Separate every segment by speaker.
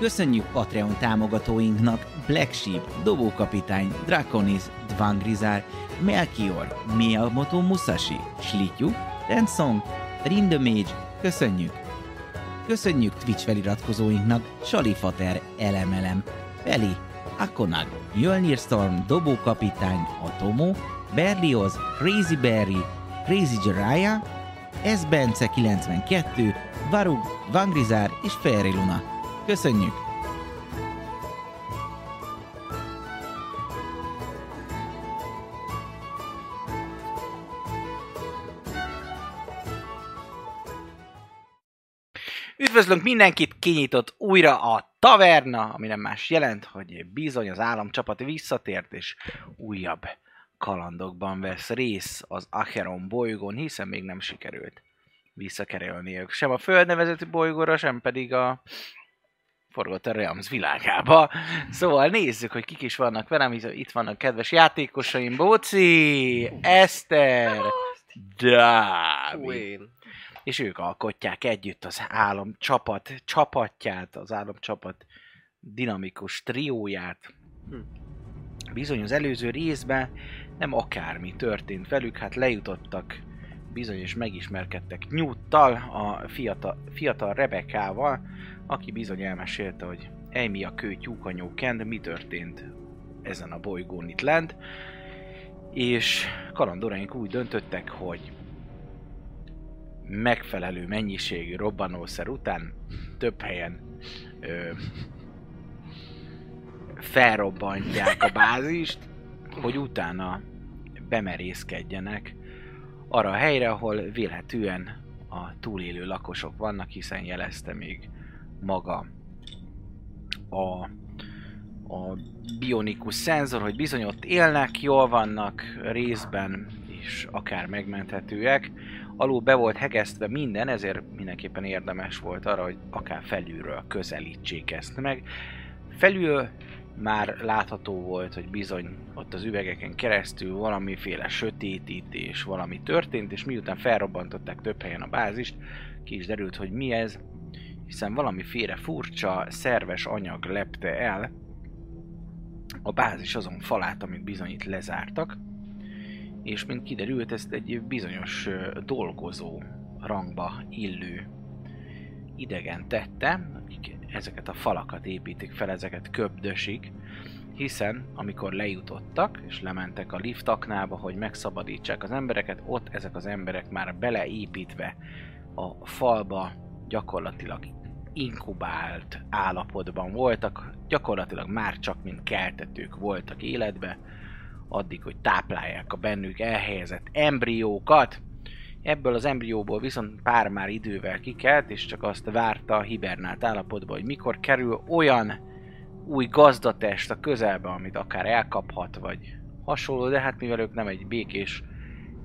Speaker 1: Köszönjük Patreon támogatóinknak Black Sheep, Dobókapitány, Draconis, Dvangrizár, Melchior, Miyamoto Musashi, Slityu, Rensong, Rindemage, köszönjük! Köszönjük Twitch feliratkozóinknak Salifater, Elemelem, Feli, Akonag, Jölnir Storm, Dobókapitány, Atomo, Berlioz, Crazy Berry, Crazy Jiraiya, S. Bence 92, Varug, Vangrizár és Fairy Luna. Köszönjük!
Speaker 2: Üdvözlünk mindenkit, kinyitott újra a taverna, ami nem más jelent, hogy bizony az államcsapat visszatért, és újabb kalandokban vesz rész az Acheron bolygón, hiszen még nem sikerült visszakerülniük sem a földnevezetű bolygóra, sem pedig a Forgotten Realms világába. Szóval nézzük, hogy kik is vannak velem, itt vannak kedves játékosaim, Bóci, Eszter, Dávid
Speaker 3: Wayne.
Speaker 2: és ők alkotják együtt az államcsapat csapatját, az államcsapat dinamikus trióját.
Speaker 3: Hm.
Speaker 2: Bizony az előző részben nem akármi történt velük, hát lejutottak bizony és megismerkedtek Newttal, a fiatal, fiatal Rebekával, aki bizony elmesélte, hogy Amy a kő tyúkanyó kend, mi történt ezen a bolygón itt lent, és kalandoraink úgy döntöttek, hogy megfelelő mennyiségű robbanószer után több helyen ö, felrobbantják a bázist, hogy utána bemerészkedjenek arra a helyre, ahol vélhetően a túlélő lakosok vannak, hiszen jelezte még maga a, a bionikus szenzor, hogy bizony ott élnek, jól vannak részben, és akár megmenthetőek alul be volt hegesztve minden, ezért mindenképpen érdemes volt arra, hogy akár felülről közelítsék ezt meg. Felül már látható volt, hogy bizony ott az üvegeken keresztül valamiféle sötétítés, valami történt, és miután felrobbantották több helyen a bázist, ki is derült, hogy mi ez, hiszen valamiféle furcsa, szerves anyag lepte el a bázis azon falát, amit bizony itt lezártak, és mint kiderült, ezt egy bizonyos ö, dolgozó rangba illő idegen tette, akik ezeket a falakat építik fel, ezeket köbdösik, hiszen amikor lejutottak és lementek a liftaknába, hogy megszabadítsák az embereket, ott ezek az emberek már beleépítve a falba gyakorlatilag inkubált állapotban voltak, gyakorlatilag már csak mint keltetők voltak életbe, addig, hogy táplálják a bennük elhelyezett embriókat. Ebből az embrióból viszont pár már idővel kikelt, és csak azt várta a hibernált állapotba, hogy mikor kerül olyan új gazdatest a közelbe, amit akár elkaphat, vagy hasonló, de hát mivel ők nem egy békés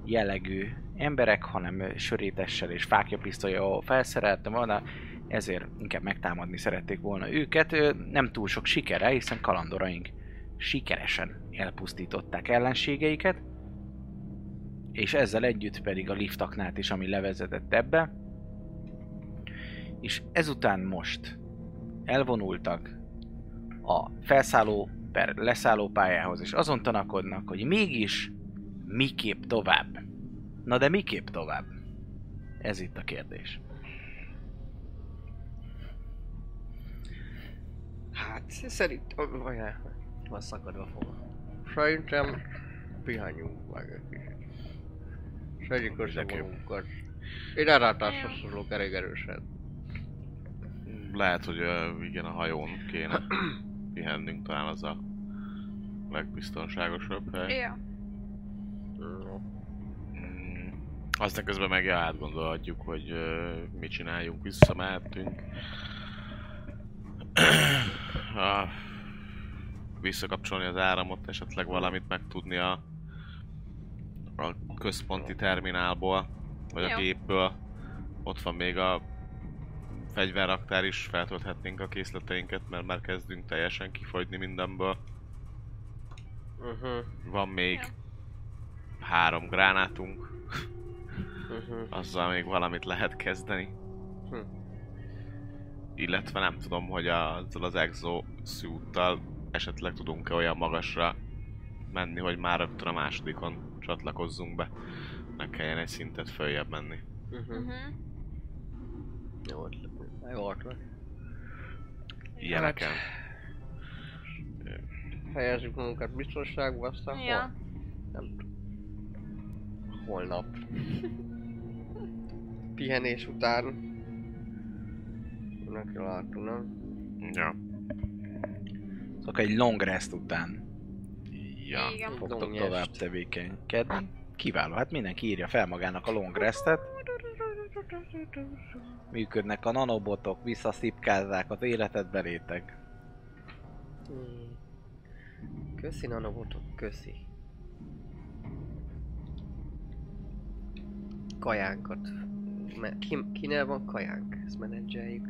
Speaker 2: jellegű emberek, hanem ö, sörétessel és fákjapisztolyjal felszerelte volna, ezért inkább megtámadni szerették volna őket. Ö, Nem túl sok sikere, hiszen kalandoraink sikeresen elpusztították ellenségeiket, és ezzel együtt pedig a liftaknát is, ami levezetett ebbe. És ezután most elvonultak a felszálló per leszálló pályához, és azon tanakodnak, hogy mégis miképp tovább. Na de miképp tovább? Ez itt a kérdés.
Speaker 3: Hát szerintem... Vagy ne, van szakadva fogom. Szerintem pihenjünk meg egy kicsit. Szedjük össze
Speaker 4: Mindenképp.
Speaker 3: magunkat. Én elrátásra szólok elég erősen.
Speaker 4: Lehet, hogy ö, igen, a hajón kéne pihennünk, talán az a legbiztonságosabb hely.
Speaker 5: Ja.
Speaker 4: Mm, Aztán közben meg ja, átgondolhatjuk, hogy ö, mit csináljunk, visszamehetünk. Ah, Visszakapcsolni az áramot, esetleg valamit megtudni a, a központi terminálból, vagy
Speaker 5: Jó.
Speaker 4: a gépből. Ott van még a fegyverraktár is, feltölthetnénk a készleteinket, mert már kezdünk teljesen kifogyni mindenből.
Speaker 3: Uh-huh,
Speaker 4: Van még
Speaker 5: Jó.
Speaker 4: három gránátunk,
Speaker 3: uh-huh.
Speaker 4: azzal még valamit lehet kezdeni.
Speaker 3: Hm.
Speaker 4: Illetve nem tudom, hogy a- azzal az exo szúttal esetleg tudunk-e olyan magasra menni, hogy már rögtön a másodikon csatlakozzunk be. Ne kelljen egy szintet följebb menni.
Speaker 3: Uh-huh.
Speaker 5: Uh-huh.
Speaker 3: Jó ötlet. Jó ötlet. Hát,
Speaker 4: Ilyeneken.
Speaker 3: Helyezzük magunkat biztonságba, aztán hol?
Speaker 5: Ja.
Speaker 3: Nem tudom. Holnap. Pihenés után. Neki látunk, nem?
Speaker 4: Ja.
Speaker 2: Szóval egy long rest után
Speaker 4: Ja.
Speaker 5: Igen.
Speaker 2: fogtok
Speaker 3: Longest.
Speaker 2: tovább tevékenykedni. Kiváló, hát mindenki írja fel magának a long restet. Működnek a nanobotok, visszaszipkázzák az életet belétek.
Speaker 3: Hmm. Köszi nanobotok, köszi. Kajánkat. Me- ki, kinél van kajánk? Ezt menedzseljük.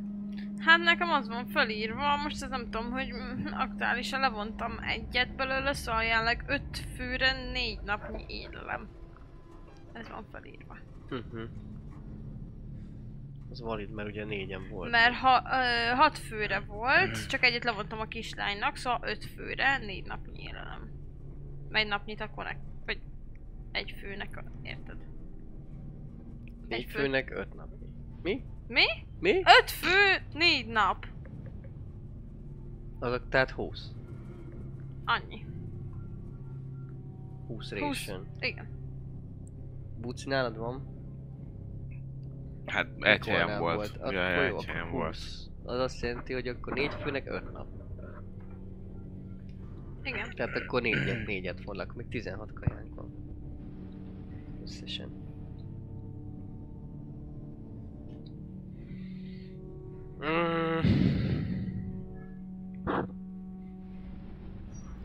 Speaker 5: Hát nekem az van fölírva, most ez nem tudom, hogy mm, aktuálisan levontam egyet belőle, szóval jelenleg öt főre négy napnyi élelem. Ez van felírva. Mhm.
Speaker 3: Uh-huh. Az valid, mert ugye négyen volt. Mhm.
Speaker 5: Mert ha, ö, hat főre volt, csak egyet levontam a kislánynak, szóval öt főre négy napnyi élelem. Egy napnyit akkor nek, vagy egy főnek, a- érted?
Speaker 3: Négy
Speaker 5: egy fő.
Speaker 3: főnek öt nap. Mi?
Speaker 5: Mi?
Speaker 3: Mi?
Speaker 5: Öt fő, négy nap.
Speaker 3: Azok tehát 20.
Speaker 5: Annyi.
Speaker 3: 20
Speaker 5: Húsz.
Speaker 3: ration.
Speaker 5: Igen.
Speaker 3: Buci nálad van?
Speaker 4: Hát egy helyen
Speaker 3: Holnál
Speaker 4: volt.
Speaker 3: Akkor
Speaker 4: Ja, ja,
Speaker 3: jó,
Speaker 4: egy
Speaker 3: akkor
Speaker 4: helyen
Speaker 3: 20.
Speaker 4: volt.
Speaker 3: Az azt jelenti, hogy akkor négy főnek öt nap.
Speaker 5: Igen.
Speaker 3: Tehát akkor négyet, négyet forlak, még 16 kajánk van. Összesen.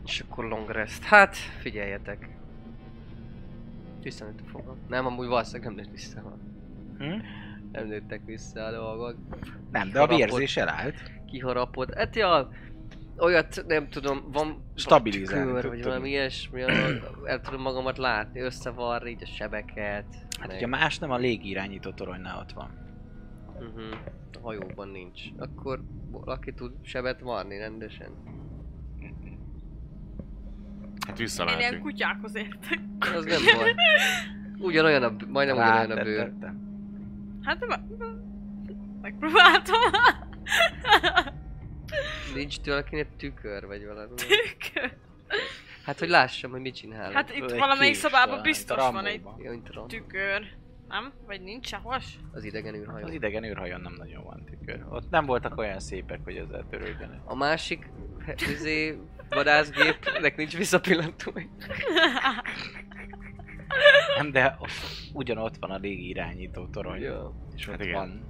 Speaker 3: És akkor long rest. Hát, figyeljetek. 15 fogom. Nem, amúgy valószínűleg nem nőtt vissza. a-
Speaker 2: Hm?
Speaker 3: Nem nőttek vissza a dolgok.
Speaker 2: Nem, de a
Speaker 3: Harapod.
Speaker 2: vérzés elállt.
Speaker 3: Kiharapod. Hát ja, olyat nem tudom, van
Speaker 2: Stabilizálni
Speaker 3: kör,
Speaker 2: tud-
Speaker 3: vagy
Speaker 2: tudunk.
Speaker 3: valami ilyesmi, ahol el tudom magamat látni, összevarni így a sebeket.
Speaker 2: Hát
Speaker 3: meg-
Speaker 2: ugye más nem a légirányító toronynál ott van.
Speaker 3: Uh-huh. A hajóban nincs. Akkor valaki tud sebet varni rendesen.
Speaker 4: Hát
Speaker 5: Én ilyen
Speaker 4: visszamehetünk.
Speaker 5: kutyákhoz értek.
Speaker 3: Az nem baj. Ugyanolyan a, majdnem ugyanolyan a bőr.
Speaker 2: Rátette.
Speaker 5: Hát m- m- megpróbáltam.
Speaker 3: Nincs tőle, akinek tükör vagy valami.
Speaker 5: Tükör.
Speaker 3: Hát, hogy lássam, hogy mit csinál.
Speaker 5: hát itt
Speaker 2: Egy uh,
Speaker 5: valamelyik
Speaker 2: kés
Speaker 5: szobában
Speaker 2: talán,
Speaker 5: biztos
Speaker 2: itt a
Speaker 5: van egy
Speaker 2: Rambóban.
Speaker 3: Jó, mint tudom.
Speaker 5: tükör. Nem? Vagy nincs sehol? s?
Speaker 3: Az idegen űrhajó.
Speaker 2: Hát, Az idegen űrhajón nem nagyon van tükör. Ott nem voltak olyan szépek, hogy ezzel törődjenek.
Speaker 3: A másik, he- izé, vadászgépnek nincs visszapillantói.
Speaker 2: Nem, de ott- ugyanott van a légirányító torony.
Speaker 3: Jó.
Speaker 2: És ott
Speaker 4: Hát
Speaker 2: hát
Speaker 4: igen.
Speaker 2: van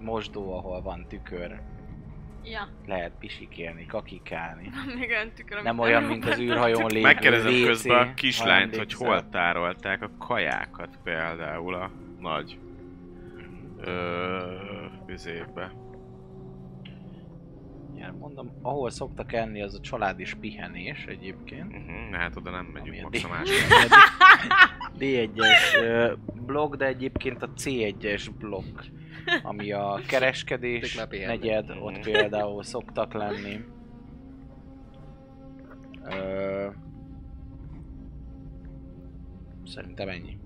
Speaker 2: mosdó, ahol van tükör.
Speaker 5: Ja,
Speaker 2: Lehet pisikélni, kakikálni.
Speaker 5: van még olyan tükör, amit
Speaker 2: Nem olyan, mint az
Speaker 5: robbantottuk.
Speaker 2: űrhajón lévő
Speaker 4: Megkérdezem
Speaker 2: WC,
Speaker 4: közben a
Speaker 2: hanem
Speaker 4: kislányt, hogy
Speaker 2: légszer.
Speaker 4: hol tárolták a kajákat például a nagy ö, vizébe.
Speaker 2: Ja, mondom, ahol szoktak enni, az a család is pihenés egyébként.
Speaker 4: Uh-huh, hát oda nem megyünk
Speaker 2: Ami a
Speaker 4: max
Speaker 2: D-
Speaker 4: a másik.
Speaker 2: D1-es ö, blog, de egyébként a C1-es blokk, ami a
Speaker 3: Ők
Speaker 2: kereskedés
Speaker 3: már pihennek.
Speaker 2: negyed, ott
Speaker 4: Mhm.
Speaker 2: például szoktak lenni. Ö, szerintem ennyi.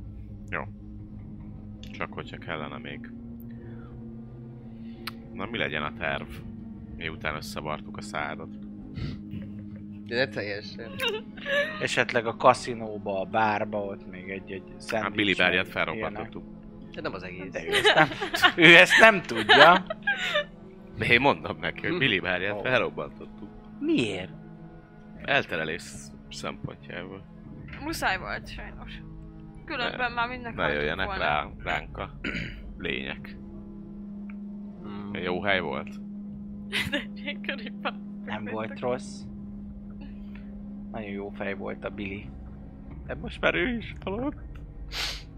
Speaker 4: Csak hogyha kellene még. Na mi legyen a terv? Miután összevartuk a szádat.
Speaker 3: De ne teljesen.
Speaker 2: Esetleg a kaszinóba, a bárba, ott még egy-egy szendvics.
Speaker 4: Hát Billy Bárját
Speaker 2: meg ilyenek.
Speaker 4: felrobbantottuk.
Speaker 3: Szerintem az egész.
Speaker 2: De ő ezt nem, ő ezt nem tudja.
Speaker 4: Én mondom neki, hogy Billy bárját
Speaker 3: Ó.
Speaker 4: felrobbantottuk.
Speaker 2: Miért?
Speaker 4: Elterelés szempontjából.
Speaker 5: Muszáj volt, sajnos. Különben már mindnek
Speaker 4: Ne
Speaker 5: haltunk
Speaker 4: jöjjenek
Speaker 5: Hát, volna.
Speaker 4: rá, ránk a lények.
Speaker 3: Mm.
Speaker 4: Jó hely volt.
Speaker 5: Körülbelül.
Speaker 2: Nem volt rossz. Nagyon jó fej volt a Billy. De most már ő is halott.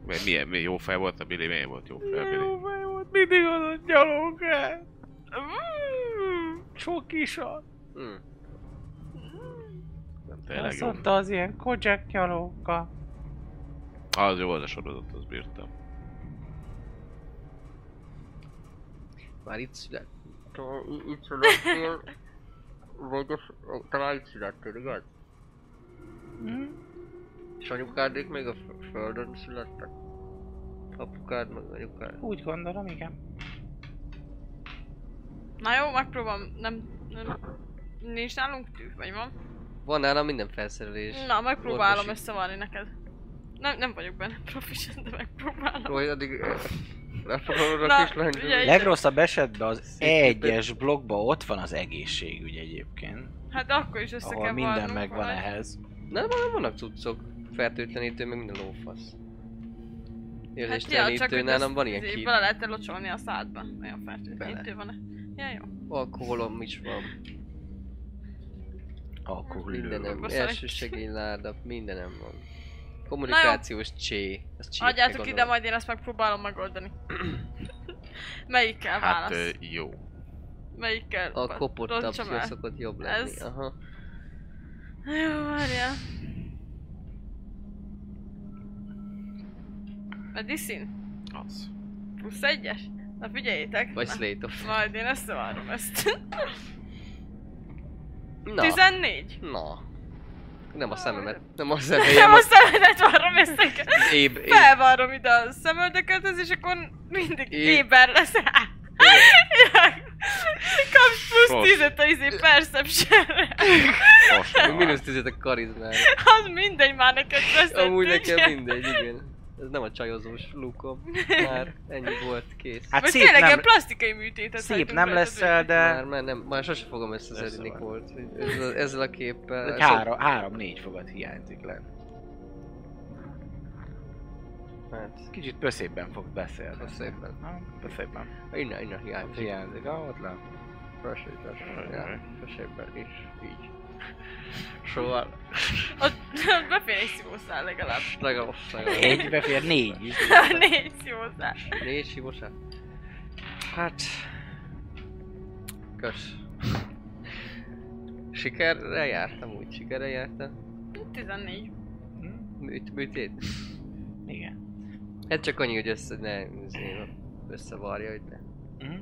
Speaker 4: Mi- Milyen, mi jó fej volt a Billy? Miért volt jó fej a Billy?
Speaker 2: Jó fej volt, mindig adott gyalogát. eh? Sok is a...
Speaker 3: Mm.
Speaker 4: Nem tényleg
Speaker 2: Azt
Speaker 4: jó.
Speaker 2: mondta az ilyen kocsek gyalogka.
Speaker 4: Az jó az a sorozat, azt bírtam.
Speaker 3: Már itt szület. Te i- itt születtél. Vagy az, talán itt születtél, igaz?
Speaker 5: Hmm.
Speaker 3: És anyukádék még a f- földön születtek. Apukád meg anyukád.
Speaker 2: Úgy gondolom, igen.
Speaker 5: Na jó, megpróbálom. Nem, nem, nincs nálunk tű, vagy van?
Speaker 3: Van nálam minden felszerelés.
Speaker 5: Na, megpróbálom
Speaker 3: Orvosi.
Speaker 5: összevarni neked. Nem, nem vagyok benne profi, de megpróbálom.
Speaker 3: Vagy addig... eh, Lefoglalod
Speaker 5: Na,
Speaker 3: a kislányt.
Speaker 5: ugye-
Speaker 2: Legrosszabb esetben az
Speaker 3: Szép
Speaker 2: egyes blokkban ott van az egészségügy egyébként.
Speaker 5: Hát de akkor is össze
Speaker 2: Ahol
Speaker 5: kell
Speaker 2: minden
Speaker 5: varnunk
Speaker 2: megvan
Speaker 5: valahogy.
Speaker 2: ehhez.
Speaker 3: Na, van, vannak cuccok. Fertőtlenítő, meg minden lófasz.
Speaker 5: csak
Speaker 3: Érzéstelenítő,
Speaker 5: Hát hogy
Speaker 3: nálam
Speaker 5: ezt
Speaker 3: van ilyen
Speaker 5: izé
Speaker 3: kép.
Speaker 5: Bele lehet locsolni a szádba. Olyan fertőtlenítő
Speaker 3: Bele.
Speaker 5: van. Ja, jó.
Speaker 3: Alkoholom is van.
Speaker 2: Alkoholülő.
Speaker 3: Mindenem,
Speaker 5: Akkor
Speaker 3: első
Speaker 5: szerint-
Speaker 3: segélyláda, mindenem van. Kommunikációs csé. Ezt csé
Speaker 5: Adjátok ide, majd én ezt megpróbálom megoldani. Melyikkel
Speaker 4: Hát
Speaker 5: válasz?
Speaker 4: ö, jó.
Speaker 5: Melyikkel?
Speaker 3: A kopottabb
Speaker 5: roncsam
Speaker 3: szó
Speaker 5: el?
Speaker 3: szokott jobb lenni.
Speaker 5: Ez.
Speaker 3: Aha.
Speaker 5: Jó, várjál. Medicine?
Speaker 4: Az.
Speaker 5: Plusz egyes? Na figyeljétek.
Speaker 3: Vagy
Speaker 5: na.
Speaker 3: Slate of.
Speaker 5: Majd én összevárom ezt.
Speaker 3: Na.
Speaker 5: 14.
Speaker 3: Na. Nem a szememet, nem a szememet,
Speaker 5: Nem a szemedet várom össze.
Speaker 3: éb, éb,
Speaker 5: Felvárom ide a szemöldököt, ez, és akkor mindig
Speaker 3: Én-
Speaker 5: éber lesz. Kapsz plusz
Speaker 4: Rossz.
Speaker 5: tízet a izé perceptionre.
Speaker 4: Most
Speaker 3: mínusz tizet a karizmára.
Speaker 5: Az mindegy már neked veszett.
Speaker 3: Amúgy
Speaker 5: ugye?
Speaker 3: nekem mindegy, igen. Ez nem a csajozós lukom. Már ennyi volt, kész.
Speaker 2: Hát
Speaker 5: Vagy
Speaker 2: szép
Speaker 5: tényleg
Speaker 2: nem-
Speaker 5: ilyen plastikai műtétet
Speaker 2: Szép
Speaker 5: hagytunk
Speaker 2: nem
Speaker 5: be,
Speaker 2: leszel,
Speaker 5: tudod,
Speaker 2: de
Speaker 3: Már, már nem, már sose fogom összeszedni
Speaker 4: Összevág.
Speaker 3: Nikolt. Ezzel, ezzel a képpel.
Speaker 2: egy
Speaker 3: Ez a-
Speaker 2: három, három-négy fogad hiányzik le.
Speaker 3: Hát,
Speaker 2: Kicsit pöszébben fog beszélni.
Speaker 3: szépen.
Speaker 2: Na, pöszébben.
Speaker 3: Innen, innen hiányzik.
Speaker 2: Hiányzik, ah, ott le.
Speaker 3: Persze, persze,
Speaker 4: Jaj,
Speaker 3: já,
Speaker 4: jaj.
Speaker 3: sosebben is, így. Szóval,
Speaker 5: Ott ott befér egy szívószál legalább.
Speaker 3: legalább, legalább.
Speaker 2: Egy befér, négy is.
Speaker 5: Négy szívószál.
Speaker 3: Négy sivosá. Hát... Kösz. Sikerre jártam úgy, sikerre jártam.
Speaker 5: 14.
Speaker 2: Hm?
Speaker 3: Műt, műtét.
Speaker 2: Igen.
Speaker 3: Hát csak annyi, hogy össze, ne, azért összevarja, hogy ne.
Speaker 2: Hm?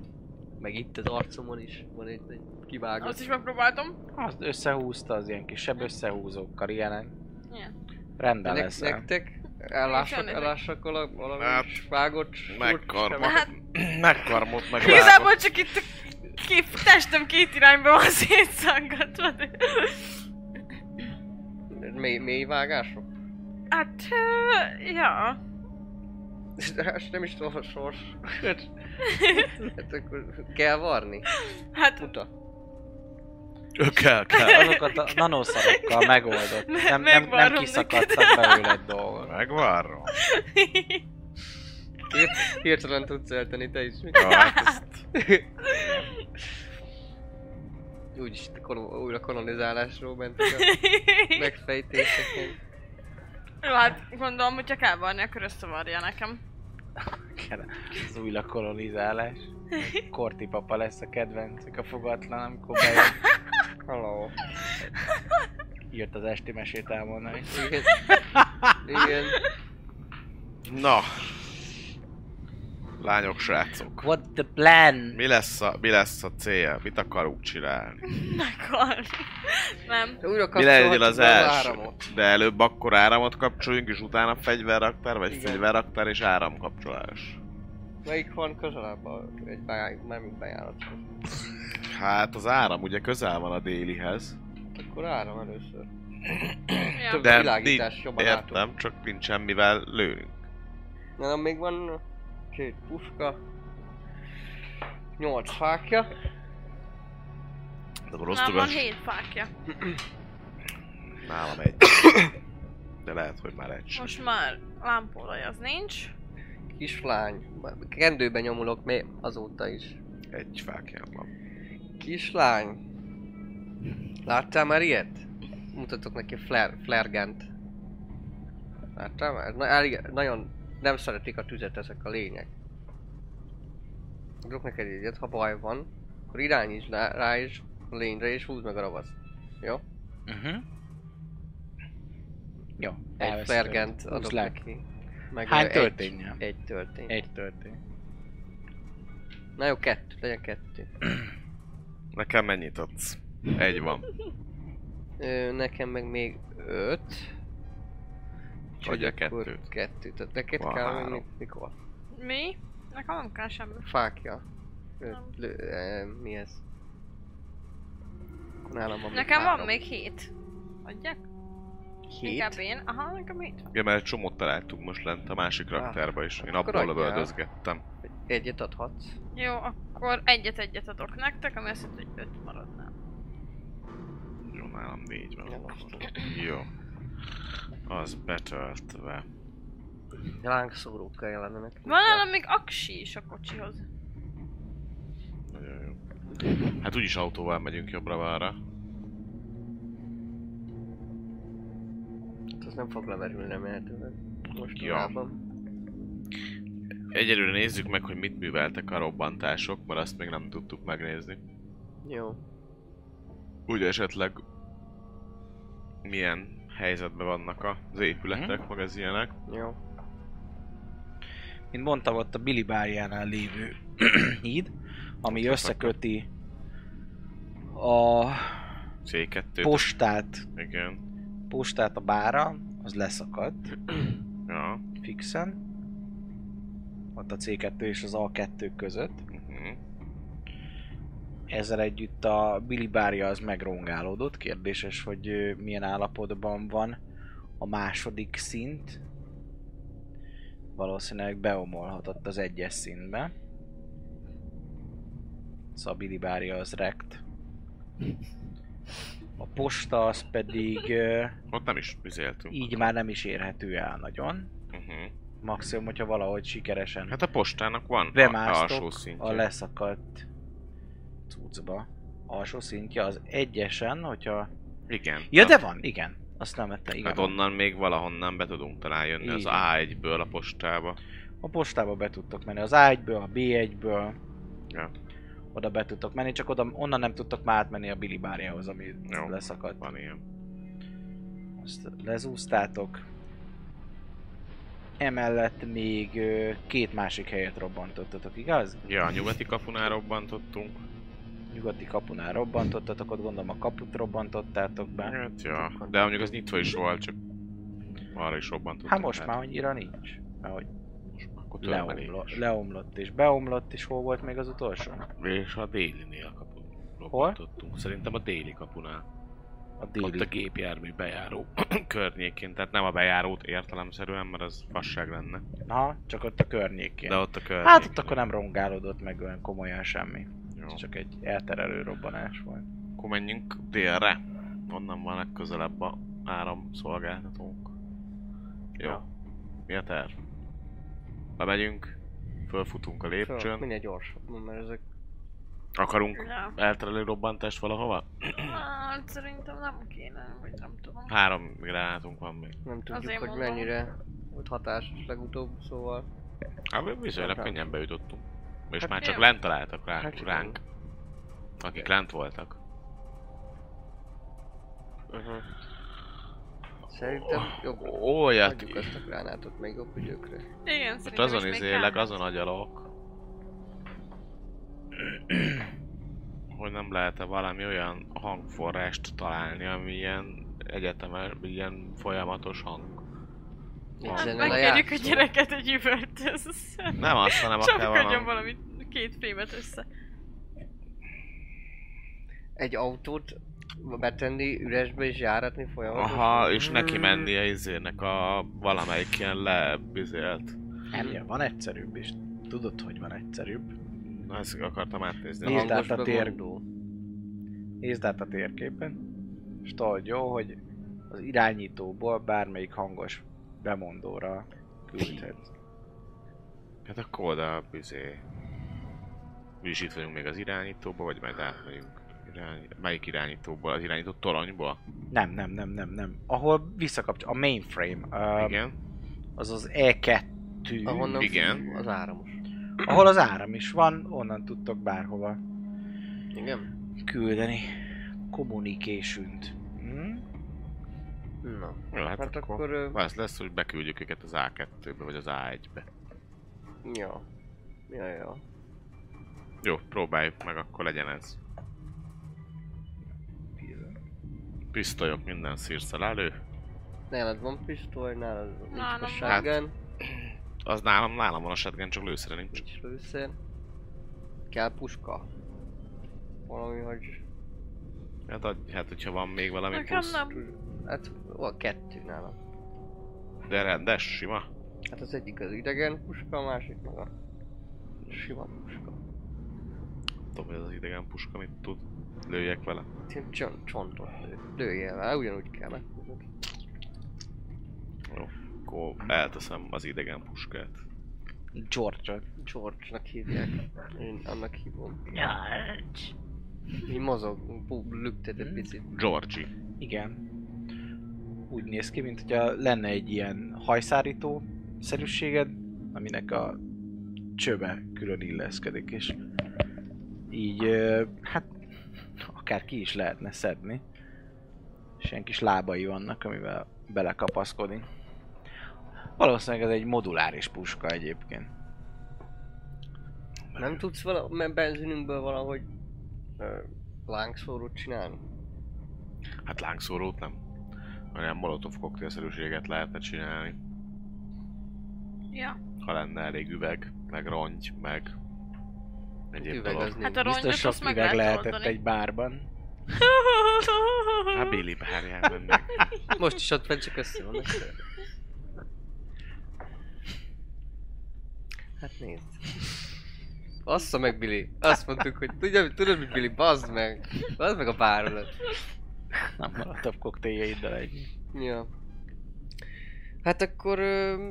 Speaker 3: Meg itt az arcomon is van egy, egy kivágott.
Speaker 5: Azt is megpróbáltam.
Speaker 2: Azt összehúzta az ilyen kisebb összehúzókkal, ilyenek.
Speaker 5: Igen.
Speaker 2: Rendben
Speaker 3: Nek-
Speaker 2: lesz.
Speaker 3: nektek? Ellássak,
Speaker 5: Nincsen
Speaker 3: ellássak valami,
Speaker 4: Hát,
Speaker 3: valami vágott surt,
Speaker 4: Megkarmot,
Speaker 5: Hát-
Speaker 4: megkarmot, meg
Speaker 5: Igazából csak itt a kép, testem két irányba van szétszangatva. de-
Speaker 3: Mély, mély vágások?
Speaker 5: Hát, ö, ja.
Speaker 3: És hát nem is tudom a sors. Hát- hát akkor kell varni.
Speaker 5: Hát,
Speaker 3: Muta.
Speaker 4: Ő kell, kell.
Speaker 2: Azokat a nanoszarokkal megoldott. Nem,
Speaker 5: Me-
Speaker 2: nem, nem
Speaker 5: megvárom
Speaker 2: kiszakadtak
Speaker 5: neked.
Speaker 2: belőle egy dolgot.
Speaker 4: Megvárom.
Speaker 3: Hirt- Hirtelen tudsz eltenni te is.
Speaker 4: Jó, hát ezt
Speaker 3: Úgyis te kolon- újra kolonizálásról mentek a megfejtéseken.
Speaker 5: Jó, hát gondolom, hogy csak elvarni, akkor összevarja nekem.
Speaker 2: Az újra kolonizálás. Korti papa lesz a kedvencük a fogatlan, amikor bejön.
Speaker 3: Hello.
Speaker 2: Írt az esti mesét elmondani.
Speaker 3: Igen. Igen.
Speaker 4: Na. Lányok, srácok.
Speaker 2: What the plan?
Speaker 4: Mi lesz a, mi lesz a célja? Mit akarunk csinálni?
Speaker 5: Megvarni. Nem.
Speaker 3: De Újra
Speaker 4: Mi legyen az
Speaker 3: be
Speaker 4: első?
Speaker 3: áramot.
Speaker 4: De előbb akkor áramot kapcsoljunk, és utána fegyverraktár, vagy
Speaker 3: Igen.
Speaker 4: fegyverraktár és áramkapcsolás.
Speaker 3: Melyik van közelebb a, egy báj, nem bejárathoz?
Speaker 4: Hát az áram ugye közel van a délihez.
Speaker 3: Hát akkor áram először.
Speaker 5: Ja.
Speaker 3: Több-
Speaker 4: De
Speaker 3: világítás
Speaker 4: nincs-
Speaker 3: jobban
Speaker 4: értem, csak nincs semmivel lőnünk.
Speaker 3: Na, még van két puska, nyolc fákja,
Speaker 4: De Hát akkor
Speaker 5: Nálam van
Speaker 4: osztogass
Speaker 5: hét fákja.
Speaker 4: nálam egy. De lehet, hogy már egy sem.
Speaker 5: Most már lámpolaj az nincs.
Speaker 3: kislány, kendőben nyomulok még azóta is.
Speaker 4: Egy fákján van.
Speaker 3: Kislány, láttál már ilyet? Mutatok neki flare, flare gunt. Láttál már? Na, elég, nagyon nem szeretik a tüzet ezek a lények. Adok neked egyet, ha baj van, akkor irányítsd rá, rá is a lényre és húzd meg a ravaszt. Jó?
Speaker 2: Uh-huh. Jó,
Speaker 3: Egy
Speaker 2: elvesztett.
Speaker 3: flare gunt
Speaker 2: Húzd
Speaker 3: adok
Speaker 2: le.
Speaker 3: neki. Meg
Speaker 2: Hány
Speaker 3: ö,
Speaker 2: történjen?
Speaker 3: Egy, egy történt.
Speaker 2: Egy történt.
Speaker 3: Na jó, kettő, legyen kettő.
Speaker 4: Nekem mennyit adsz? Egy van.
Speaker 3: Ö, nekem meg még öt.
Speaker 4: Vagy a
Speaker 3: Úgyhogy akkor
Speaker 4: kettőt.
Speaker 3: Kettő, tehát neked
Speaker 4: Van
Speaker 3: kell
Speaker 4: három.
Speaker 3: még mikor?
Speaker 5: Mi? Nekem nem kell semmi.
Speaker 3: Fákja. Ö,
Speaker 5: Nem.
Speaker 3: lő, ö, mi ez? Akkor Nálam van
Speaker 5: Nekem
Speaker 3: három.
Speaker 5: van még hét. Adják? Inkább
Speaker 3: hét.
Speaker 5: én. Aha, nekem hét.
Speaker 4: Igen, mert egy csomót találtunk most lent a másik
Speaker 3: Ah,
Speaker 4: raktárba is. Én
Speaker 3: akkor
Speaker 4: abból
Speaker 3: adjál.
Speaker 4: lövöldözgettem.
Speaker 3: Egyet adhatsz.
Speaker 5: Jó, akkor egyet-egyet adok nektek, ami azt jelenti, hogy öt maradnál.
Speaker 4: Jó, nálam négy van.
Speaker 3: Jó.
Speaker 4: Jó. Az betöltve.
Speaker 3: Lángszórókkal jelenlenek.
Speaker 5: Van nálam még aksi is a kocsihoz.
Speaker 4: Nagyon jó. Hát úgyis autóval megyünk jobbra-balra.
Speaker 3: Hát Az nem fog lemerülni, mert most
Speaker 4: Ja.
Speaker 3: ja.
Speaker 4: Egyelőre nézzük meg, hogy mit műveltek a robbantások, mert azt még nem tudtuk megnézni.
Speaker 3: Jó.
Speaker 4: Úgy esetleg milyen helyzetben vannak az épületek,
Speaker 2: Mhm.
Speaker 4: meg az ilyenek.
Speaker 3: Jó.
Speaker 2: Mint mondtam, ott a Billy bárjánál lévő híd, ami összeköti a
Speaker 4: C2,
Speaker 2: postát,
Speaker 4: igen.
Speaker 2: postát a bára, az leszakadt
Speaker 4: Ja.
Speaker 2: fixen. Ott a C2 és az A2 között.
Speaker 4: Uh-huh.
Speaker 2: Ezzel együtt a Billy bárja az megrongálódott. Kérdéses, hogy ö, milyen állapotban van a második szint. Valószínűleg beomolhatott az egyes szintbe. Szóval a Billy bárja az rekt. A posta az pedig ö,
Speaker 4: Ott nem is vizéltünk.
Speaker 2: így már nem is érhető el nagyon.
Speaker 4: Uh-huh.
Speaker 2: Maximum, hogyha valahogy sikeresen
Speaker 4: Hát a postának van a
Speaker 2: Bemásztok
Speaker 4: alsó szintje.
Speaker 2: a leszakadt cuccba. Alsó szintje az egyesen, hogyha...
Speaker 4: Igen.
Speaker 2: Ja,
Speaker 4: hát,
Speaker 2: de van, igen. Azt nem vette, igen.
Speaker 4: hát
Speaker 2: van.
Speaker 4: onnan még valahonnan be tudunk talán jönni az
Speaker 2: Így.
Speaker 4: A1-ből a postába.
Speaker 2: A postába be tudtok menni, az A1-ből, a B1-ből.
Speaker 4: Ja.
Speaker 2: Oda be tudtok menni, csak oda, onnan nem tudtok már átmenni a Billy bárjához, ami
Speaker 4: Jó,
Speaker 2: leszakadt.
Speaker 4: Van ilyen.
Speaker 2: Azt lezúztátok. Emellett még ö, két másik helyet robbantottatok, igaz?
Speaker 4: Ja, a nyugati kapunál robbantottunk.
Speaker 2: Nyugati kapunál robbantottatok, ott gondolom a kaput robbantottátok be.
Speaker 4: Hát, ja. De mondjuk az nyitva is volt, csak arra is robbantottunk.
Speaker 2: Hát most
Speaker 4: hát.
Speaker 2: már annyira nincs. Mert hogy
Speaker 4: Most már akkor törmelék.
Speaker 2: leomlott, leomlott és beomlott, és hol volt még az utolsó?
Speaker 4: És a délinél kapun robbantottunk. Szerintem a déli kapunál.
Speaker 2: A
Speaker 4: Ott a
Speaker 2: déli.
Speaker 4: gépjármű bejáró környékén. Tehát nem a bejárót értelemszerűen, mert az fasság lenne.
Speaker 2: Ha, csak ott a környékén.
Speaker 4: De ott a környékén.
Speaker 2: Hát ott akkor nem rongálódott meg olyan komolyan semmi.
Speaker 4: Jó.
Speaker 2: Ez csak egy elterelő robbanás volt.
Speaker 4: Akkor menjünk délre. Onnan van legközelebb a áramszolgáltatónk. Jó.
Speaker 2: Ja.
Speaker 4: Mi a terv? Bemegyünk, fölfutunk a
Speaker 3: Föl,
Speaker 4: lépcsőn.
Speaker 3: Szóval Minél gyorsabban, mert ezek...
Speaker 4: Akarunk
Speaker 5: Ja.
Speaker 4: elterelő robbantást valahova?
Speaker 5: Hát szerintem nem kéne, vagy nem tudom.
Speaker 4: Három gránátunk van még.
Speaker 3: Nem tudjuk,
Speaker 5: Azért
Speaker 3: hogy
Speaker 5: mondom.
Speaker 3: mennyire volt hatásos legutóbb, szóval...
Speaker 4: Hát mi viszonylag
Speaker 3: Hát.
Speaker 4: könnyen bejutottunk. És
Speaker 3: Hát
Speaker 4: már csak
Speaker 5: jó.
Speaker 4: lent találtak rá,
Speaker 3: Hát
Speaker 4: ránk, akik lent voltak. Mhm.
Speaker 3: Uh-huh.
Speaker 4: Oh,
Speaker 3: Szerintem jobb.
Speaker 4: Ó, ó, ja,
Speaker 3: Hagyjuk azt a gránátot még jobb ügyökre.
Speaker 5: Igen,
Speaker 4: Most
Speaker 5: szerintem
Speaker 4: hát azon
Speaker 5: is még
Speaker 4: izélek,
Speaker 5: kell.
Speaker 4: azon agyalok. hogy nem lehet-e valami olyan hangforrást találni, ami ilyen egyetemes, ilyen folyamatos hang.
Speaker 5: Hát
Speaker 4: Ezen
Speaker 5: megkérjük a gyereket, hogy üvöltözz.
Speaker 4: Nem azt, hanem akár
Speaker 5: Csapkodjon
Speaker 4: valami...
Speaker 5: valami két fémet össze.
Speaker 3: Egy autót betenni üresbe és járatni folyamatosan.
Speaker 4: Aha, és neki menni a izének a valamelyik ilyen lebizélt.
Speaker 2: Ennél van egyszerűbb is. Tudod, hogy van egyszerűbb?
Speaker 4: Na, ezt akartam átnézni.
Speaker 2: Mi?
Speaker 4: Hang-
Speaker 2: Nézd át
Speaker 3: Hangos
Speaker 2: a tér-
Speaker 3: begondó.
Speaker 2: Nézd át a térképen, és tudod jó, hogy az irányítóból bármelyik hangos bemondóra küldhet.
Speaker 4: Hát akkor oda, büzé. Úgyis itt vagyunk még az irányítóba, vagy majd átmegyünk. Irány... Melyik irányítóból? Az irányító toronyból?
Speaker 2: Nem, nem, nem, nem, nem. Ahol visszakapcsol, a mainframe, uh,
Speaker 4: Igen.
Speaker 2: az az E E2,
Speaker 3: Ahonnan
Speaker 4: Igen.
Speaker 3: Az áramos.
Speaker 2: ahol az áram is van, onnan tudtok bárhova
Speaker 3: Igen?
Speaker 2: küldeni. Communication Hm?
Speaker 3: Na.
Speaker 4: Jó, hát,
Speaker 3: Hát
Speaker 4: akkor...
Speaker 3: akkor... ö,
Speaker 4: Az lesz, hogy beküldjük őket az A2-be, vagy az A1-be.
Speaker 3: Ja. Ja, ja.
Speaker 4: Jó, próbáljuk meg, akkor legyen ez. Pisztolyok minden szírszel elő.
Speaker 3: Nálad van pisztoly, nálad nincs
Speaker 5: Nálam
Speaker 3: a
Speaker 5: van.
Speaker 3: shotgun,
Speaker 4: Hát- Az nálam, nálam van a shotgun, csak lőszerre nincs.
Speaker 3: nincs lőszer. Kell puska. Valami, hogy...
Speaker 4: Hát, adj- hát hogyha van még valami
Speaker 5: Nekem
Speaker 4: plusz.
Speaker 5: nem.
Speaker 3: Hát van kettő nálam.
Speaker 4: De rendes, sima.
Speaker 3: Hát az egyik az idegen puska, a másik meg a sima puska.
Speaker 4: Tudom, hogy az az idegen puska mit tud. Lőjek vele.
Speaker 3: Ilyen cson- csontot lő. Lőjél rá, ugyanúgy kell meghúzni.
Speaker 4: Jó, akkor elteszem az idegen puskát.
Speaker 2: George.
Speaker 3: George-nak hívják. Én annak hívom. Mi mozog, bú, lüktet egy picit.
Speaker 4: Georgi.
Speaker 2: Igen. Úgy néz ki, mint hogyha lenne egy ilyen hajszárító szerűséged, aminek a csöve külön illeszkedik, és így, ö, hát akár ki is lehetne szedni. És ilyen kis lábai vannak, amivel belekapaszkodik. Valószínűleg ez egy moduláris puska egyébként.
Speaker 3: Nem tudsz vala, mert benzinünkből valahogy ö, lángszórót csinálni?
Speaker 4: Hát lángszórót nem. Olyan molotov koktélszerűséget lehetne csinálni.
Speaker 5: Ja.
Speaker 4: Ha lenne elég üveg, meg rongy, meg egyéb
Speaker 3: Üveg
Speaker 4: dolog.
Speaker 3: az
Speaker 5: Hát a rongyot
Speaker 2: Biztos
Speaker 5: azt
Speaker 2: sok
Speaker 5: meg
Speaker 2: üveg
Speaker 5: lehet
Speaker 2: lehetett
Speaker 5: oldani.
Speaker 2: egy bárban.
Speaker 4: Hát Billy bárján mennek.
Speaker 3: Most is ott van, csak össze van. össze. Hát nézd. Bassza meg, Billy. Azt mondtuk, hogy tudja, tudod, mit Billy, bazd meg. Bazd meg a bárodat.
Speaker 2: Nem maradt a koktéljaiddal egy.
Speaker 3: Ja. Hát akkor... Ö,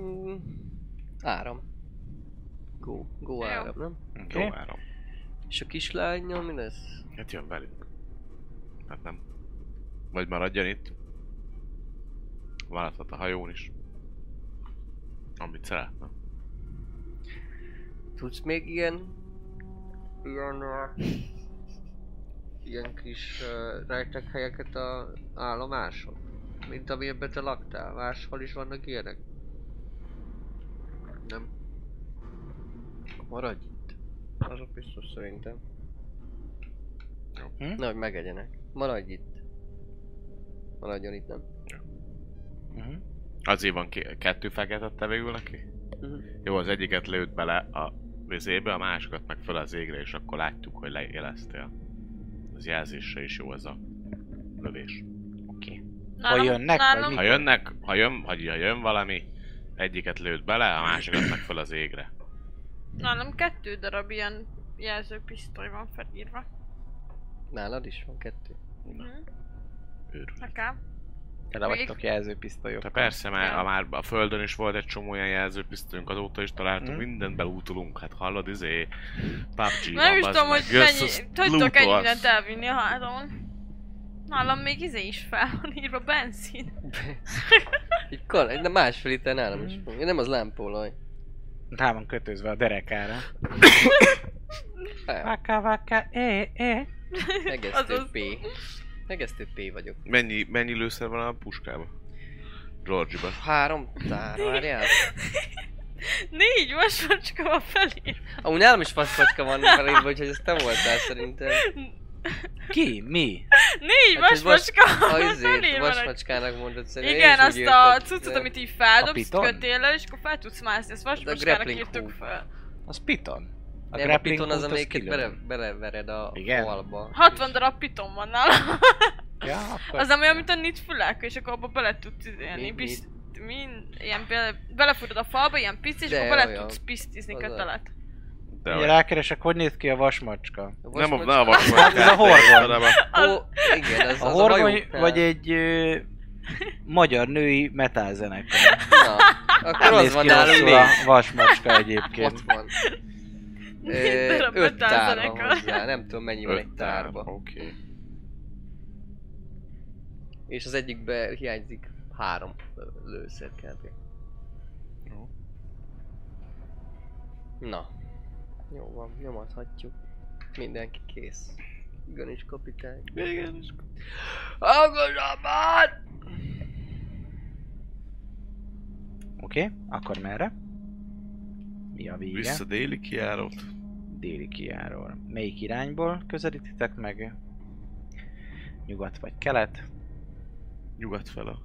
Speaker 3: áram. Go, go
Speaker 5: Jó.
Speaker 3: áram, nem?
Speaker 2: Oké.
Speaker 4: Jó áram.
Speaker 3: És a kislányom mi lesz?
Speaker 4: Hát jön velünk. Hát nem. Vagy maradjon itt. Maradhat a hajón is. Amit szeretne.
Speaker 3: Tudsz még ilyen... Ilyen... ö, Ilyen kis uh, rejtek helyeket a állomáson? Mint amilyenben te laktál. Máshol is vannak ilyenek? Nem. Maradj itt. Azok biztos szerintem.
Speaker 2: Hm?
Speaker 3: Na, hogy megegyenek. Maradj itt. Maradjon itt, nem?
Speaker 2: Uh-huh.
Speaker 4: Azért van ki, kettő feketette végül neki?
Speaker 3: Mhm.
Speaker 4: Jó, az egyiket lőtt bele a vizébe, a másikat meg fel az égre, és akkor láttuk, hogy lejeleztél. Az jelzésre is jó ez a lövés.
Speaker 2: Oké.
Speaker 5: Nálam,
Speaker 2: jönnek, vagy
Speaker 5: nálam,
Speaker 4: Ha jönnek, ha jön, ha ha jön valami, egyiket lőtt bele, a másikat meg fel az égre.
Speaker 5: nálam kettő darab ilyen jelzőpisztoly van felírva.
Speaker 3: Nálad is van kettő.
Speaker 5: Hm?
Speaker 4: Őrül.
Speaker 5: Nekem.
Speaker 2: Tele
Speaker 5: Még-
Speaker 2: vagytok jelzőpisztolyok.
Speaker 4: De Hát persze, már a, már a földön is volt egy csomó olyan jelzőpisztőnk, azóta is találtunk,
Speaker 2: Mhm.
Speaker 4: mindent belútulunk, hát hallod, izé, PUBG
Speaker 5: Nem
Speaker 4: van,
Speaker 5: is
Speaker 4: bazd
Speaker 5: tudom,
Speaker 4: meg,
Speaker 5: hogy
Speaker 4: Versus
Speaker 5: mennyi, tudtok
Speaker 4: Pluto,
Speaker 5: ennyi
Speaker 4: az-
Speaker 5: mindent elvinni a hátamon. Nálam még izé is fel van írva, benzin.
Speaker 3: Így kar, de másfél itt nálam is van. Nem az lámpolaj.
Speaker 2: Rá van kötözve a derekára.
Speaker 3: Hát,
Speaker 2: Vaka, vaka, é, é.
Speaker 3: Megesztő
Speaker 5: Azaz.
Speaker 3: P. Megesztő P vagyok.
Speaker 4: Mennyi, mennyi lőszer van a puskában? Georgie-ban.
Speaker 3: Három tár, várjál.
Speaker 5: Négy vasmacska van felírva.
Speaker 3: Amúgy nálam is faszfacska van felírva, úgyhogy ez te voltál szerintem.
Speaker 2: Ki? Mi?
Speaker 5: Négy
Speaker 3: Hát ez
Speaker 5: vasmacska
Speaker 3: A
Speaker 5: van
Speaker 3: izét,
Speaker 5: felírva. neki.
Speaker 3: vasmacskának mondod szerintem.
Speaker 5: Igen, azt a cuccot,
Speaker 3: cuccot,
Speaker 5: amit így
Speaker 2: A
Speaker 5: feldobsz
Speaker 2: piton?
Speaker 5: kötéllel, és akkor fel tudsz mászni, ezt vasmacskának
Speaker 3: grappling
Speaker 5: írtuk
Speaker 3: hook.
Speaker 5: fel.
Speaker 2: Az piton.
Speaker 3: A nem, a piton
Speaker 2: grappling
Speaker 3: az,
Speaker 2: hook
Speaker 3: amelyiket
Speaker 2: kilő.
Speaker 3: bele, belevered a
Speaker 2: Igen.
Speaker 3: falba.
Speaker 5: 60 darab piton van nálam.
Speaker 2: Ja, akkor...
Speaker 5: Az ami, amit a nit fülelk, és akkor abba bele tudsz
Speaker 3: Mi-
Speaker 5: izélni.
Speaker 3: mi?
Speaker 5: Bizt, min, ilyen bele, belefutod a falba, ilyen piszt, és
Speaker 3: De
Speaker 5: akkor bele
Speaker 3: olyan.
Speaker 5: tudsz pisztizni
Speaker 3: Az
Speaker 5: kötelet.
Speaker 4: te
Speaker 2: Ugye
Speaker 4: vagy.
Speaker 2: rákeresek, hogy néz ki a vasmacska?
Speaker 4: Nem a,
Speaker 3: vasmacska-
Speaker 4: nem a vasmacska.
Speaker 2: Hát ez a horgony.
Speaker 3: Ó, igen, ez
Speaker 2: A
Speaker 3: az
Speaker 2: horgony
Speaker 3: a
Speaker 2: vagy egy ö, magyar női metal zenekar.
Speaker 3: Na, akkor
Speaker 2: Nem
Speaker 3: az
Speaker 2: néz
Speaker 3: van
Speaker 2: ki
Speaker 3: nálunk
Speaker 2: rosszul
Speaker 3: még.
Speaker 2: a vasmacska egyébként.
Speaker 3: Ott van.
Speaker 5: Négy
Speaker 3: Ö,
Speaker 5: darab
Speaker 3: Öt tár van
Speaker 5: metálzenekar.
Speaker 3: hozzá, nem tudom mennyi van egy
Speaker 4: Öt tárba,
Speaker 3: tárba.
Speaker 4: Oké.
Speaker 3: És az egyikbe hiányzik három lőszer kb.
Speaker 4: Jó.
Speaker 3: Na. Jó van, nyomathatjuk. Mindenki kész. Igenis kapitány.
Speaker 4: Igen, és
Speaker 3: Hangosabban!
Speaker 2: Oké, okay, akkor merre? Mi a vége?
Speaker 4: vissza déli kiárót.
Speaker 2: Déli kiáról. Melyik irányból közelítitek meg? Nyugat vagy kelet?
Speaker 4: Nyugat fele.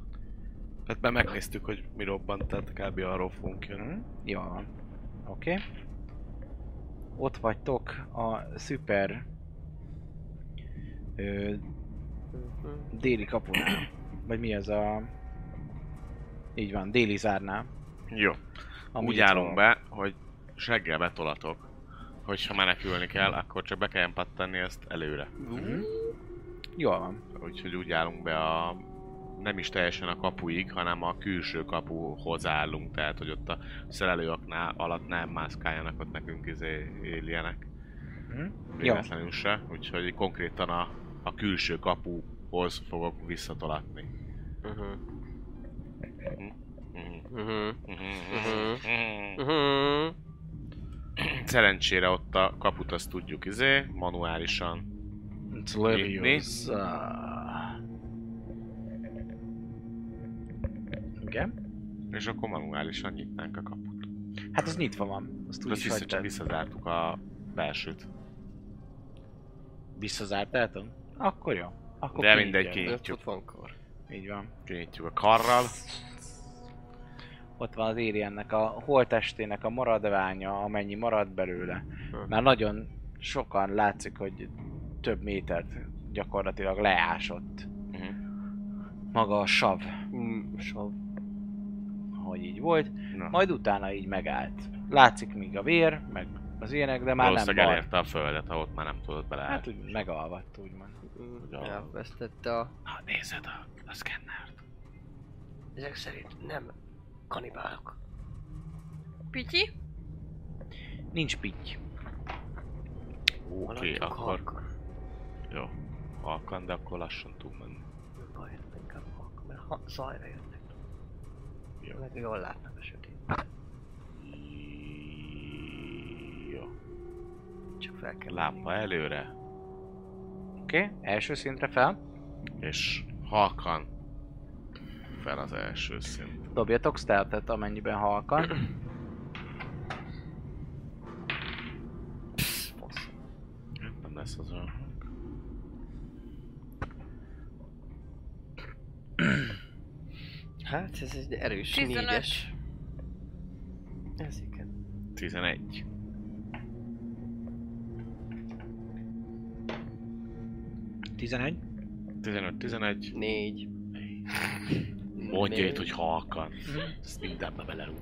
Speaker 4: Hát már megnéztük, hogy mi robbant, tehát kb. arról fogunk jönni.
Speaker 2: Mhm, Jól van. Oké. Okay. Ott vagytok a szuper ö, déli kapunál. Vagy mi ez a... Így van, déli zárnál.
Speaker 4: Jó.
Speaker 2: ami
Speaker 4: Úgy
Speaker 2: itt
Speaker 4: állunk
Speaker 2: van.
Speaker 4: be, hogy seggel betolatok. Hogyha menekülni kell, akkor csak be kelljen pattanni ezt előre.
Speaker 2: Mhm. Jól van.
Speaker 4: Úgyhogy úgy állunk be a nem is teljesen a kapuig, hanem a külső kapuhoz állunk, tehát hogy ott a szerelőaknál alatt nem mászkáljanak ott nekünk izé éljenek.
Speaker 2: Mhm.
Speaker 4: Véletlenül se, úgyhogy konkrétan a, a külső kapuhoz fogok visszatolatni.
Speaker 3: Uh-huh.
Speaker 4: Mhm.
Speaker 3: Uh-huh.
Speaker 4: Mhm.
Speaker 3: Mhm.
Speaker 4: Mhm.
Speaker 3: Uh-huh.
Speaker 4: Szerencsére ott a kaput azt tudjuk izé, manuálisan.
Speaker 2: It's
Speaker 4: Leviosa.
Speaker 2: Ah. Igen.
Speaker 4: És akkor manuálisan nyitnánk a kaput.
Speaker 2: Hát az nyitva van. Azt úgy
Speaker 4: Azt
Speaker 2: is
Speaker 4: vissza, csak
Speaker 2: hagytad.
Speaker 4: visszazártuk a belsőt.
Speaker 2: Visszazártátok? Akkor jó. Akkor
Speaker 4: De
Speaker 2: kinyitjátok.
Speaker 4: mindegy, kinyitjuk.
Speaker 3: Öt ott van kor.
Speaker 2: Így van.
Speaker 4: Kinyitjuk a karral.
Speaker 2: Ott van az Iriennek a holtestének a maradványa, amennyi marad belőle. Már nagyon sokan látszik, hogy több métert gyakorlatilag leásott
Speaker 4: Mhm.
Speaker 2: maga a sav,
Speaker 3: Mm, sav.
Speaker 2: hogy így volt.
Speaker 4: Na.
Speaker 2: Majd utána így megállt. Látszik még a vér, meg az ilyenek, de már nem
Speaker 4: Valószínűleg
Speaker 2: baj.
Speaker 4: elérte a földet, ahol ott már nem tudott bele.
Speaker 2: Hát úgy megalvadt, úgymond.
Speaker 3: Mm,
Speaker 4: Ja.
Speaker 3: Elvesztette a...
Speaker 4: Na, nézed a, a szkennert.
Speaker 3: Ezek szerint nem kanibálok.
Speaker 5: Pityi?
Speaker 2: Nincs pitty.
Speaker 4: Oké, okay,
Speaker 3: Maradjunk
Speaker 4: akkor
Speaker 3: halkan.
Speaker 4: jó. Halkan, de akkor lassan tudunk menni.
Speaker 3: Nem baj, inkább halkan, mert ha zajra jönnek.
Speaker 4: Jó.
Speaker 3: Meg jól látnak a sötét.
Speaker 4: Jó.
Speaker 3: Csak fel kell
Speaker 4: Lámpa előre,
Speaker 2: Oké, okay. első szintre fel.
Speaker 4: és halkan fel az első szint.
Speaker 2: Dobjatok stealth amennyiben halkan.
Speaker 4: Nem lesz az olyan hang.
Speaker 3: Hát ez egy erős
Speaker 5: 15.
Speaker 3: négyes. Ez igen.
Speaker 4: 11.
Speaker 2: Tizenegy.
Speaker 4: 15, 11.
Speaker 3: Négy.
Speaker 4: Mondja itt, hogy halkan. Ezt mindenbe belerúg.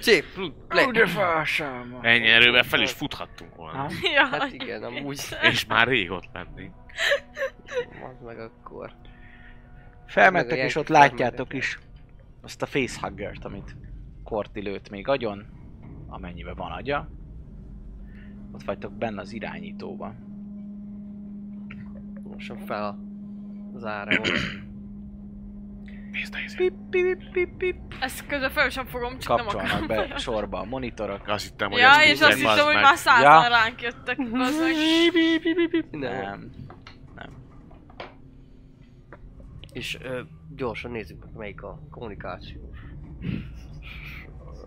Speaker 3: Szép, le.
Speaker 2: Ugye felsáma!
Speaker 4: Ennyi erővel fel is futhattunk volna.
Speaker 2: Ha?
Speaker 5: Ja,
Speaker 3: Hát igen, amúgy
Speaker 4: És már rég ott lennénk.
Speaker 3: az meg akkor.
Speaker 2: Felmentek
Speaker 3: Meg a
Speaker 2: és ott
Speaker 3: jelképek
Speaker 2: látjátok
Speaker 3: meg-
Speaker 2: is azt a facehuggert, amit Korti lőtt még agyon, amennyibe van agya. Ott vagytok benne az irányítóban.
Speaker 3: Most fel a zára
Speaker 4: Nézd, nézd.
Speaker 2: Pip, pip, pip, pip.
Speaker 5: Ezt közben föl sem fogom, csak nem
Speaker 2: Kapcsolnak
Speaker 5: akarom.
Speaker 2: be sorba a monitorok.
Speaker 4: Azt hittem, hogy
Speaker 5: Ja,
Speaker 4: ezt
Speaker 5: és
Speaker 4: tudják,
Speaker 5: azt
Speaker 4: bazd
Speaker 5: hittem, hogy
Speaker 4: meg.
Speaker 5: már százan
Speaker 2: Ja.
Speaker 5: ránk jöttek. bazdmeg.
Speaker 3: Nem.
Speaker 2: Nem.
Speaker 3: És ö, gyorsan nézzük meg melyik a kommunikációs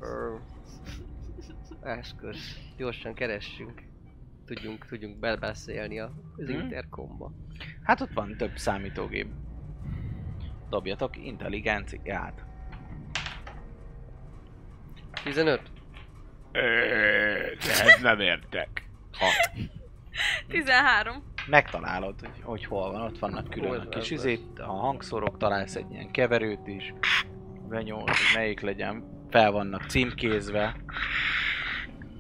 Speaker 3: ö, eszköz. Gyorsan keressünk. Tudjunk, tudjunk belbeszélni a, az
Speaker 4: Hmm?
Speaker 2: Mhm.
Speaker 3: interkomba.
Speaker 2: Hát ott van több számítógép. Dobjatok intelligenciát.
Speaker 3: 15.
Speaker 4: Ö, De ezt nem értek. Ha.
Speaker 5: 13.
Speaker 2: Megtalálod, hogy, hogy hol van, ott vannak külön a
Speaker 3: Hol
Speaker 2: kis
Speaker 3: van?
Speaker 2: izét, a hangszorok, találsz egy ilyen keverőt is, benyomod, hogy melyik legyen, fel vannak címkézve,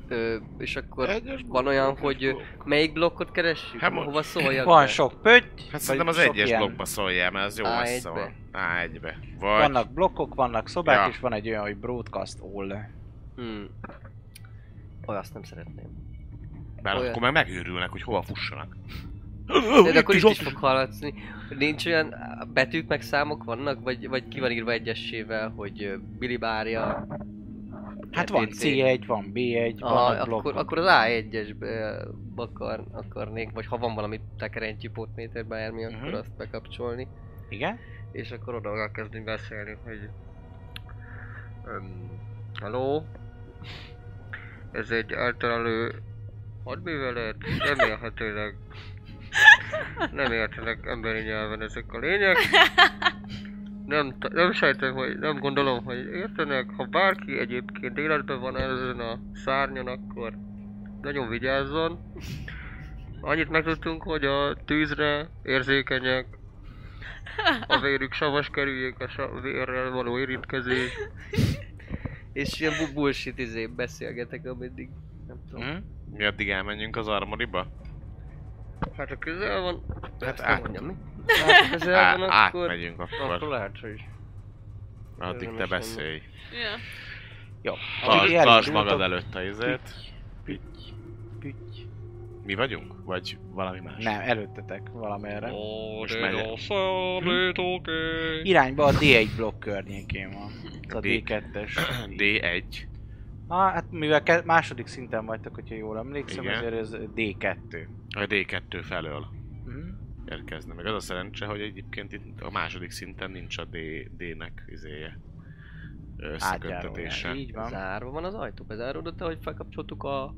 Speaker 3: Ö, és akkor
Speaker 4: Egyes
Speaker 3: van
Speaker 4: blokkok,
Speaker 3: olyan,
Speaker 4: egyes
Speaker 3: hogy ö,
Speaker 4: blokkok.
Speaker 3: melyik blokkot keressük?
Speaker 4: Hát most-
Speaker 3: Hova szóljak
Speaker 2: Van
Speaker 3: be?
Speaker 2: sok pötty.
Speaker 4: Hát
Speaker 2: vagy
Speaker 4: szerintem az
Speaker 2: sok
Speaker 4: egyes
Speaker 2: ilyen-
Speaker 4: blokkba szóljál, mert az jó
Speaker 3: Á,
Speaker 4: messze
Speaker 3: egybe.
Speaker 4: van. Á, egybe. Vagy...
Speaker 2: Vannak blokkok, vannak szobák,
Speaker 4: Ja.
Speaker 2: és van egy olyan, hogy broadcast all.
Speaker 3: Hmm. Olyan, azt nem szeretném.
Speaker 4: Bár
Speaker 3: olyan.
Speaker 4: akkor meg megőrülnek, hogy hova fussanak.
Speaker 3: De, de akkor itt is fog hallatni. Nincs olyan á, betűk meg számok vannak? Vagy, vagy ki van írva egyesével, hogy ö, bilibárja?
Speaker 2: Hát van
Speaker 3: TTC?
Speaker 2: C1, van B1,
Speaker 3: Aha,
Speaker 2: vannak blokkok.
Speaker 3: akkor, akkor az A1-es akar, akarnék, vagy ha van valami tekerentyű potméter bármi, akkor
Speaker 2: Mhm.
Speaker 3: azt bekapcsolni.
Speaker 2: Igen?
Speaker 3: És akkor oda kell kezdeni beszélni, hogy... Um, hello? Ez egy általelő hadművelet, remélhetőleg nem értenek emberi nyelven ezek a lények. Nem, t- nem sejtem, hogy nem gondolom, hogy értenek. Ha bárki egyébként életben van ezen a szárnyon, akkor nagyon vigyázzon. Annyit megtudtunk, hogy a tűzre érzékenyek, a vérük savas kerüljék a sa- vérrel való érintkezés. És ilyen bu- bullshit izé beszélgetek, ameddig nem tudom.
Speaker 2: Mhm.
Speaker 4: Mi addig elmenjünk az armoriba?
Speaker 3: Hát ha közel van,
Speaker 4: Hát
Speaker 3: hát
Speaker 4: át-
Speaker 3: át... mondjam, mi? Hát ha közel
Speaker 4: Á,
Speaker 3: van, akkor...
Speaker 4: átmegyünk
Speaker 3: Akkor
Speaker 4: akkor.
Speaker 3: lehet, hogy...
Speaker 4: Addig te
Speaker 3: érdemes
Speaker 4: beszélj.
Speaker 5: Ja.
Speaker 2: Jó.
Speaker 4: Tarts,
Speaker 2: Addig
Speaker 4: tarts
Speaker 2: elindultok.
Speaker 4: magad előtt a izét.
Speaker 2: Püty, püty.
Speaker 4: Mi vagyunk? Vagy valami más?
Speaker 2: Nem, előttetek valamerre.
Speaker 4: Most megyek.
Speaker 2: Irányba a D1 blokk környékén van. Ez a
Speaker 4: D-
Speaker 2: D2-es.
Speaker 4: D1.
Speaker 2: Na, hát mivel ke- második szinten vagytok, hogyha jól emlékszem,
Speaker 4: Igen.
Speaker 2: ezért ez D2.
Speaker 4: A D2 felől
Speaker 2: Mhm.
Speaker 4: érkezne meg. Az a szerencse, hogy egyébként itt a második szinten nincs a D, D-nek izéje. Összeköttetése.
Speaker 2: Átjárója. Így van.
Speaker 3: Zárva van az ajtó, bezáródott, ahogy felkapcsoltuk a...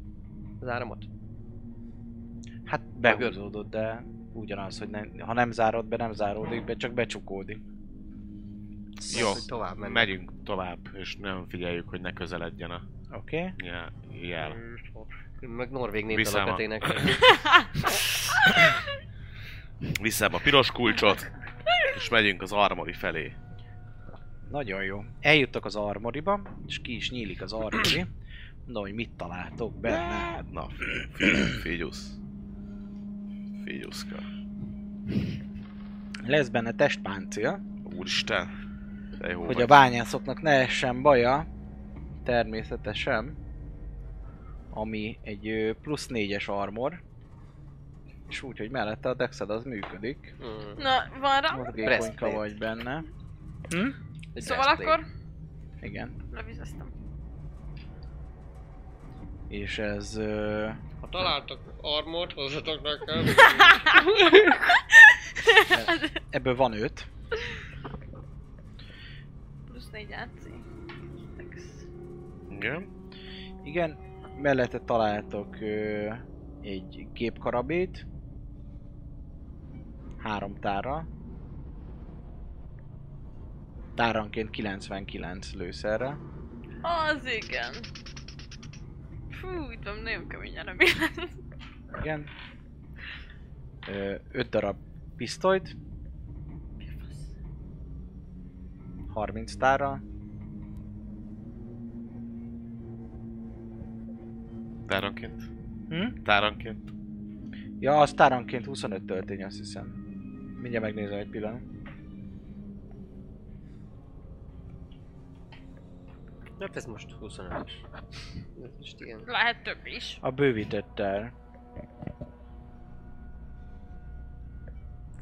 Speaker 3: az áramot?
Speaker 2: Hát behúzódott, de ugyanaz, hogy nem, ha nem zárod be, nem záródik be, csak becsukódik.
Speaker 4: Jó,
Speaker 3: Hogy tovább menni.
Speaker 4: megyünk tovább, és nem figyeljük, hogy ne közeledjen a
Speaker 2: Oké. Okay.
Speaker 4: jel.
Speaker 3: Mm.
Speaker 4: jel.
Speaker 3: Én meg norvég
Speaker 4: Viszem a-
Speaker 3: népdalokat énekelek.
Speaker 4: Viszem a piros kulcsot, és megyünk az armori felé.
Speaker 2: Nagyon jó. Eljuttok az armoriba, és ki is nyílik az armori. Mondom, hogy mit találtok benne.
Speaker 4: Hát, Na, fi- fi- figyusz. Figyuszka.
Speaker 2: Lesz benne testpáncél,
Speaker 4: Úristen. De jó
Speaker 2: hogy
Speaker 4: vagy.
Speaker 2: a bányászoknak ne essen baja, természetesen, ami egy ö, plusz négyes armor, és úgy, hogy mellette a dexed az működik.
Speaker 6: Hm.
Speaker 3: Mm.
Speaker 5: Na, van rá?
Speaker 2: Mozgékonyka
Speaker 3: Breastplate.
Speaker 2: vagy benne.
Speaker 3: Egy
Speaker 5: Szóval
Speaker 3: breastplate.
Speaker 5: akkor
Speaker 2: Igen.
Speaker 5: levizeztem.
Speaker 2: És ez... Ö,
Speaker 6: Ha találtak armot, hozzatok nekem.
Speaker 2: ebből van öt.
Speaker 5: Plusz négy AC. Dex.
Speaker 4: Igen.
Speaker 2: Igen, mellette találtok ö, egy gépkarabét, három tárra, táranként 99 lőszerre.
Speaker 5: Az igen. Fú, itt van nagyon keményen remélem.
Speaker 2: Igen. Ö, öt darab pisztolyt, 30 tárra,
Speaker 4: Táranként.
Speaker 2: hm?
Speaker 4: Táranként.
Speaker 2: Ja, az táranként 25 töltény, azt hiszem. Mindjárt megnézem egy pillanat.
Speaker 3: Hát ez most 25 is. Ez most ilyen.
Speaker 5: Lehet több is.
Speaker 2: A bővítettel.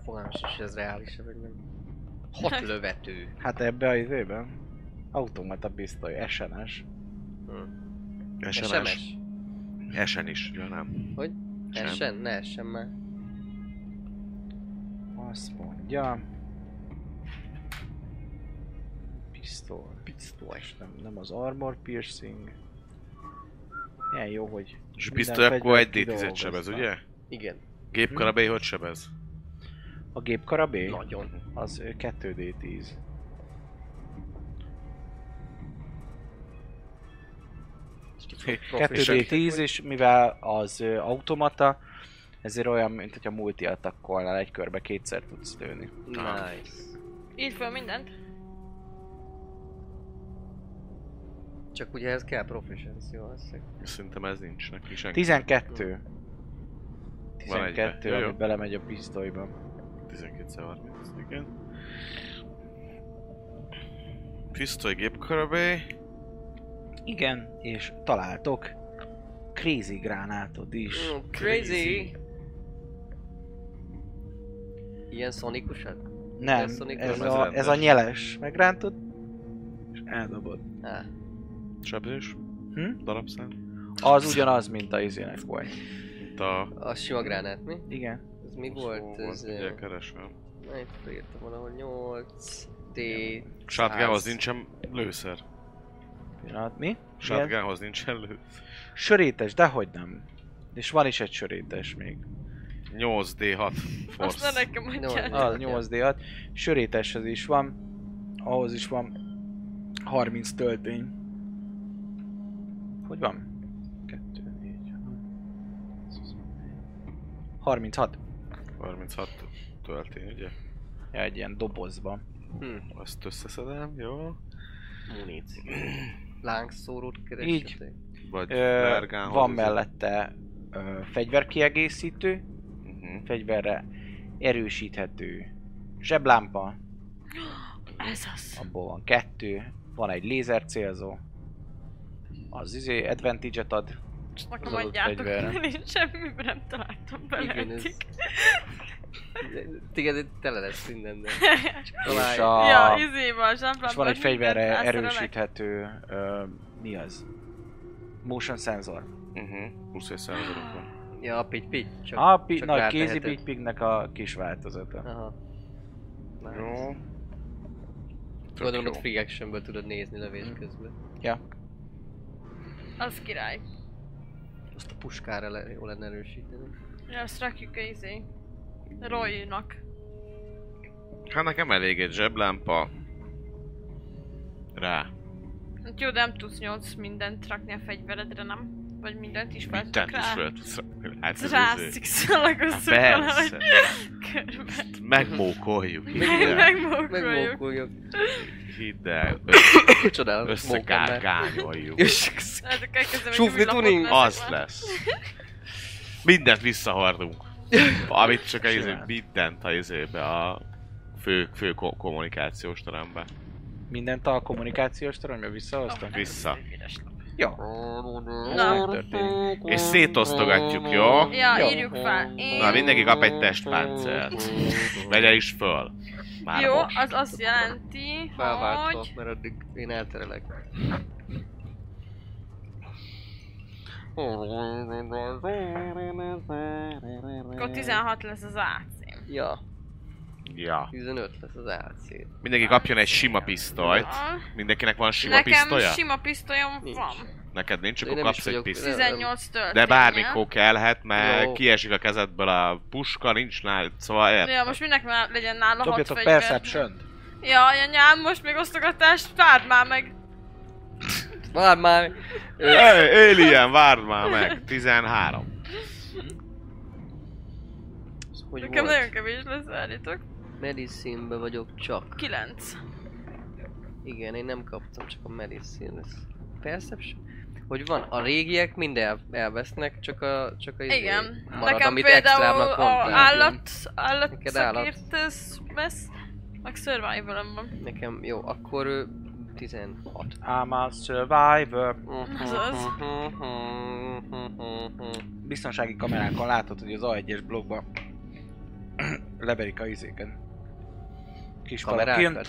Speaker 3: Fogalmas, hogy ez reális, vagy nem. Hat lövető.
Speaker 2: Hát ebbe a izébe? Automata pisztoly, SNS.
Speaker 4: SMS.
Speaker 3: SMS.
Speaker 4: Esen is. Ja, nem.
Speaker 3: Hogy?
Speaker 4: Sem.
Speaker 3: Essen? Ne essen már.
Speaker 2: Azt mondja... Pisztoly. Pisztoly. Nem, nem az armor piercing. Milyen jó, hogy...
Speaker 4: És
Speaker 2: minden
Speaker 4: biztos akkor
Speaker 2: fegyvert
Speaker 4: 1D10-et
Speaker 2: kidolgoznak.
Speaker 4: sebez, ugye?
Speaker 3: Igen.
Speaker 4: Gépkarabé hogy sebez?
Speaker 2: A gépkarabé?
Speaker 3: Nagyon.
Speaker 2: Az ö, 2D10.
Speaker 3: Profi.
Speaker 2: 2D10, és mivel az ö, automata, ezért olyan, mint hogyha multi attackolnál egy körbe kétszer tudsz lőni.
Speaker 3: Nice.
Speaker 5: Írd fel mindent.
Speaker 3: Csak ugye ez kell proficiency valószínűleg.
Speaker 4: Szerintem ez nincs neki senki.
Speaker 2: 12.
Speaker 4: Van egybe.
Speaker 2: 12,
Speaker 4: Jó, jó.
Speaker 2: ami belemegy a pisztolyba.
Speaker 4: 12-30, igen. Pisztoly gépkarabély.
Speaker 2: Igen, és találtok Crazy gránátot is.
Speaker 3: Mm, crazy! Ilyen szonikusat?
Speaker 2: Nem,
Speaker 3: Ez Sonic
Speaker 2: ez
Speaker 4: nem, ez
Speaker 2: a, ez a
Speaker 4: rendes.
Speaker 2: nyeles. Megrántod, és eldobod.
Speaker 3: Ah,
Speaker 4: Sebzés.
Speaker 2: Hm?
Speaker 4: Darabszám.
Speaker 2: Az ugyanaz, mint a izének volt.
Speaker 4: Itt a...
Speaker 3: a sima gránát, mi?
Speaker 2: Igen.
Speaker 3: Ez mi
Speaker 4: Hú,
Speaker 3: volt? Ez...
Speaker 4: ugye,
Speaker 3: ö,
Speaker 4: keresem.
Speaker 3: Na, itt írtam valahol 8... D...
Speaker 4: Shotgunhoz
Speaker 3: száz.
Speaker 4: nincsen lőszer.
Speaker 2: Pillanat, mi? Igen.
Speaker 4: Shotgunhoz nincsen lőszer.
Speaker 2: Sörétes, dehogy nem. És van is egy sörétes még.
Speaker 4: 8D6
Speaker 5: Azt ne
Speaker 4: force.
Speaker 5: nekem
Speaker 3: Nyolc.
Speaker 5: adjál.
Speaker 2: Az 8D6. Söréteshez is van. Ahhoz is van 30 töltény. Hogy van? 2, 4, 36.
Speaker 4: 36 töltény, ugye?
Speaker 2: Ja, egy ilyen dobozban.
Speaker 3: Hm.
Speaker 4: Azt összeszedem, jó?
Speaker 3: Muníció. Lángszórót keresetek?
Speaker 4: Vagy
Speaker 2: Ö,
Speaker 4: Bergánhoz.
Speaker 2: van mellette ö, fegyverkiegészítő,
Speaker 4: Uh-huh.
Speaker 2: fegyverre erősíthető zseblámpa,
Speaker 5: Ez az.
Speaker 2: abból van kettő, van egy lézercélzó, az izé advantage-et ad,
Speaker 5: Most nekem
Speaker 2: az adott
Speaker 5: adjátok,
Speaker 2: fegyverre.
Speaker 5: mert én semmiből nem találtam bele
Speaker 3: Igen, ez-
Speaker 5: eddig.
Speaker 3: Téged itt tele lesz minden, de...
Speaker 2: és,
Speaker 3: Találj.
Speaker 2: a,
Speaker 5: Ja, izé izéval, zsamplában.
Speaker 2: és van egy fegyverre erősíthető, ö, mi az? Motion sensor.
Speaker 4: Uh-huh. 20 és százalok van.
Speaker 3: Ja, a pitty pitty. Csak,
Speaker 2: A pi-
Speaker 3: csak
Speaker 2: nagy
Speaker 3: ráteheted.
Speaker 2: kézi Big Pignek a kis változata.
Speaker 3: Aha. Nice.
Speaker 4: Jó. Tök
Speaker 3: Gondolom,
Speaker 4: jó.
Speaker 3: hogy free actionből tudod nézni lövés
Speaker 5: Mm.
Speaker 3: közben.
Speaker 5: Az király.
Speaker 3: Azt a puskára le, jó lenne erősíteni.
Speaker 5: Ja, azt rakjuk a izé. Roynak.
Speaker 4: Hát nekem elég egy zseblámpa. Rá.
Speaker 5: Hát Jó, de nem tudsz 8 mindent rakni a fegyveredre, nem? Vagy mindent is fel
Speaker 4: Mindent
Speaker 5: tudok
Speaker 4: is
Speaker 5: rá.
Speaker 4: föl tudsz rakni. Hát ez izé.
Speaker 5: Rászik szalagozzuk
Speaker 4: Persze.
Speaker 5: valahogy körbe.
Speaker 4: Megmókoljuk. Hidd
Speaker 5: Meg,
Speaker 4: el.
Speaker 5: megmókoljuk.
Speaker 3: Megmókoljuk.
Speaker 4: Hidd el. Ö-
Speaker 3: Csodálatos mókon már.
Speaker 4: Összekárkányoljuk.
Speaker 3: És
Speaker 5: Hát akkor elkezdem egy
Speaker 3: Sufli
Speaker 5: új lapot
Speaker 3: tuning.
Speaker 5: veszek
Speaker 4: Az
Speaker 5: már.
Speaker 4: lesz. Mindent visszahordunk. Amit csak a izé,
Speaker 2: Simán.
Speaker 4: mindent a izébe a fő, fő ko- kommunikációs terembe.
Speaker 2: Mindent a kommunikációs terembe visszahoztam.
Speaker 5: Ah,
Speaker 4: Vissza.
Speaker 5: ez egy üres lap.
Speaker 2: Jó, ez
Speaker 5: Na.
Speaker 2: megtörténik.
Speaker 4: És szétosztogatjuk, jó?
Speaker 5: Ja,
Speaker 2: Jó.
Speaker 5: írjuk fel. Én...
Speaker 4: Na, mindenki kap egy testpáncélt. Vegye is föl. Már
Speaker 5: Jó,
Speaker 4: most.
Speaker 5: az azt jelenti,
Speaker 3: Felváltva,
Speaker 5: hogy...
Speaker 3: mert addig én elterelek.
Speaker 5: Akkor 16 lesz az ac
Speaker 3: Ja,
Speaker 4: Ja.
Speaker 3: 15 lesz az AC.
Speaker 4: Mindenki kapjon egy sima pisztolyt. Mindenkinek van sima
Speaker 5: Nekem
Speaker 4: pisztolya?
Speaker 5: sima pisztolyom
Speaker 3: Nincs.
Speaker 5: van.
Speaker 4: Neked nincs,
Speaker 3: Én
Speaker 4: akkor
Speaker 3: nem is
Speaker 4: kapsz egy
Speaker 3: vagyok-
Speaker 4: pisztolyt.
Speaker 5: 18 töltény.
Speaker 4: De bármikor kellhet, mert
Speaker 3: Jó.
Speaker 4: kiesik a kezedből a puska, nincs nálad, szóval
Speaker 5: Ja,
Speaker 4: érted.
Speaker 5: most mindenki már legyen nála hat
Speaker 2: Dobjatok
Speaker 5: fegyver.
Speaker 2: perception
Speaker 5: Ja, anyám, most még osztogatást, várd már meg.
Speaker 3: Már már... Ö,
Speaker 4: Hey, Alien, várd már meg! 13.
Speaker 3: Hogy
Speaker 5: Nekem nagyon
Speaker 3: volt?
Speaker 5: kevés lesz, várjátok.
Speaker 3: Medicine-be vagyok csak.
Speaker 5: 9.
Speaker 3: Igen, én nem kaptam, csak a medicine lesz. Perception? Hogy van, a régiek mind el, elvesznek, csak a... Csak a izé
Speaker 5: Igen.
Speaker 3: marad,
Speaker 5: Nekem
Speaker 3: amit
Speaker 5: például
Speaker 3: extrának
Speaker 5: a
Speaker 3: mondtál.
Speaker 5: állat, állat
Speaker 3: Neked állat.
Speaker 5: szakért ez lesz. Meg survival van.
Speaker 3: Nekem jó, akkor ö, 16.
Speaker 2: I'm a survivor.
Speaker 5: az.
Speaker 2: Biztonsági kamerákon látod, hogy az A1-es blokkba leverik a izéken. Kis palakin.
Speaker 3: Kamerákat?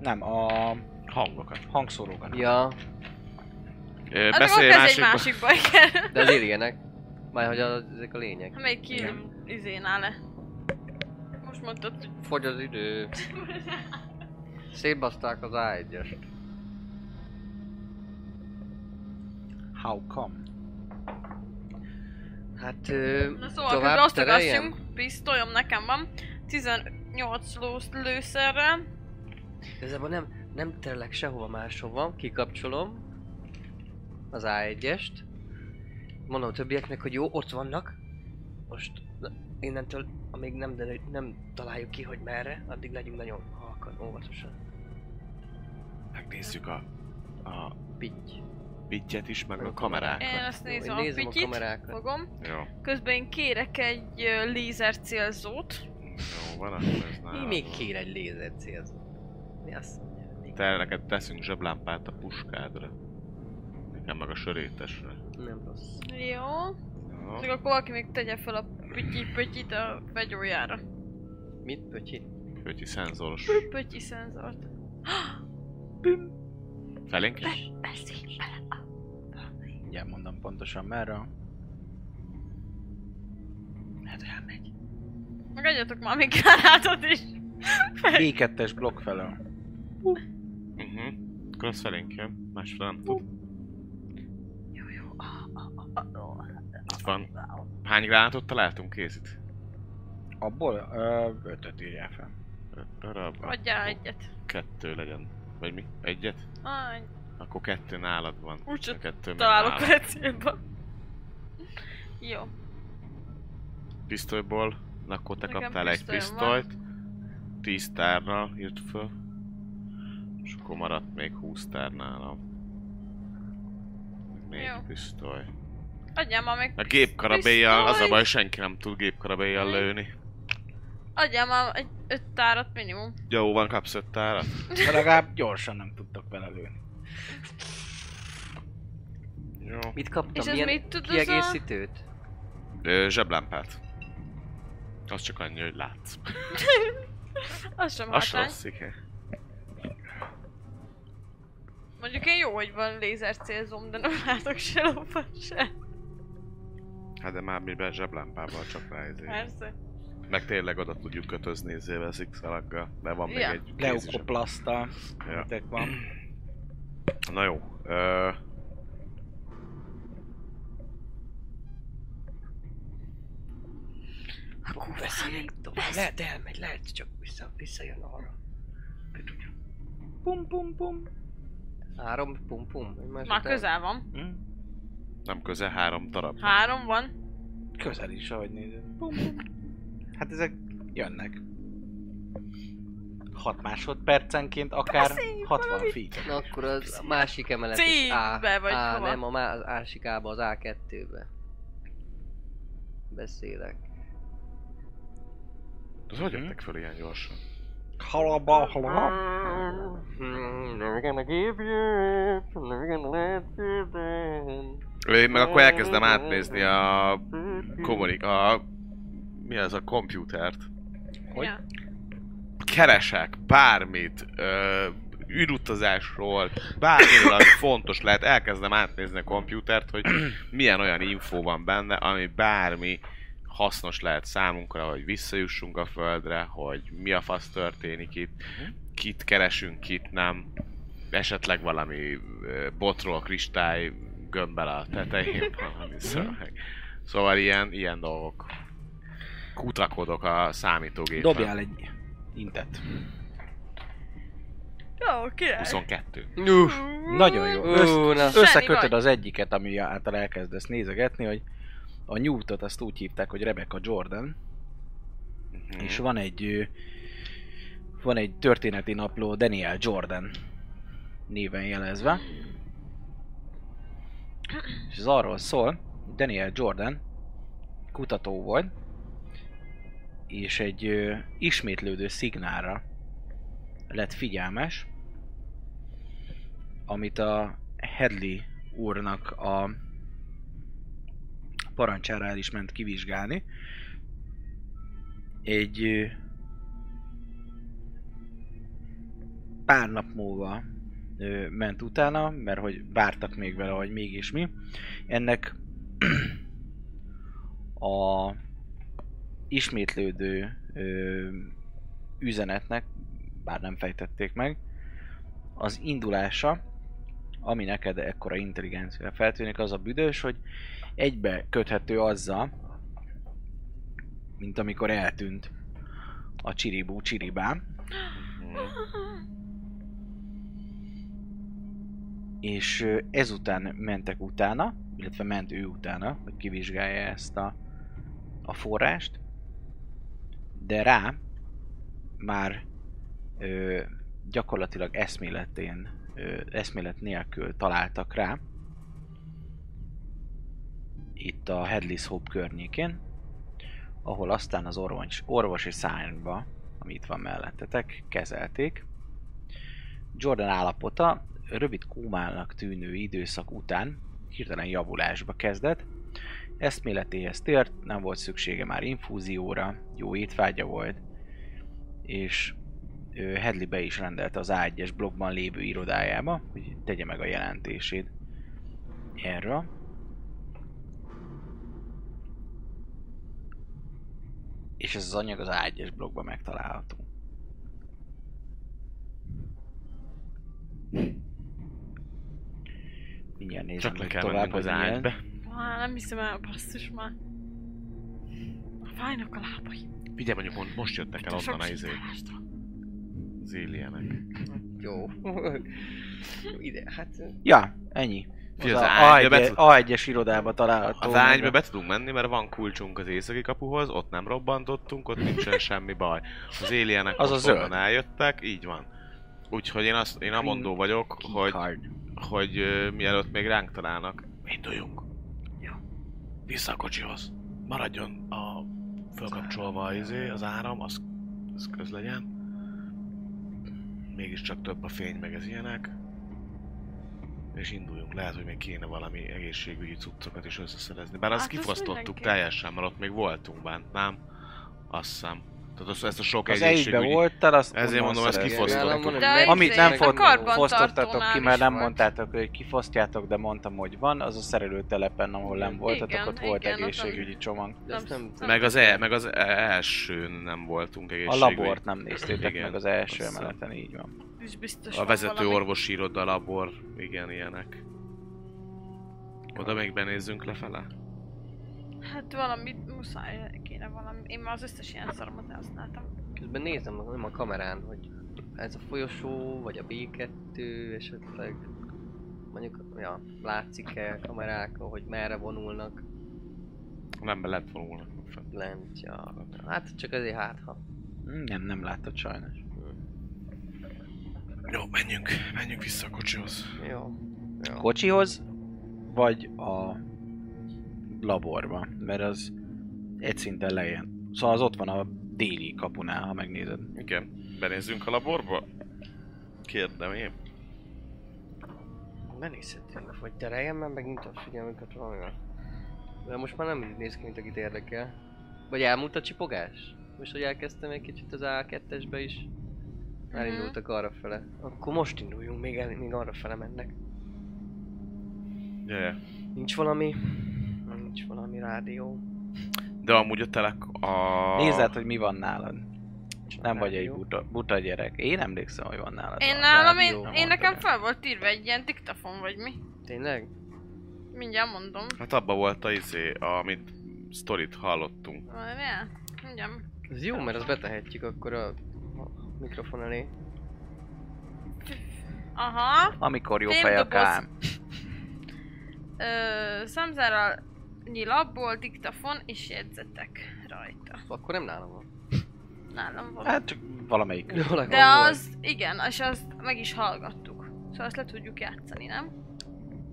Speaker 2: Nem, a
Speaker 4: Hangokat.
Speaker 2: hangszórókat.
Speaker 3: Ja,
Speaker 4: Ö,
Speaker 5: Hát akkor
Speaker 4: Beszélj
Speaker 5: ez egy
Speaker 4: másik...
Speaker 5: másik baj kell.
Speaker 3: de az ilyenek. Már hogy az, ezek a lények.
Speaker 5: Melyik kill izén áll le. Most mondtad, hogy
Speaker 3: Fogy az idő. Szétbaszták az A1-est.
Speaker 2: How come?
Speaker 3: Hát ö,
Speaker 5: Na szóval Tovább közben osztogassunk, pisztolyom nekem van, 18 lósz lőszerrel,
Speaker 3: Igazából nem, nem terelek sehova máshova, kikapcsolom az A1-est. Mondom a többieknek, hogy jó, ott vannak. Most na, innentől, amíg nem, derül, nem találjuk ki, hogy merre, addig legyünk nagyon halkan, óvatosan.
Speaker 4: Megnézzük a... a
Speaker 3: pitty.
Speaker 4: Pittyet is, meg
Speaker 3: Meg
Speaker 4: a
Speaker 3: a kamerát.
Speaker 4: kamerák.
Speaker 5: Én azt
Speaker 3: Jó, én
Speaker 5: nézem, a
Speaker 3: nézem a
Speaker 5: pityit,
Speaker 3: kamerákat.
Speaker 5: fogom.
Speaker 4: Jó.
Speaker 5: Közben én kérek egy ö, lézer célzót.
Speaker 4: Jó, van, akkor ez
Speaker 3: Mi
Speaker 4: nálam
Speaker 3: még
Speaker 4: van.
Speaker 3: kér egy lézer célzó? Mi azt mondja? mi?
Speaker 4: Te neked teszünk zseblámpát a puskádra. Nekem meg a sörétesre.
Speaker 3: Nem rossz.
Speaker 5: Jó.
Speaker 4: Jó.
Speaker 5: Csak akkor valaki még tegye fel a pütyi pötyit a vegyójára.
Speaker 3: Mit pötyit?
Speaker 4: Pötyi szenzoros.
Speaker 5: Pötyi szenzort.
Speaker 4: Felénk is?
Speaker 5: Beszélj bele.
Speaker 2: Mindjárt mondom pontosan merre.
Speaker 3: Hát elmegy.
Speaker 5: Meg adjatok már még kárátot is.
Speaker 2: B2-es blokk felől.
Speaker 4: Mhm. Akkor az felénk jön. Másfél nem tud. Itt van. Hány gránátot találtunk készít?
Speaker 2: Abból ö, ötöt írjál fel.
Speaker 4: Öt darab?
Speaker 5: Adjál egyet.
Speaker 4: Kettő legyen. Vagy mi? Egyet?
Speaker 5: Aj,
Speaker 4: Akkor kettő nálad van.
Speaker 5: Úgyse
Speaker 4: A kettő még
Speaker 5: találok
Speaker 4: nálam.
Speaker 5: vele célba. Jó.
Speaker 4: pisztolyból, na, akkor te
Speaker 5: Nekem
Speaker 4: kaptál egy
Speaker 5: pisztolyom van.
Speaker 4: pisztolyt, 10 tárnal írt föl, és akkor maradt még 20 tár nálam. Még
Speaker 5: Jó.
Speaker 4: pisztoly.
Speaker 5: Adjál már még...
Speaker 4: A gépkarabélyjal, az a
Speaker 5: pisztoly.
Speaker 4: baj, senki nem tud gépkarabélyjal
Speaker 5: Mhm.
Speaker 4: lőni.
Speaker 5: Adjál már egy öt tárat minimum.
Speaker 4: Jó, van, kapsz 5 tárat?
Speaker 2: De legalább gyorsan nem tudtok vele lőni.
Speaker 4: Jó.
Speaker 3: Mit kaptam?
Speaker 5: És ez
Speaker 3: Milyen
Speaker 5: mit tud az a-
Speaker 3: kiegészítőt?
Speaker 4: Ö, zseblámpát. Az csak annyi, hogy látsz.
Speaker 5: Az sem
Speaker 4: Az sem
Speaker 5: hátrány.
Speaker 4: rossz, igen.
Speaker 5: Mondjuk én jó, hogy van lézer célzom, de nem látok se lófat se.
Speaker 4: Hát de már miben zseblámpával csak rá ezért.
Speaker 5: Persze.
Speaker 4: Meg tényleg oda tudjuk kötözni izé, ezével szikszalaggal, mert van még
Speaker 5: Ja.
Speaker 4: egy kézi zseb-
Speaker 2: Leukoplaszta.
Speaker 4: Ja.
Speaker 2: Ja. van.
Speaker 4: Na jó. Ö...
Speaker 3: Akkor beszélünk tovább. Lehet elmegy, lehet csak vissza, visszajön arra. Ki tudja.
Speaker 2: Pum pum pum.
Speaker 3: Három pum pum. egymás
Speaker 5: Már
Speaker 3: után.
Speaker 5: közel van.
Speaker 2: Hm?
Speaker 4: Nem közel három darab. van.
Speaker 5: Három van.
Speaker 2: Közel is, ahogy nézed. Pum pum. Hát ezek jönnek. 6 másodpercenként akár
Speaker 5: Beszéljünk
Speaker 2: 60
Speaker 5: valamit.
Speaker 2: feet.
Speaker 3: Na akkor az a másik emelet is A.
Speaker 5: C-be vagy
Speaker 3: A,
Speaker 5: hova?
Speaker 3: nem, a má- az másik A-ba, az A2-be. Beszélek.
Speaker 4: Az hogy
Speaker 2: Mhm.
Speaker 4: jöttek föl ilyen gyorsan?
Speaker 2: Halaba, halaba.
Speaker 3: Hmm, Never gonna give you up, never gonna let you down.
Speaker 4: Én meg akkor elkezdem átnézni a... Kommunik... a... Mi az a komputert?
Speaker 2: Hogy?
Speaker 5: Ja.
Speaker 4: Keresek bármit, ö, űrutazásról, bármiről, ami fontos lehet, elkezdem átnézni a komputert, hogy milyen olyan infó van benne, ami bármi hasznos lehet számunkra, hogy visszajussunk a földre, hogy mi a fasz történik itt, kit keresünk, kit nem, esetleg valami ö, botról kristály gömbel a tetején, valami szöveg. Szóval ilyen, ilyen dolgok. Kutakodok a számítógépen.
Speaker 2: Dobjál egy intet.
Speaker 5: Jó, király.
Speaker 4: 22.
Speaker 3: Uff,
Speaker 2: Nagyon jó.
Speaker 3: Ú, na.
Speaker 2: Összekötöd
Speaker 5: vagy.
Speaker 2: az egyiket, ami által elkezdesz nézegetni, hogy a Newtot azt úgy hívták, hogy Rebecca Jordan,
Speaker 4: Mhm.
Speaker 2: és van egy ö, van egy történeti napló Daniel Jordan néven jelezve, és ez arról szól, hogy Daniel Jordan kutató volt, és egy ö, ismétlődő szignálra lett figyelmes, amit a Headley úrnak a parancsára el is ment kivizsgálni. Egy ö, pár nap múlva ö, ment utána, mert hogy vártak még vele, hogy mégis mi. Ennek a ismétlődő ö, üzenetnek, bár nem fejtették meg, az indulása, ami neked ekkora intelligencia feltűnik, az a büdös, hogy egybe köthető azzal, mint amikor eltűnt a csiribú csiribám,
Speaker 4: Mhm.
Speaker 2: és ö, ezután mentek utána, illetve ment ő utána, hogy kivizsgálja ezt a, a forrást, de rá már ö, gyakorlatilag eszméletén ö, ö, eszmélet nélkül találtak rá. Itt a Headless Hope környékén, ahol aztán az orvos, orvosi szárnyba, ami itt van mellettetek, kezelték. Jordan állapota rövid kómának tűnő időszak után hirtelen javulásba kezdett. Eszméletéhez tért, nem volt szüksége már infúzióra, jó étvágya volt, és ö, Hedley be is rendelte az A1-es blogban lévő irodájába, hogy tegye meg a jelentését erről. És ez az anyag az A1-es blogban megtalálható. Mindjárt nézem
Speaker 4: Csak le
Speaker 2: meg
Speaker 4: kell
Speaker 2: tovább,
Speaker 4: mennünk
Speaker 2: hogy
Speaker 4: az
Speaker 2: milyen.
Speaker 4: ágybe.
Speaker 5: Már nem hiszem el, basszus már. Már Fájnak a lábaim.
Speaker 4: Figyelj, mondjuk mond- most jöttek el
Speaker 5: Itt a
Speaker 4: onnan
Speaker 5: sok
Speaker 4: a izé,
Speaker 5: sétálástól.
Speaker 4: az alienek.
Speaker 3: Jó. Ide, hát...
Speaker 2: Ja, ennyi.
Speaker 4: Fi,
Speaker 2: Az, az
Speaker 4: az ágyba be
Speaker 2: A1-es
Speaker 4: tud-
Speaker 2: A1-es irodába található.
Speaker 4: Az
Speaker 2: meg a-
Speaker 4: ágyba be tudunk menni, mert van kulcsunk az északi kapuhoz, ott nem robbantottunk, ott nincsen semmi baj. Az alienek
Speaker 2: Az a
Speaker 4: most
Speaker 2: zöld.
Speaker 4: onnan eljöttek, így van. Úgyhogy én, azt, én amondó vagyok, hogy,
Speaker 2: Keycard.
Speaker 4: hogy ö, mielőtt még ránk találnak, induljunk. Ja. Vissza a kocsihoz. Maradjon a fölkapcsolva az, izé, az áram, az, az köz legyen. Mégiscsak több a fény, meg ez ilyenek. És induljunk, lehet, hogy még kéne valami egészségügyi cuccokat is összeszerezni. Bár azt
Speaker 5: Hát
Speaker 4: hát
Speaker 5: az
Speaker 4: kifosztottuk
Speaker 5: mindenképp.
Speaker 4: teljesen, mert ott még voltunk bent, nem? Azt hiszem. Tehát azt, ezt a sok
Speaker 2: Az E egybe
Speaker 4: egészségügyi...
Speaker 2: voltál, azt
Speaker 4: Ezért
Speaker 2: onnan
Speaker 4: mondom, ezt
Speaker 2: szerezted.
Speaker 4: kifosztottuk.
Speaker 5: De
Speaker 3: meg-
Speaker 2: Amit nem
Speaker 5: a
Speaker 2: fot-
Speaker 5: karbantartónál
Speaker 2: fosztottatok ki,
Speaker 5: is
Speaker 2: mert nem
Speaker 5: volt.
Speaker 2: mondtátok, hogy kifosztjátok, de mondtam, hogy van, az a szerelőtelepen, ahol nem voltatok,
Speaker 5: Igen,
Speaker 2: ott volt
Speaker 5: igen, ott
Speaker 2: egészségügyi csomag.
Speaker 3: De ezt nem...
Speaker 5: Nem.
Speaker 4: Meg az, e, meg az elsőn nem voltunk
Speaker 2: A
Speaker 4: egészségügyi.
Speaker 2: labort nem néztétek
Speaker 4: Igen,
Speaker 2: meg az első
Speaker 4: azt hiszem.
Speaker 2: emeleten, így van.
Speaker 5: És biztos
Speaker 4: A
Speaker 5: van
Speaker 4: vezető
Speaker 5: valami.
Speaker 4: orvosi iroda, labor, igen, ilyenek. Oda még benézzünk lefele?
Speaker 5: Hát valamit muszáj kéne valami. Én már az összes ilyen szaromat elhasználtam.
Speaker 3: Közben nézem a- nem a kamerán, hogy ez a folyosó, vagy a B2 esetleg. Mondjuk, ja, látszik-e a kamerákon, hogy merre vonulnak
Speaker 4: Nem be lett vonulnak.
Speaker 3: lent, ja. Hát csak azért hát, ha.
Speaker 2: Hm, Nem, nem láttad sajnos.
Speaker 4: Jó, menjünk, menjünk vissza a kocsihoz.
Speaker 3: Jó. jó.
Speaker 2: Kocsihoz, vagy a laborba, mert az egy szinten lejjebb. Szóval az ott van a déli kapunál, ha megnézed.
Speaker 4: Igen, benézzünk a laborba? Kérdem én.
Speaker 3: Benézhetünk, vagy tereljem már megint a figyelmüket valamivel. De most már nem így néz ki, mint akit érdekel. Vagy elmúlt a csipogás? Most, hogy elkezdtem egy kicsit az A2-esbe is. Elindultak arra fele. Akkor most induljunk, még, el, még arra fele mennek.
Speaker 4: Yeah.
Speaker 3: Nincs valami... Nincs valami rádió.
Speaker 4: De amúgy a telek a...
Speaker 2: Nézd át, hogy mi van nálad.
Speaker 3: Nincs
Speaker 2: Nem vagy egy
Speaker 3: rádió.
Speaker 2: buta, buta gyerek. Én emlékszem, hogy van nálad.
Speaker 5: Én
Speaker 2: a
Speaker 5: nálam,
Speaker 2: rádió.
Speaker 5: én,
Speaker 2: Nem
Speaker 5: én nekem
Speaker 2: mondtad el.
Speaker 5: fel volt írva egy ilyen diktafon, vagy mi.
Speaker 3: Tényleg?
Speaker 5: Mindjárt mondom.
Speaker 4: Hát abba volt a izé, amit sztorit hallottunk.
Speaker 5: Várjál. Mindjárt.
Speaker 3: Ez jó, mert azt betehetjük akkor a, a mikrofon elé.
Speaker 5: Aha.
Speaker 2: Amikor jó
Speaker 5: Fém
Speaker 2: fej a
Speaker 5: doboz.
Speaker 2: kám.
Speaker 5: Ö, Samzára nyilabból diktafon és jegyzetek rajta.
Speaker 3: Akkor nem nálam van.
Speaker 5: Nálam van.
Speaker 2: Hát csak valamelyik.
Speaker 3: Jólag
Speaker 5: De
Speaker 3: van volt.
Speaker 5: az, igen, és azt meg is hallgattuk. Szóval azt le tudjuk játszani, nem?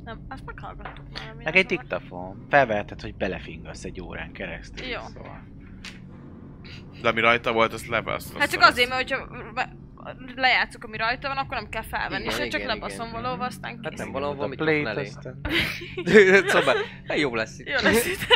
Speaker 5: Nem, azt meghallgattuk már. ami
Speaker 2: Meg egy
Speaker 5: azon van.
Speaker 2: diktafon. Felveheted, hogy belefingasz egy órán keresztül.
Speaker 5: Jó.
Speaker 2: Szóval.
Speaker 4: De ami rajta volt, azt leve, azt
Speaker 5: Hát csak
Speaker 4: azt-
Speaker 5: azért, mert hogyha be- lejátszuk, ami rajta van, akkor nem kell felvenni,
Speaker 3: Igen,
Speaker 5: és én csak
Speaker 3: igen,
Speaker 5: lebaszom
Speaker 3: igen.
Speaker 5: valahova, aztán
Speaker 3: Hát
Speaker 5: kész.
Speaker 3: nem, valahol van
Speaker 2: A
Speaker 3: mikrofon
Speaker 2: plate,
Speaker 3: elé.
Speaker 2: aztán...
Speaker 3: szóval, hát jobb lesz itt.
Speaker 5: Jó lesz itt.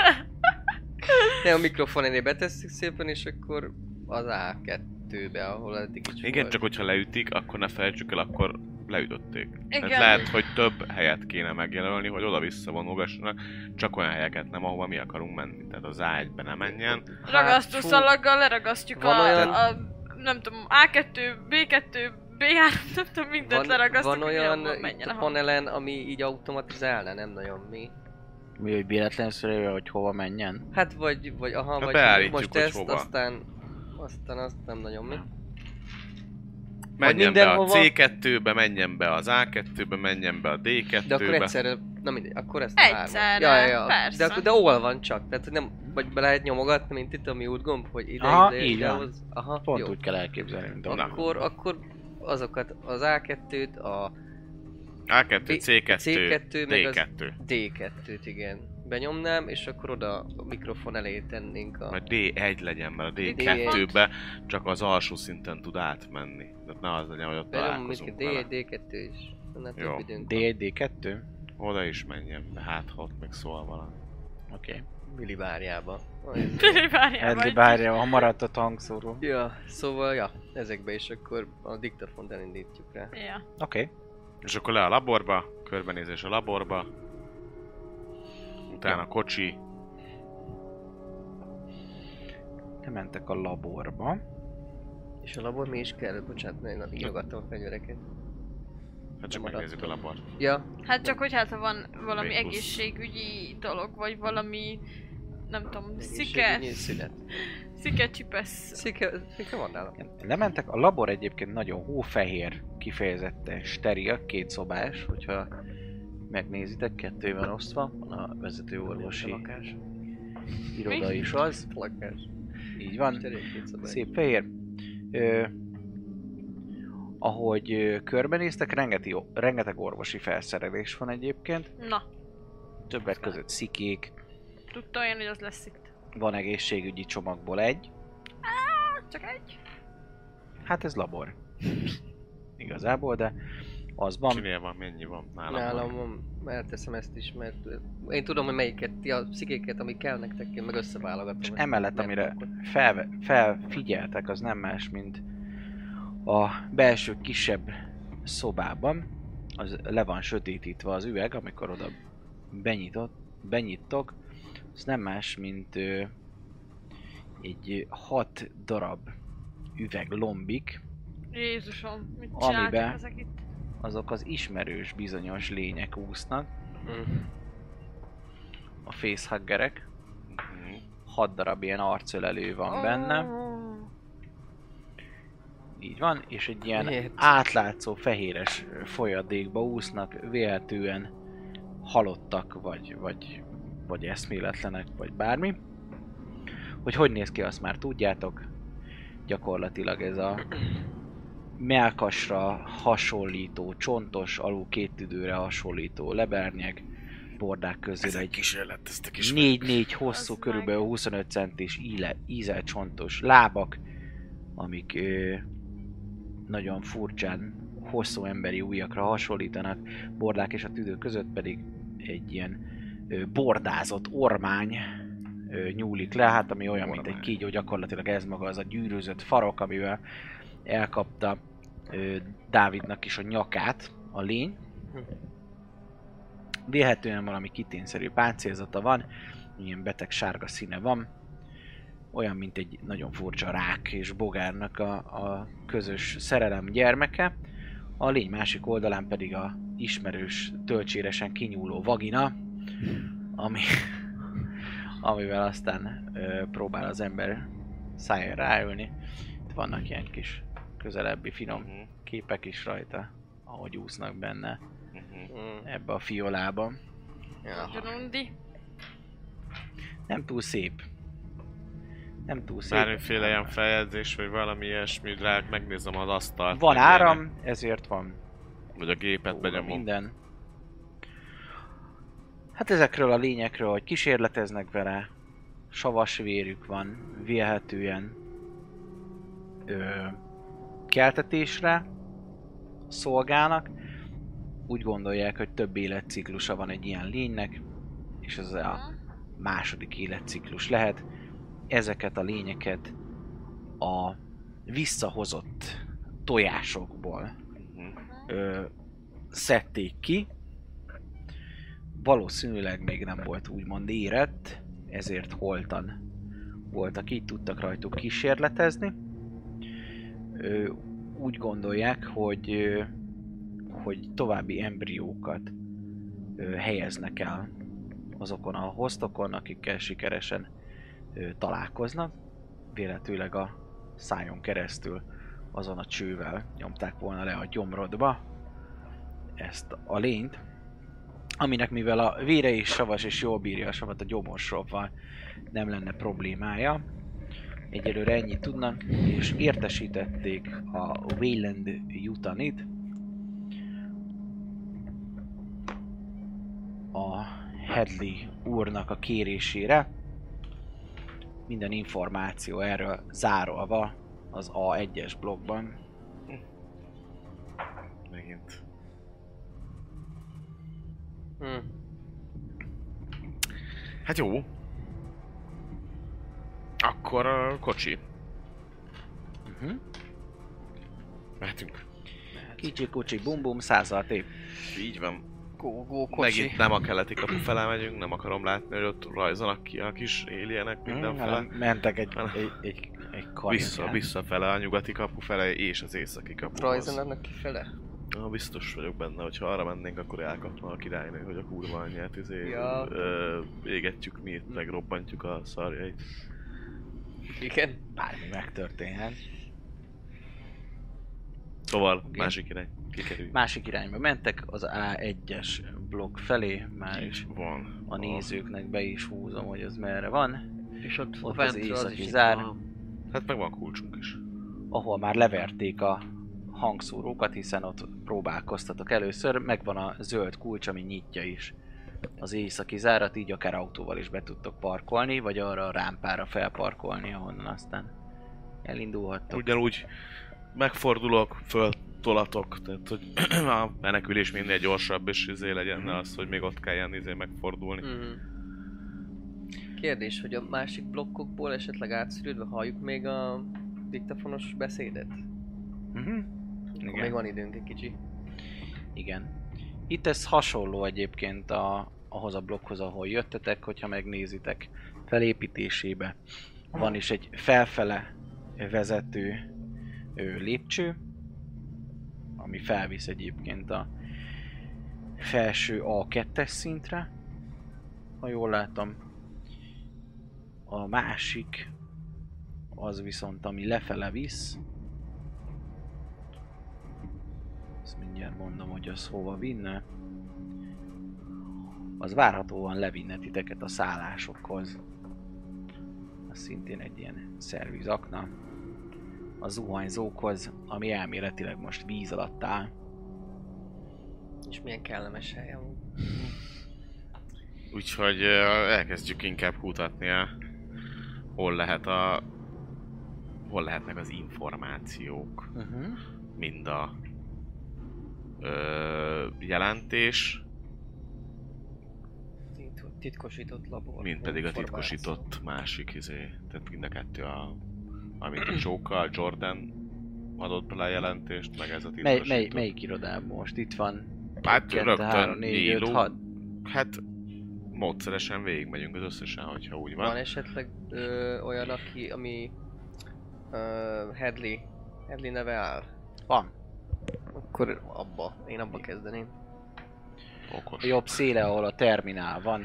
Speaker 3: De a mikrofon elé betesszük szépen, és akkor az A2-be, ahol eddig is
Speaker 4: Igen,
Speaker 3: volt.
Speaker 4: csak hogyha leütik, akkor ne felejtsük el, akkor leütötték.
Speaker 5: Igen.
Speaker 4: Tehát lehet, hogy több helyet kéne megjelölni, hogy oda-vissza vonulgassanak, csak olyan helyeket nem, ahova mi akarunk menni. Tehát az A1-be ne menjen.
Speaker 5: Ragasztó
Speaker 3: Hát, fú.
Speaker 5: szalaggal leragasztjuk
Speaker 3: Van
Speaker 5: a,
Speaker 3: olyan-
Speaker 5: a, nem tudom, A2, B2, B3, nem tudom, mindent
Speaker 3: van,
Speaker 5: leragasztunk,
Speaker 3: van
Speaker 5: hogy
Speaker 3: olyan
Speaker 5: jobban
Speaker 3: itt
Speaker 5: menjen
Speaker 3: a
Speaker 5: a hang.
Speaker 3: panelen, ami így automatizálna, nem nagyon mi.
Speaker 2: Mi, hogy véletlenül szülő, hogy hova menjen?
Speaker 3: Hát vagy, vagy aha,
Speaker 4: Hát
Speaker 3: vagy
Speaker 4: beállítjuk,
Speaker 3: most
Speaker 4: hogy
Speaker 3: ezt,
Speaker 4: hova.
Speaker 3: aztán, aztán azt nem nagyon mi.
Speaker 4: Menjen be a
Speaker 3: mindenhova-
Speaker 4: C2-be, menjen be az A2-be, menjen be a D2-be.
Speaker 3: De akkor egyszerre, na mindegy, akkor ezt a hármat.
Speaker 5: Egyszerre,
Speaker 3: ja, ja, ja.
Speaker 5: persze.
Speaker 3: De, akkor, de hol van csak, tehát hogy nem, vagy be lehet nyomogatni, mint itt a mi útgomb, hogy ide,
Speaker 2: Aha,
Speaker 3: ide,
Speaker 2: így
Speaker 3: ide,
Speaker 2: van.
Speaker 3: ahhoz. Aha,
Speaker 2: Pont
Speaker 3: jó.
Speaker 2: úgy kell elképzelni, mint a
Speaker 4: Na.
Speaker 3: Akkor, akkor azokat, az A2-t, a
Speaker 4: A2,
Speaker 3: B-
Speaker 4: C2,
Speaker 3: C2, meg az-
Speaker 4: D2.
Speaker 3: D2-t, igen. Benyomnám, és akkor oda a mikrofon elé tennénk a...
Speaker 4: Vagy D1 legyen, mert a
Speaker 5: D1.
Speaker 4: D2-be csak az alsó szinten tud átmenni. Tehát ne az legyen, hogy ott
Speaker 3: Benyomom mindig
Speaker 4: találkozunk vele.
Speaker 3: D, D2 is. hát Annál
Speaker 4: Jó.
Speaker 3: több időnk van.
Speaker 2: DD2?
Speaker 4: Oda is menjen, de hát ha ott még szól valami.
Speaker 2: Oké.
Speaker 3: Billy bárjába.
Speaker 5: Várjál,
Speaker 2: Edli
Speaker 5: vagy.
Speaker 2: bárja, ha maradt a hangszóró.
Speaker 3: Ja, szóval, ja, ezekbe is akkor a diktafont elindítjuk rá.
Speaker 5: Ja.
Speaker 2: Oké.
Speaker 4: És akkor le a laborba, körbenézés a laborba. Utána kocsi,
Speaker 2: Lementek a laborba.
Speaker 3: És a labor mi is kell? Bocsánat, nagyon írogattam a fegyvereket.
Speaker 4: hát csak
Speaker 3: Nem
Speaker 4: megnézzük a
Speaker 3: maradt.
Speaker 4: labort.
Speaker 3: Ja,
Speaker 5: Hát csak hogy hát ha van valami
Speaker 4: Még plusz.
Speaker 5: egészségügyi dolog, vagy valami nem tudom, szike,
Speaker 3: egészségügyi szünet.
Speaker 5: szike csipesz.
Speaker 3: Szike, szike van nálam.
Speaker 2: Igen. Lementek, a labor egyébként nagyon hófehér, kifejezetten steril, kétszobás, hogyha megnézitek, kettő van osztva, van a vezető orvosi
Speaker 3: Lakás.
Speaker 2: iroda is az,
Speaker 3: Lakás.
Speaker 2: így van,
Speaker 3: Stereo-két szabály.
Speaker 2: szép fehér. Ö, ahogy ö, körbenéztek, rengeti, rengeteg orvosi felszerelés van egyébként,
Speaker 5: Na,
Speaker 2: többek között szikék,
Speaker 5: tudta olyan, hogy az lesz itt.
Speaker 2: van egészségügyi csomagból egy,
Speaker 5: Hát csak egy.
Speaker 2: hát ez labor. Igazából, de az van.
Speaker 4: Csinél van, mennyi van nálam?
Speaker 3: Nálam van, elteszem ezt is, mert ö, én tudom, hogy melyiket, ti a szikéket, amik kell nektek, én meg összeválogatom.
Speaker 2: És
Speaker 3: ezt,
Speaker 2: emellett,
Speaker 3: mert
Speaker 2: amire
Speaker 3: akkor-
Speaker 2: fel, felfigyeltek, az nem más, mint a belső kisebb szobában, az le van sötétítve az üveg, amikor oda benyitott, benyittok, az nem más, mint ö, egy ö, hat darab üveg lombik,
Speaker 5: Jézusom, mit
Speaker 2: Amiben-
Speaker 5: csináltak ezek itt?
Speaker 2: azok az ismerős bizonyos lények úsznak,
Speaker 3: Mm.
Speaker 2: a facehuggerek,
Speaker 4: Mhm.
Speaker 2: hat darab ilyen arcölelő van benne,
Speaker 5: Oh. Ó,
Speaker 2: Így van, és egy ilyen
Speaker 3: Miért?
Speaker 2: átlátszó fehéres folyadékba úsznak, véletően halottak, vagy, vagy, vagy eszméletlenek, vagy bármi. Hogy hogy néz ki, azt már tudjátok. Gyakorlatilag ez a melkasra hasonlító, csontos, alul két tüdőre hasonlító lebernyeg, bordák közül egy
Speaker 4: kísérlet, ezt a
Speaker 2: négy-négy hosszú,
Speaker 5: Az
Speaker 2: körülbelül 25 centis íle, ízel csontos lábak, amik ö, nagyon furcsán hosszú emberi ujjakra hasonlítanak, bordák és a tüdő között pedig egy ilyen ö, bordázott ormány ö, nyúlik le, hát ami olyan, mint egy
Speaker 4: Ormány.
Speaker 2: kígyó, gyakorlatilag ez maga az a gyűrűzött farok, amivel elkapta ö, Dávidnak is a nyakát a lény. Véhetően valami kitényszerű páncélzata van, ilyen beteg sárga színe van, olyan, mint egy nagyon furcsa rák és bogárnak a, a közös szerelem gyermeke. A lény másik oldalán pedig a ismerős, tölcséresen kinyúló vagina, ami, amivel aztán ö, próbál az ember száján ráülni. Itt vannak ilyen kis közelebbi finom képek is rajta, ahogy úsznak benne
Speaker 3: Mm.
Speaker 2: ebbe a fiolába.
Speaker 3: Ja.
Speaker 5: Nagyon undi.
Speaker 2: Nem túl szép. Nem túl szép.
Speaker 4: Bármiféle ilyen feljegyzés, vagy valami ilyesmi, rá megnézem az asztalt.
Speaker 2: Van
Speaker 4: meg ilyenek.
Speaker 2: áram, ezért van
Speaker 4: Vagy a gépet
Speaker 2: Ó,
Speaker 4: begyomom.
Speaker 2: minden. Hát ezekről a lényekről, hogy kísérleteznek vele, savas vérük van, vélhetően ö, keltetésre szolgálnak. Úgy gondolják, hogy több életciklusa van egy ilyen lénynek, és ez a második életciklus lehet. Ezeket a lényeket a visszahozott tojásokból
Speaker 4: Mhm.
Speaker 2: ö, szedték ki. Valószínűleg még nem volt úgymond érett, ezért holtan voltak, így tudtak rajtuk kísérletezni. Ö, úgy gondolják, hogy, ö, hogy további embriókat ö, helyeznek el azokon a hostokon, akikkel sikeresen ö, találkoznak. Véletőleg a szájon keresztül azon a csővel nyomták volna le a gyomrodba ezt a lényt, aminek mivel a vére is savas és jól bírja a savat a gyomorsobban, nem lenne problémája. Egyelőre ennyit tudnak, és értesítették a Wayland Jutanit, Headley úrnak a kérésére. Minden információ erről zárolva az A1-es blogban.
Speaker 4: Megint.
Speaker 3: Hm.
Speaker 4: Hát jó. Akkor a kocsi.
Speaker 2: Uh-huh.
Speaker 4: Mehetünk.
Speaker 2: Kicsi kocsi bum bum 106
Speaker 4: Így van.
Speaker 3: Go, go, kocsi.
Speaker 4: Megint nem a keleti kapu felé megyünk, nem akarom látni, hogy ott rajzanak ki a kis alienek
Speaker 2: Mm,
Speaker 4: mindenfele.
Speaker 2: Mentek egy,
Speaker 4: Hanem-
Speaker 2: egy, egy, egy kanyarján.
Speaker 4: Vissza, visszafele a nyugati kapu fele és az északi kapu.
Speaker 3: Rajzolnak kifele.
Speaker 4: Na, biztos vagyok benne, hogy ha arra mennénk, akkor elkapna a királynő, hogy a kurva anyját izé,
Speaker 3: Ja.
Speaker 4: ö, égetjük mi itt, meg robbantjuk a szarjait.
Speaker 3: Igen.
Speaker 2: Bármi megtörténhet.
Speaker 4: Szóval,
Speaker 2: Oké.
Speaker 4: másik irány, kikerüljük.
Speaker 2: Másik irányba mentek, az A1-es blokk felé, már
Speaker 4: Így van.
Speaker 2: a nézőknek be is húzom, hogy az merre van,
Speaker 3: És ott,
Speaker 2: Ott az
Speaker 3: fentről
Speaker 2: északi
Speaker 3: itt
Speaker 2: zár.
Speaker 3: van.
Speaker 4: Hát meg van kulcsunk is.
Speaker 2: ahol már leverték a hangszórókat, hiszen ott próbálkoztatok először, megvan a zöld kulcs, ami nyitja is az északi zárat, így akár autóval is be tudtok parkolni, vagy arra a rámpára felparkolni, ahonnan aztán elindulhattok.
Speaker 4: Ugyanúgy megfordulok, föltolatok, tehát hogy a menekülés minél gyorsabb, és izé legyen ne az, hogy még ott kelljen izé megfordulni.
Speaker 3: Mhm. Kérdés, hogy a másik blokkokból esetleg átszűrődve halljuk még a diktafonos beszédet?
Speaker 4: Mhm.
Speaker 2: Uh-huh.
Speaker 3: Akkor még van időnk egy kicsi.
Speaker 2: Igen. Itt ez hasonló egyébként a, ahhoz a blokkhoz, ahol jöttetek, hogyha megnézitek felépítésébe. Van is egy felfele vezető ö, lépcső, ami felvisz egyébként a felső A2-es szintre, ha jól látom. A másik az viszont, ami lefele visz, Ezt mindjárt mondom, hogy az hova vinne. Az várhatóan levinne titeket a szállásokhoz. Az szintén egy ilyen szervizakna. A zuhanyzókhoz, ami elméletileg most víz alatt áll.
Speaker 3: És milyen kellemes hely amúgy.
Speaker 4: Úgyhogy ö, elkezdjük inkább kutatni, a, hol lehet a... hol lehetnek az információk,
Speaker 2: Uh-huh.
Speaker 4: mind a ö, jelentés,
Speaker 3: Tit- Titkosított labor.
Speaker 4: mint pedig a
Speaker 3: információ.
Speaker 4: titkosított másik izé. Tehát mind a kettő a... amit a Csóka, a Jordan adott bele a jelentést, meg ez a
Speaker 2: Mely,
Speaker 4: titkosított.
Speaker 2: mely, melyik irodában most? Itt van.
Speaker 4: Hát
Speaker 2: kettő,
Speaker 4: rögtön
Speaker 2: három, négy, öt,
Speaker 4: Nílu.
Speaker 2: hat.
Speaker 4: Hát módszeresen végigmegyünk az összesen, hogyha úgy van.
Speaker 3: Van esetleg ö, olyan, aki, ami ö, Headley, Headley neve áll?
Speaker 2: Van.
Speaker 3: Akkor abba, én abba kezdeném.
Speaker 4: Okos.
Speaker 2: A jobb széle, ahol a terminál van.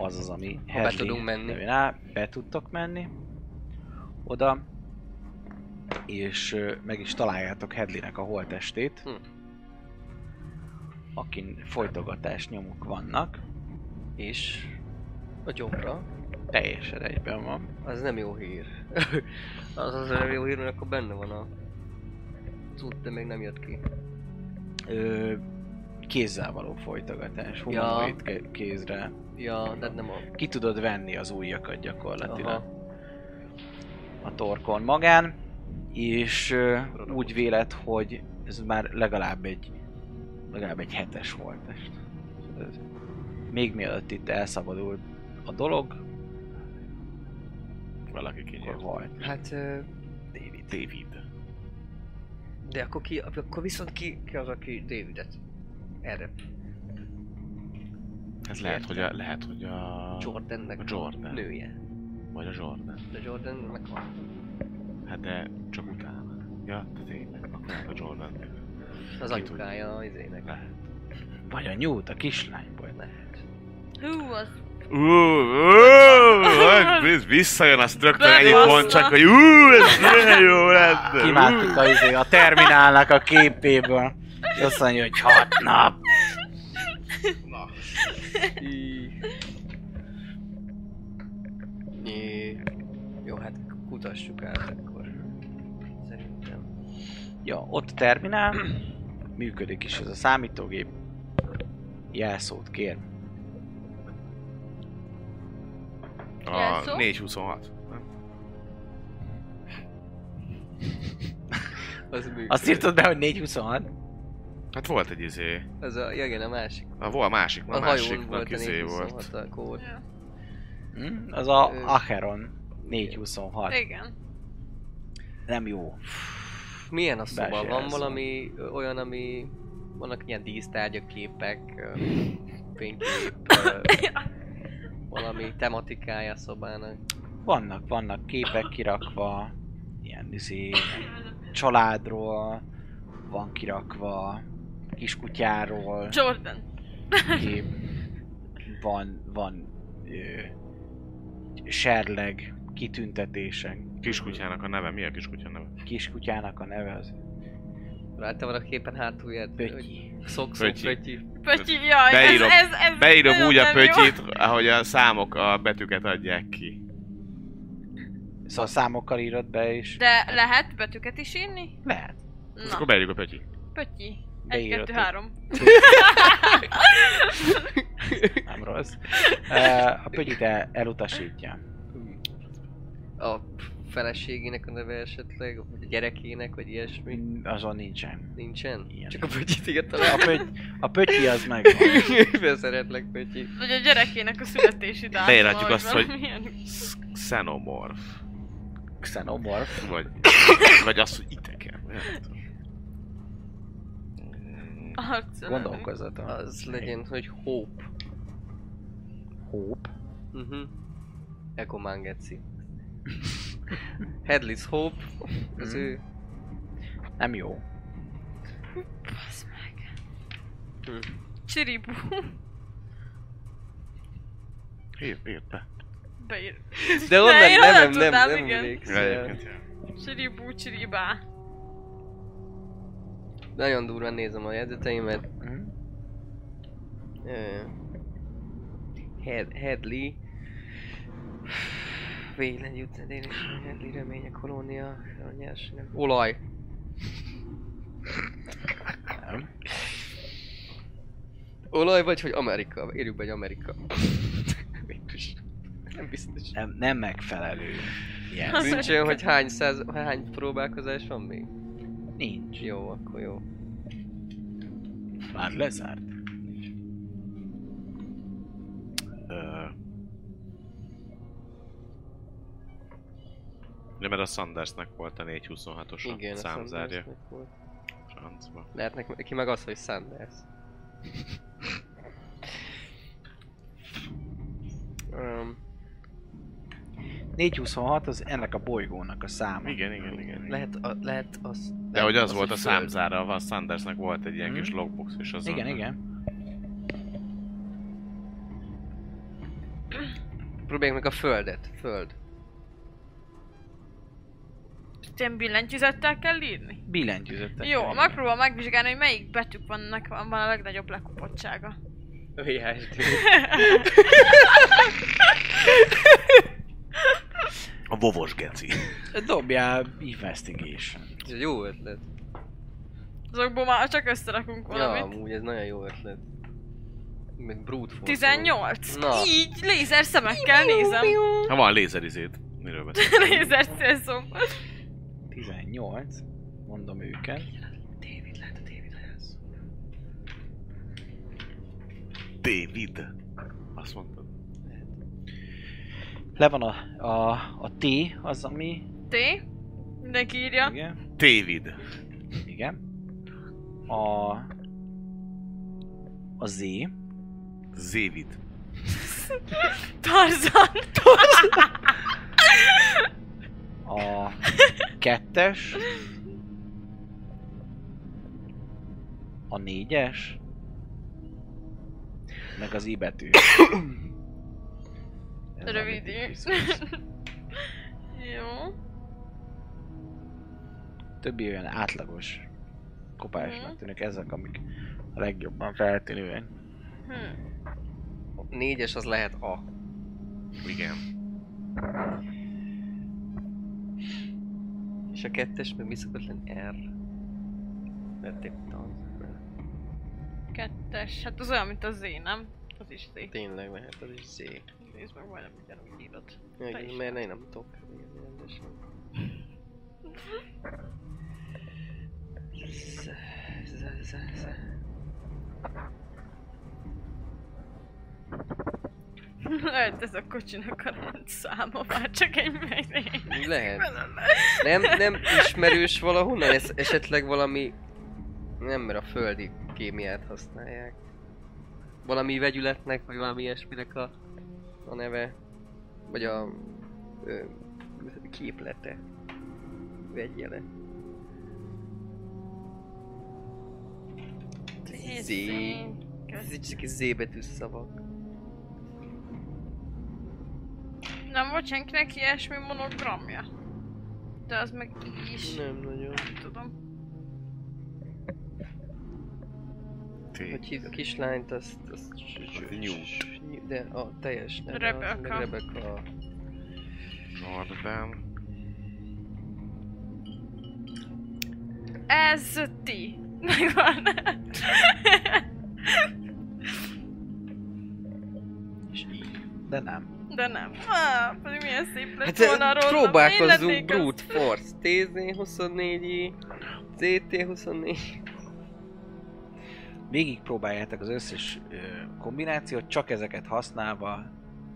Speaker 2: Az az, ami
Speaker 3: Ha be tudunk menni.
Speaker 2: Terminál, be tudtok menni. Oda. És ö, meg is találjátok Hedlinek a holtestét.
Speaker 3: Hm.
Speaker 2: Akin folytogatás nyomuk vannak.
Speaker 3: És a jobbra,
Speaker 2: Teljesen egyben van.
Speaker 3: az nem jó hír. az az nem jó hír, mert akkor benne van a tud, de még nem jött ki.
Speaker 2: Ö, kézzel való folytogatás. Humanoid ke- kézre.
Speaker 3: Ja, de hát nem a...
Speaker 2: Ki tudod venni az ujjakat gyakorlatilag.
Speaker 3: Aha.
Speaker 2: a torkon magán, és ö, úgy vélet, hogy ez már legalább egy legalább egy hetes volt est. Ez- Még mielőtt itt elszabadult a dolog,
Speaker 4: Valaki
Speaker 2: akkor
Speaker 4: kinyílt.
Speaker 2: volt.
Speaker 3: Hát, ö,
Speaker 4: David. David.
Speaker 3: de akkor ki, akkor viszont ki, ki az, aki Davidet? Erre,
Speaker 4: Hát lehet, hogy a, lehet, hogy a...
Speaker 3: Jordannek
Speaker 4: a Jordan.
Speaker 3: nője.
Speaker 4: Vagy a Jordan.
Speaker 3: De Jordan meg van.
Speaker 4: Hát de csak utána. Ja, de tényleg, akkor lehet a Jordan.
Speaker 3: Az
Speaker 4: Ki tudja.
Speaker 3: anyukája az izének.
Speaker 4: Lehet.
Speaker 2: Vagy a nyújt, a kislány volt.
Speaker 3: Lehet.
Speaker 5: Hú, az
Speaker 4: Úúúú, visszajön azt rögtön
Speaker 5: Bebaszta.
Speaker 4: ennyi pont, csak hogy úúú, ez milyen jó lett.
Speaker 2: Kimáttuk a, izé, a terminálnak a képéből. És azt mondja, hogy hat nap.
Speaker 3: Jé. Jó, hát kutassuk át akkor. Szerintem.
Speaker 2: Ja, ott a terminál, működik is ez a számítógép. Jelszót kér.
Speaker 4: A
Speaker 5: Jelszó?
Speaker 4: 426. Nem?
Speaker 3: Az működik.
Speaker 2: Azt írtad be, hogy 426?
Speaker 4: Hát volt egy izé.
Speaker 3: Ez a, ja, igen, a másik.
Speaker 4: A, volt másik,
Speaker 3: A,
Speaker 4: a
Speaker 3: a hajón
Speaker 4: másiknak
Speaker 3: volt a
Speaker 4: izé
Speaker 3: 426
Speaker 4: volt.
Speaker 3: a kód.
Speaker 5: Ja.
Speaker 2: Hm? Az a
Speaker 3: Ö.
Speaker 2: Acheron 426.
Speaker 5: Igen.
Speaker 2: Nem jó.
Speaker 3: Milyen a szoba?
Speaker 2: Belső
Speaker 3: Van
Speaker 2: jelző.
Speaker 3: valami ö, olyan, ami... Vannak ilyen dísztárgyak, képek, ö, fénykép, ö, valami tematikája a szobának.
Speaker 2: Vannak, vannak képek kirakva, ilyen izé, családról, van kirakva, kiskutyáról,
Speaker 5: Jordan.
Speaker 2: kép, van, van ö, serleg, kitüntetések,
Speaker 4: Kiskutyának a neve, mi a kiskutya neve?
Speaker 2: kiskutyának a neve az
Speaker 3: Látta van a képen hátulját?
Speaker 2: Pötyi.
Speaker 3: Szokszó
Speaker 4: Pötyi.
Speaker 3: pötyi.
Speaker 5: Pötyi, jaj,
Speaker 4: Beírom-
Speaker 5: ez, ez, ez
Speaker 4: Beírom
Speaker 5: nagyon
Speaker 4: úgy a
Speaker 5: nem jó.
Speaker 4: pötyit, ahogy a számok a betűket adják ki.
Speaker 2: Szóval számokkal írod be, és
Speaker 5: De lehet betűket is írni?
Speaker 2: lehet.
Speaker 4: És akkor
Speaker 5: Na,
Speaker 4: beírjuk a pötyit.
Speaker 5: Pötyi. Egy,
Speaker 2: Beírod,
Speaker 5: kettő,
Speaker 2: hogy-
Speaker 5: három.
Speaker 2: Nem rossz. Ö, A pötyit el, elutasítja.
Speaker 3: A feleségének a neve esetleg, vagy a gyerekének, vagy ilyesmi.
Speaker 2: Azon nincsen.
Speaker 3: Nincsen?
Speaker 2: Ilyen.
Speaker 3: Csak a pötyit írta le.
Speaker 2: A, pöty, a pötyi az megvan.
Speaker 3: Beszeretlek, Pötyi.
Speaker 5: Vagy a gyerekének a születési dátuma.
Speaker 4: Beírhatjuk
Speaker 5: vagy
Speaker 4: azt, hogy-
Speaker 5: valamilyen.
Speaker 4: Sz- Xenomorph.
Speaker 2: Xenomorph.
Speaker 4: Vagy, vagy az, hogy iteken. Nem tudom.
Speaker 5: Arccal.
Speaker 2: Gondolkozatom.
Speaker 3: Az legyen, hogy Hope.
Speaker 2: Hope.
Speaker 3: Uh-huh. Eko Mangeci. Headless Hope. Az
Speaker 2: Mhm.
Speaker 3: ő...
Speaker 2: Nem jó.
Speaker 5: Basz meg.
Speaker 3: Hm.
Speaker 5: Csiribú.
Speaker 4: Írd, írd be.
Speaker 5: Beír.
Speaker 3: De onnan
Speaker 5: én onnan
Speaker 3: nem, nem,
Speaker 5: tudnám,
Speaker 3: nem, nem
Speaker 5: igen.
Speaker 3: emlékszem.
Speaker 5: Csiribú, csiribá.
Speaker 3: Nagyon durván nézem a jegyzeteimet.
Speaker 2: Mhm.
Speaker 3: Ö, Head, Headley. Véglen jutni a déli Headley reménye kolónia. a nyersanyag- Olaj.
Speaker 2: Nem.
Speaker 3: Olaj vagy, hogy Amerika. Írjuk be, hogy Amerika. Végülis. Nem biztos.
Speaker 2: Nem, nem megfelelő. Ilyen.
Speaker 5: Az-
Speaker 3: Nincs olyan, hogy hány, száz, hány próbálkozás van még?
Speaker 2: Nincs.
Speaker 3: Jó, akkor jó.
Speaker 2: Már lezárt.
Speaker 4: Ö. De mert a Sandersnek volt a 426-os
Speaker 3: Igen,
Speaker 4: Igen,
Speaker 3: a
Speaker 4: számzárja.
Speaker 3: Sandersnek volt.
Speaker 4: Francba.
Speaker 3: Lehetnek neki meg az, hogy Sanders. um,
Speaker 2: 426 az ennek a bolygónak a száma.
Speaker 4: Igen, igen, igen.
Speaker 3: lehet, a, lehet az...
Speaker 4: De hogy az, volt a
Speaker 3: föld.
Speaker 4: számzára, a Sandersnek volt egy ilyen
Speaker 2: Mhm.
Speaker 4: kis logbox, és az
Speaker 2: Igen, igen.
Speaker 3: Próbáljuk meg a földet. Föld.
Speaker 5: Ilyen billentyűzettel kell írni?
Speaker 2: Billentyűzetek.
Speaker 5: Jó, megpróbál megvizsgálni, hogy melyik betűk vannak, van van a legnagyobb lekopottsága.
Speaker 3: VHD.
Speaker 4: A vovos geci.
Speaker 2: Dobjál investigation.
Speaker 3: Ez egy jó ötlet.
Speaker 5: Azokból már csak összerakunk
Speaker 3: Ja,
Speaker 5: valamit.
Speaker 3: amúgy ez nagyon jó ötlet. Meg brute force.
Speaker 5: 18.
Speaker 3: Na.
Speaker 5: Így, lézer szemekkel nézem.
Speaker 4: Ha van lézerizét, miről beszélünk?
Speaker 5: lézer célzom.
Speaker 2: 18. Mondom őket.
Speaker 3: David lehet a David Hayes.
Speaker 4: David. Azt mondtad.
Speaker 2: Le van a, a, a T, az ami...
Speaker 5: T. Mindenki írja.
Speaker 2: Igen.
Speaker 4: David.
Speaker 2: Igen. A... A Z.
Speaker 4: Zévid.
Speaker 5: Tarzan.
Speaker 2: A kettes. A négyes. Meg az I betű. Ez
Speaker 5: Rövid
Speaker 2: amit így
Speaker 5: ír.
Speaker 2: kiszúrsz.
Speaker 5: Jó.
Speaker 2: Többi olyan átlagos kopásnak
Speaker 5: Mhm.
Speaker 2: tűnik ezek, amik a legjobban feltűnőek.
Speaker 5: Hm.
Speaker 3: Négyes az lehet a.
Speaker 4: Igen.
Speaker 3: És a kettes meg mi szokott lenni? R. Vették tanz.
Speaker 5: Kettes. Hát az olyan, mint az én, nem? mehet az is szép.
Speaker 3: Tényleg mehet, az is szép.
Speaker 5: Nézd meg, majdnem ugyanúgy írod. Te is.
Speaker 3: Meg, mert én nem tudok írni rendesen. Z- z- z- z-
Speaker 5: Lehet Hát ez a kocsinak a rendszáma, már csak egy megyé.
Speaker 3: Lehet. Nem, nem ismerős valahonnan? Ez esetleg valami... Nem, mert a földi kémiát használják. Valami vegyületnek, vagy valami ilyesminek a, a neve. Vagy a... Ö, képlete. Vegyjele. Z. Ez egy csak egy Z betűs szavak.
Speaker 5: Nem volt senkinek ilyesmi monogramja. De az meg így is. Nem,
Speaker 3: Nem nagyon.
Speaker 5: tudom.
Speaker 3: Hogy hív a kislányt, azt... azt Newt. De a teljes neve. az meg
Speaker 5: Rebecca.
Speaker 3: Rebecca.
Speaker 4: Nordám.
Speaker 5: Ez ti. Megvan.
Speaker 2: És így. De nem.
Speaker 5: De nem. Ah, pedig milyen szép lett
Speaker 3: Hát
Speaker 5: volna
Speaker 3: eh,
Speaker 5: róla.
Speaker 3: próbálkozzunk
Speaker 5: Illeték az-
Speaker 3: Brute Force. TZ24i, CT24.
Speaker 2: Végig próbáljátok az összes ö, kombinációt, csak ezeket használva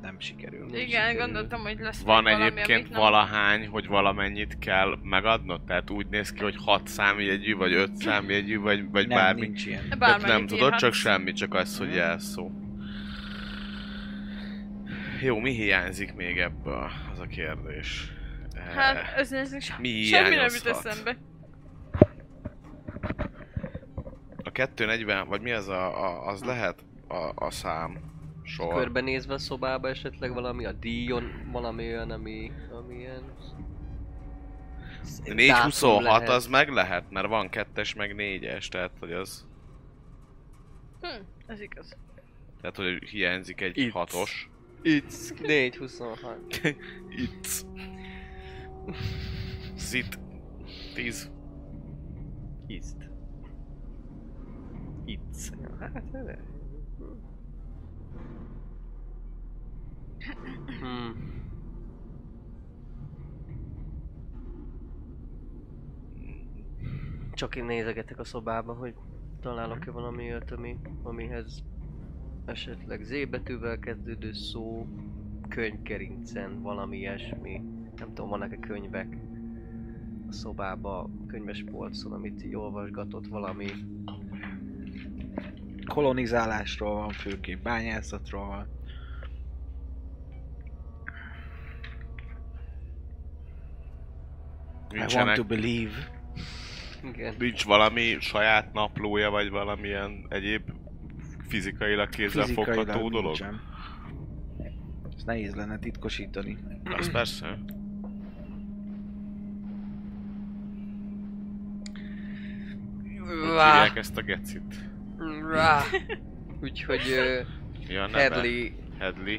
Speaker 2: nem sikerül.
Speaker 5: Igen, gondoltam, hogy lesz
Speaker 4: Van
Speaker 5: még valami,
Speaker 4: egyébként
Speaker 5: amit nem-
Speaker 4: valahány, hogy valamennyit kell megadnod? Tehát úgy néz ki, hogy 6 számjegyű, vagy 5 számjegyű, vagy, vagy
Speaker 2: nem,
Speaker 4: bármi.
Speaker 2: nincs ilyen.
Speaker 4: Tehát nem
Speaker 5: bármennyit
Speaker 4: tudod, csak
Speaker 5: írhatsz.
Speaker 4: semmi, csak az, hogy jelszó. Jó, mi hiányzik még ebből? Az a kérdés. Eh,
Speaker 5: Hát, ez nézzük, se-
Speaker 4: mi
Speaker 5: semmi nem jut
Speaker 4: hiányozhat?
Speaker 5: eszembe.
Speaker 4: A 240, vagy mi az a, a az lehet a, a szám? Sor.
Speaker 3: Körbenézve a szobába esetleg valami, a díjon valami olyan, ami, ami ilyen... dátum
Speaker 4: 426
Speaker 3: lehet.
Speaker 4: az meg lehet, mert van kettes meg négyes, tehát hogy az...
Speaker 5: Hm, ez igaz.
Speaker 4: Tehát, hogy hiányzik egy
Speaker 3: Itt.
Speaker 4: hatos.
Speaker 3: It's 426.
Speaker 4: Itt. Zit. 10.
Speaker 3: Itt. Itt. Hát, ele. Hmm. Csak én nézegetek a szobába, hogy találok-e valami olyat, ami, amihez esetleg Z betűvel kezdődő szó, könyvkerincen, valami ilyesmi. Nem tudom, vannak-e könyvek a szobába, könyves polcon, amit így olvasgatott valami.
Speaker 2: Kolonizálásról van főképp, bányászatról van. I want
Speaker 4: Nincsenek,
Speaker 2: to believe.
Speaker 3: Igen.
Speaker 4: nincs valami saját naplója, vagy valamilyen egyéb fizikailag kézzelfogható
Speaker 2: Fizikailag
Speaker 4: dolog?
Speaker 2: nincsen. Ezt nehéz lenne titkosítani.
Speaker 4: Az persze. Hogy hívják ezt a gecit?
Speaker 3: Rá. Úgyhogy ö,
Speaker 4: Mi a neve?
Speaker 3: Hedley
Speaker 4: Hedley.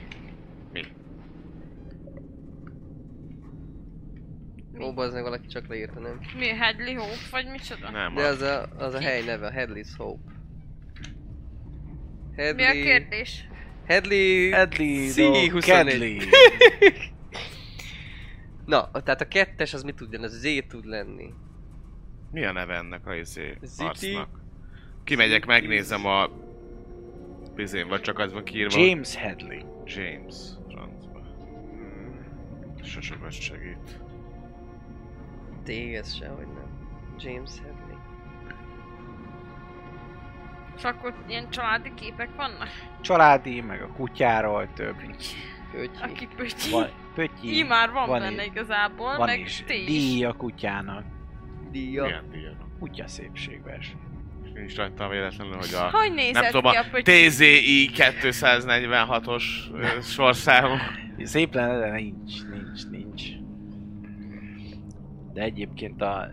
Speaker 3: Ó, bazd meg valaki csak leírta, nem?
Speaker 5: Mi, Hedley Hope, vagy micsoda?
Speaker 4: Nem,
Speaker 3: De az
Speaker 4: az...
Speaker 3: a, az a hely neve, Headley's Hope.
Speaker 5: Mi a
Speaker 3: Headley...
Speaker 5: kérdés?
Speaker 3: Headley...
Speaker 2: Edli,
Speaker 3: C24.
Speaker 2: Kedli.
Speaker 3: Na, tehát a kettes az mit tud lenni? Az Z tud lenni.
Speaker 4: mi a neve ennek a izé
Speaker 3: Ziti?
Speaker 4: arcnak? Kimegyek, megnézem a... Bizén, vagy csak az van kiírva, hogy
Speaker 2: James Hedley.
Speaker 4: James. Francba. Sosokat segít.
Speaker 3: T, ez se, hogy nem. James Headley.
Speaker 5: És akkor ilyen családi képek vannak?
Speaker 2: Családi, meg a kutyáról több.
Speaker 3: Pötyi.
Speaker 5: Aki pötyi.
Speaker 2: Van, pötyi,
Speaker 5: Így már van,
Speaker 2: van
Speaker 5: benne
Speaker 2: is.
Speaker 5: igazából,
Speaker 2: van
Speaker 5: meg
Speaker 2: is
Speaker 5: ti is.
Speaker 2: díj a kutyának.
Speaker 3: Díja.
Speaker 4: Milyen díjon?
Speaker 2: Kutya szépségverseny.
Speaker 4: Nincs rajta véletlenül, hogy a...
Speaker 5: Hogy nézett
Speaker 4: Nem tudom,
Speaker 5: ki
Speaker 4: a
Speaker 5: a pötyi?
Speaker 4: TZI 246-os ö, sorszámú.
Speaker 2: Szép lenne, de nincs, nincs, nincs. De egyébként a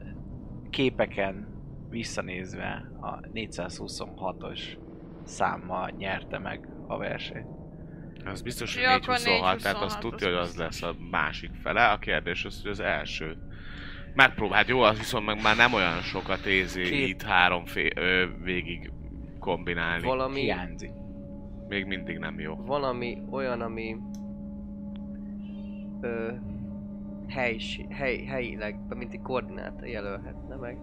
Speaker 2: képeken visszanézve a 426-os számmal nyerte meg a versenyt.
Speaker 4: Az biztos, hogy
Speaker 5: Jó, akkor
Speaker 4: 426, tehát
Speaker 5: 426,
Speaker 4: azt tudja, hogy
Speaker 5: az
Speaker 4: az lesz a másik fele. A kérdés az, hogy az első. Megpróbál, hát jó, az viszont meg már nem olyan sok a TZ
Speaker 2: Két.
Speaker 4: itt három fé- ö, végig kombinálni.
Speaker 3: Valami...
Speaker 2: Hiányzik.
Speaker 4: Még mindig nem jó.
Speaker 3: valami olyan, ami ö, helysi, hely, helyileg, mint egy koordináta jelölhetne meg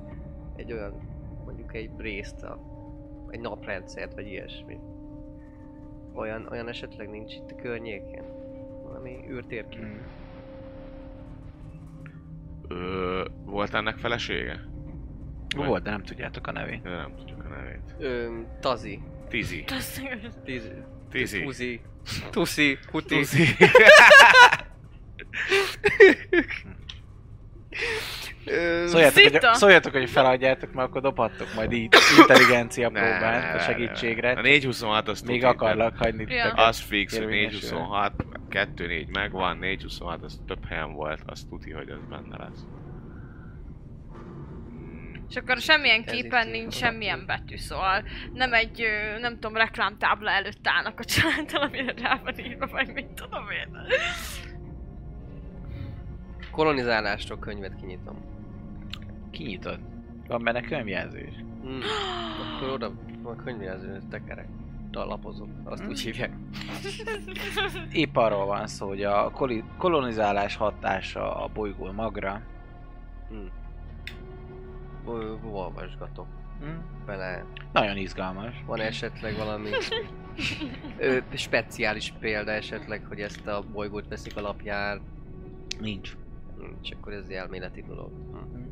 Speaker 3: egy olyan, mondjuk egy részt, a, egy naprendszert, vagy ilyesmi. Olyan, olyan esetleg nincs itt a környéken. Valami űrtérkép.
Speaker 4: Ö, volt ennek felesége? Vagy-
Speaker 2: Volt, de nem tudjátok a nevét.
Speaker 4: Én nem tudjuk a nevét.
Speaker 3: Ö, tazi.
Speaker 4: Tizi.
Speaker 3: Tiz,
Speaker 4: Tizi.
Speaker 3: Tuzi. Tuszi. Huti.
Speaker 4: Tuzi.
Speaker 3: Ö,
Speaker 2: Szóljatok
Speaker 5: Szita!
Speaker 2: hogy, szóljatok, hogy feladjátok, mert akkor dobhattok majd így intelligencia
Speaker 4: Ne, ne, ne, ne,
Speaker 2: próbát
Speaker 4: ne.
Speaker 2: a
Speaker 4: A
Speaker 2: segítségre.
Speaker 4: 426 azt
Speaker 2: Még akarlak hagyni
Speaker 5: Ja.
Speaker 2: titeket.
Speaker 4: Az fix, hogy
Speaker 2: Érvényesül.
Speaker 4: 426, 2-4 megvan, 426, az több helyen volt, az tuti, hogy az benne lesz. Mm,
Speaker 5: És akkor semmilyen
Speaker 3: Ez
Speaker 5: képen
Speaker 3: itt
Speaker 5: nincs
Speaker 3: így.
Speaker 5: semmilyen betű, szóval nem egy, ö, nem tudom, reklámtábla előtt állnak a családtal, amire rá van írva, vagy mit tudom én.
Speaker 3: Kolonizálásról könyvet kinyitom.
Speaker 2: Kinyitod. Van benne könyvjelzés.
Speaker 3: Mm. Akkor oda a könyvjelző tekerek. Talapozom.
Speaker 2: Mm.
Speaker 3: Azt
Speaker 2: Hm?
Speaker 3: úgy hívják.
Speaker 2: Épp arról van szó, hogy a koli- kolonizálás hatása a bolygó magra.
Speaker 3: Ö, Olvasgatok
Speaker 2: Hm?
Speaker 3: bele.
Speaker 2: Nagyon izgalmas.
Speaker 3: Van esetleg valami ö, speciális példa esetleg, hogy ezt a bolygót veszik alapján,
Speaker 2: Nincs.
Speaker 3: és akkor ez egy elméleti dolog. Hmm.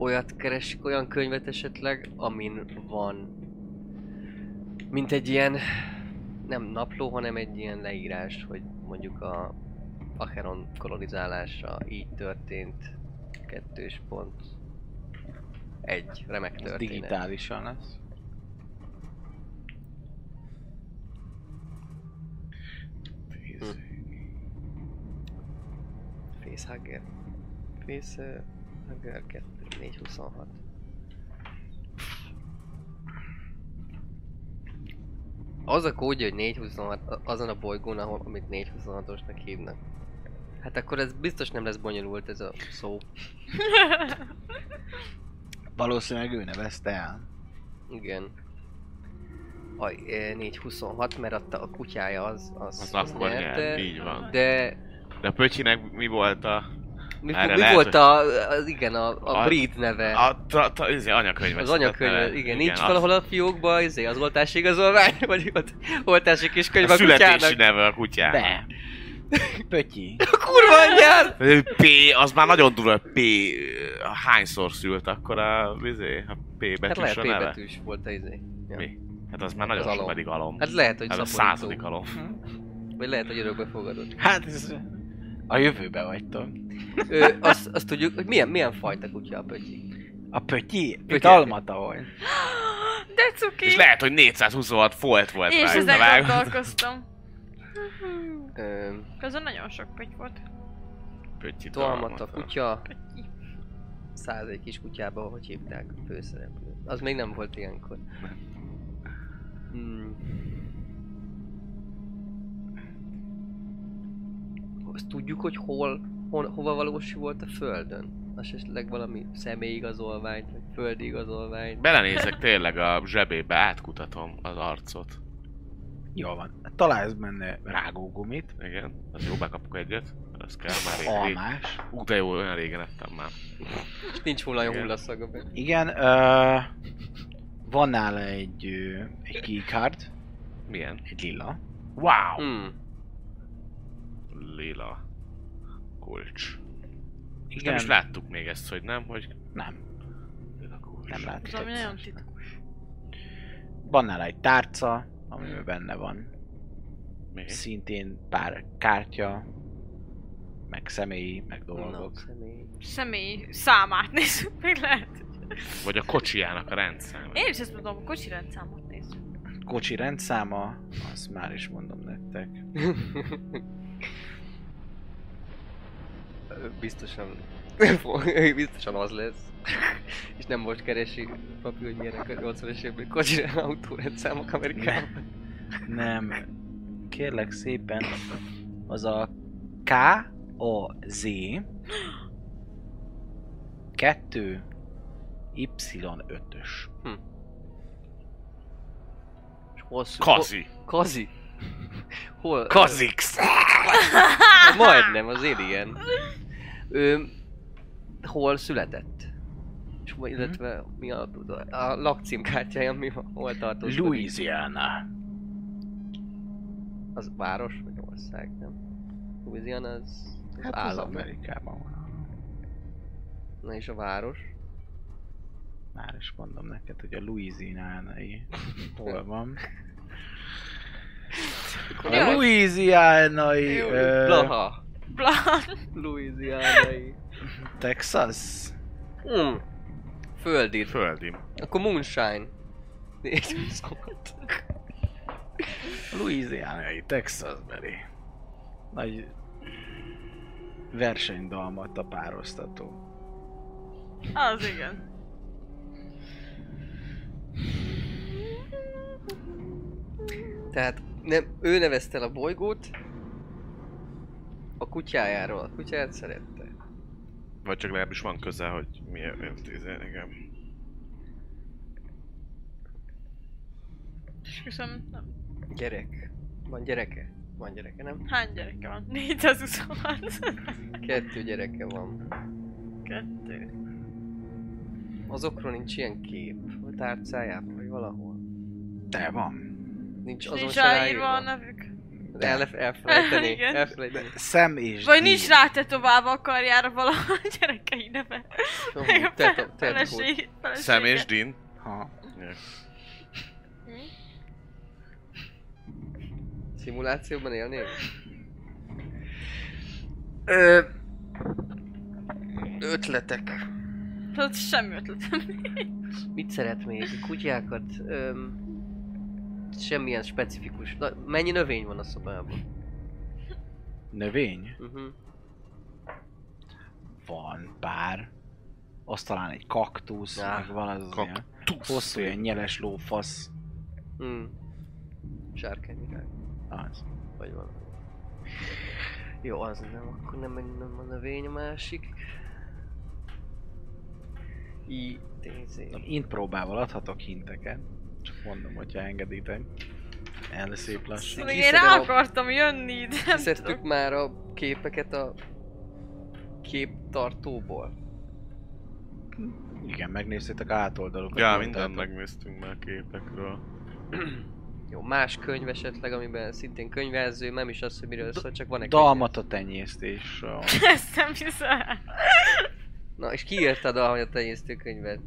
Speaker 3: Olyat keresik, olyan könyvet esetleg, amin van mint egy ilyen nem napló, hanem egy ilyen leírás, hogy mondjuk a Acheron kolonizálása így történt, kettős pont, egy remek
Speaker 2: Ez
Speaker 3: történet.
Speaker 2: digitálisan lesz.
Speaker 4: Tizi.
Speaker 3: Facehugger. uh, Facehugger 2, 426. Az a kódja, hogy 426, a- azon a bolygón, ahol, amit 426-osnak hívnak. Hát akkor ez biztos nem lesz bonyolult ez a szó.
Speaker 2: Valószínűleg ő nevezte el.
Speaker 3: Igen. A eh, 426, mert adta a kutyája az, az,
Speaker 4: Az akkor nyert, így van.
Speaker 3: De
Speaker 4: De Pötyinek mi volt a...
Speaker 3: mi,
Speaker 4: Erre
Speaker 3: mi
Speaker 4: lehet,
Speaker 3: volt
Speaker 4: hogy-
Speaker 3: a, az, igen, a, a,
Speaker 4: A-
Speaker 3: breed neve?
Speaker 4: A ta, ta, izé, anyakönyvet.
Speaker 3: Az anyakönyv,
Speaker 4: szedett
Speaker 3: igen,
Speaker 4: el.
Speaker 3: igen, nincs
Speaker 4: az-
Speaker 3: valahol a fiókba, izé, az oltási igazolvány, vagy ott oltási kis könyv
Speaker 4: A
Speaker 3: a
Speaker 4: születési
Speaker 3: kutyának.
Speaker 4: neve a kutyának.
Speaker 2: De. Pötyi.
Speaker 3: Kurva anyád!
Speaker 4: P, az már nagyon durva, P, hányszor szült akkor a, izé, a P
Speaker 3: Hát
Speaker 4: betűs
Speaker 3: lehet
Speaker 4: a
Speaker 3: P
Speaker 4: neve?
Speaker 3: betűs volt a izé. Ja.
Speaker 4: Mi? Hát az már nagyon
Speaker 3: Az
Speaker 4: sok
Speaker 3: alom.
Speaker 4: pedig alom.
Speaker 3: Hát lehet, hogy
Speaker 4: Hát a századik
Speaker 3: szaporító.
Speaker 4: alom.
Speaker 3: Vagy lehet, hogy örökbe fogadott.
Speaker 2: Hát ez... A jövőbe vagytok.
Speaker 3: Ö, azt, azt tudjuk, hogy milyen, milyen fajta kutya a pötyi.
Speaker 2: A Pötyi? Pötyi. Itt
Speaker 3: Pötyi.
Speaker 2: Almata volt.
Speaker 5: De cuki!
Speaker 4: És lehet, hogy 426 folt volt
Speaker 5: Én is
Speaker 4: rá,
Speaker 5: ezen
Speaker 4: vágod.
Speaker 5: gondolkoztam.
Speaker 3: Ö,
Speaker 5: Közben nagyon sok pegy volt.
Speaker 4: Pötyi
Speaker 3: Tolmat a
Speaker 4: tolmata.
Speaker 3: kutya. Száz egy kis kutyába, hogy hívták a főszereplőt. Az még nem volt ilyenkor. Hmm. Azt tudjuk, hogy hol, hon, hova valós volt a Földön? Az esetleg valami személyigazolványt, vagy földi igazolványt.
Speaker 4: Belenézek tényleg a zsebébe, átkutatom az arcot.
Speaker 2: Jól van. Találsz benne rágógumit,
Speaker 4: Igen, az jó, bekapok egyet. Ez kell már rég. rég.
Speaker 2: almás.
Speaker 4: Ú, de jó, olyan régen ettem már.
Speaker 3: És nincs hol nagyon
Speaker 4: Igen.
Speaker 3: hullaszaga benne.
Speaker 2: Igen, ö, van nála egy, ö, egy keycard,
Speaker 4: Milyen?
Speaker 2: egy lila. Hm,
Speaker 4: Wow!
Speaker 3: Hmm.
Speaker 4: Lila. Kulcs. És
Speaker 2: Igen,
Speaker 4: nem is láttuk még ezt, hogy nem, hogy
Speaker 2: nem,
Speaker 4: lila kulcs.
Speaker 2: nem
Speaker 5: Ez
Speaker 2: látod.
Speaker 5: ami nagyon titkos.
Speaker 2: Van nála egy tárca, amiben benne van
Speaker 4: Mi?
Speaker 2: szintén pár kártya, meg személyi, meg
Speaker 3: Na,
Speaker 2: dolgok.
Speaker 3: személy.
Speaker 5: Személy számát nézzük, meg lehet.
Speaker 4: Vagy a kocsijának a rendszáma.
Speaker 5: Én is ezt mondom, a kocsi rendszámot nézzük.
Speaker 2: Kocsi rendszáma, azt már is mondom nektek.
Speaker 3: Ö, Biztosan. Biztosan az lesz. És nem most keresi papi, hogy milyenek a 80-es évben kocsira autórendszámok Amerikában.
Speaker 2: Nem, kérlek szépen, az a K, A, Z, 2, Y, 5-ös.
Speaker 3: És Hosszú.
Speaker 4: Kazi.
Speaker 3: Ho- kazi. Hol?
Speaker 2: Kazix!
Speaker 3: Majdnem, az ilyen. Ő hol született? És ma- illetve mi a, a lakcímkártyája, mi hol tartózkodik?
Speaker 2: Louisiana.
Speaker 3: Az város vagy ország, nem? Louisiana az, az
Speaker 2: Hát az
Speaker 3: állam.
Speaker 2: Amerikában van.
Speaker 3: Na és a város?
Speaker 2: Már is mondom neked, hogy a Louisiana-i hol van. A
Speaker 5: Jó.
Speaker 2: Louisiana-i
Speaker 5: Jó.
Speaker 2: ö,
Speaker 3: Blaha.
Speaker 5: Bla,
Speaker 3: Louisianai.
Speaker 2: Texas.
Speaker 3: Mm. Földi.
Speaker 4: Földim.
Speaker 3: Akkor moonshine. Négy szót.
Speaker 2: Louisiana-i Texasbeli. Nagy versenydalmat a pároztató.
Speaker 5: az igen.
Speaker 3: Tehát nem, ő nevezte el a bolygót a kutyájáról. A kutyáját szerette.
Speaker 4: Vagy csak legalábbis van köze, hogy miért intézel nekem.
Speaker 5: És köszönöm, nem.
Speaker 3: Gyerek. Van gyereke? Van gyereke, nem?
Speaker 5: Hány gyereke van? 426.
Speaker 3: Kettő gyereke van.
Speaker 5: Kettő.
Speaker 3: Azokról nincs ilyen kép. A tárcájában, vagy valahol.
Speaker 2: De van.
Speaker 3: Nincs
Speaker 5: És
Speaker 3: azon
Speaker 5: nincs
Speaker 3: se
Speaker 5: ráírva a
Speaker 3: ráírva.
Speaker 5: nevük.
Speaker 3: El, elfelejteni.
Speaker 5: Igen.
Speaker 3: elfelejteni.
Speaker 2: Szem és
Speaker 5: Vagy
Speaker 2: díj.
Speaker 5: nincs rátetoválva a karjára valaha a gyerekei neve.
Speaker 3: Jó,
Speaker 5: Meg a
Speaker 3: te-
Speaker 5: fe-
Speaker 3: te- te-
Speaker 5: feleség- felesége.
Speaker 4: Szem és Din.
Speaker 2: Ha.
Speaker 5: Hm?
Speaker 3: Szimulációban élnél?
Speaker 2: Ö,
Speaker 3: Ötletek.
Speaker 5: Tehát semmi ötletem.
Speaker 3: Mit szeret még? Kutyákat? Öm, semmilyen specifikus. Na, mennyi növény van a szobában?
Speaker 2: növény?
Speaker 3: Uh-huh.
Speaker 2: Van pár. Az talán egy kaktusz,
Speaker 3: Á,
Speaker 2: meg van az
Speaker 4: kak-
Speaker 2: ilyen hosszú, ilyen nyeles lófasz.
Speaker 3: Mm. Sárkány irány.
Speaker 2: Az.
Speaker 3: Vagy valami. Jó, az nem, akkor nem, nem a növény a másik. I, T, Z.
Speaker 2: Int próbával adhatok hinteket. Csak mondom, hogyha engeditek. El szép lassan.
Speaker 5: Még én
Speaker 3: kiszedem
Speaker 5: rá
Speaker 3: a-
Speaker 5: akartam jönni, de nem
Speaker 3: Szedtük
Speaker 5: tudok.
Speaker 3: már a képeket a képtartóból.
Speaker 2: Igen, megnéztétek a átoldalukat.
Speaker 4: Ja,
Speaker 2: jól
Speaker 4: mindent
Speaker 2: tartok.
Speaker 4: megnéztünk már képekről.
Speaker 3: Jó, más könyv esetleg, amiben szintén könyvelző, nem is az, hogy miről szól, csak van egy
Speaker 2: Dalmat a tenyésztésről.
Speaker 5: Ezt nem hiszem.
Speaker 3: könyv. Na, és ki írta a dalmat a tenyésztő könyvet?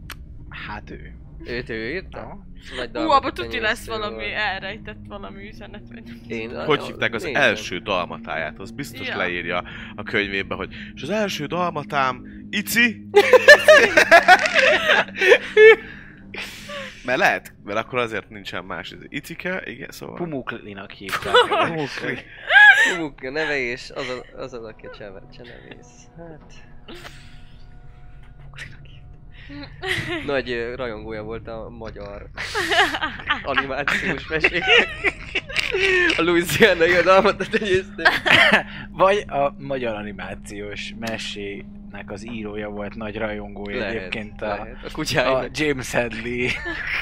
Speaker 2: Hát ő.
Speaker 3: Őt ő írta?
Speaker 2: Na.
Speaker 3: Nagy
Speaker 5: Ú,
Speaker 3: dalmat
Speaker 5: abban
Speaker 3: a
Speaker 5: tuti lesz
Speaker 3: tenyésztőről.
Speaker 5: valami elrejtett valami üzenet, vagy
Speaker 3: Én, a-
Speaker 4: Hogy hívták az
Speaker 3: nézem.
Speaker 4: első dalmatáját? Az biztos
Speaker 5: Ja.
Speaker 4: leírja a könyvébe, hogy és az első dalmatám Ici. mert lehet, mert akkor azért nincsen más. Ez Icike, igen, szóval...
Speaker 2: Pumuklinak hívták.
Speaker 4: Pumukli.
Speaker 3: Fuguk a neve és az a, az, az aki a cseve- csenevész. Hát... Nagy ö, rajongója volt a magyar animációs mesék. A Louisiana irodalmat a tenyésztő.
Speaker 2: Vagy a magyar animációs mesének az írója volt nagy rajongója
Speaker 3: Lehet,
Speaker 2: egyébként a,
Speaker 3: lehet. A
Speaker 2: a
Speaker 3: kutyáinak.
Speaker 2: James Hadley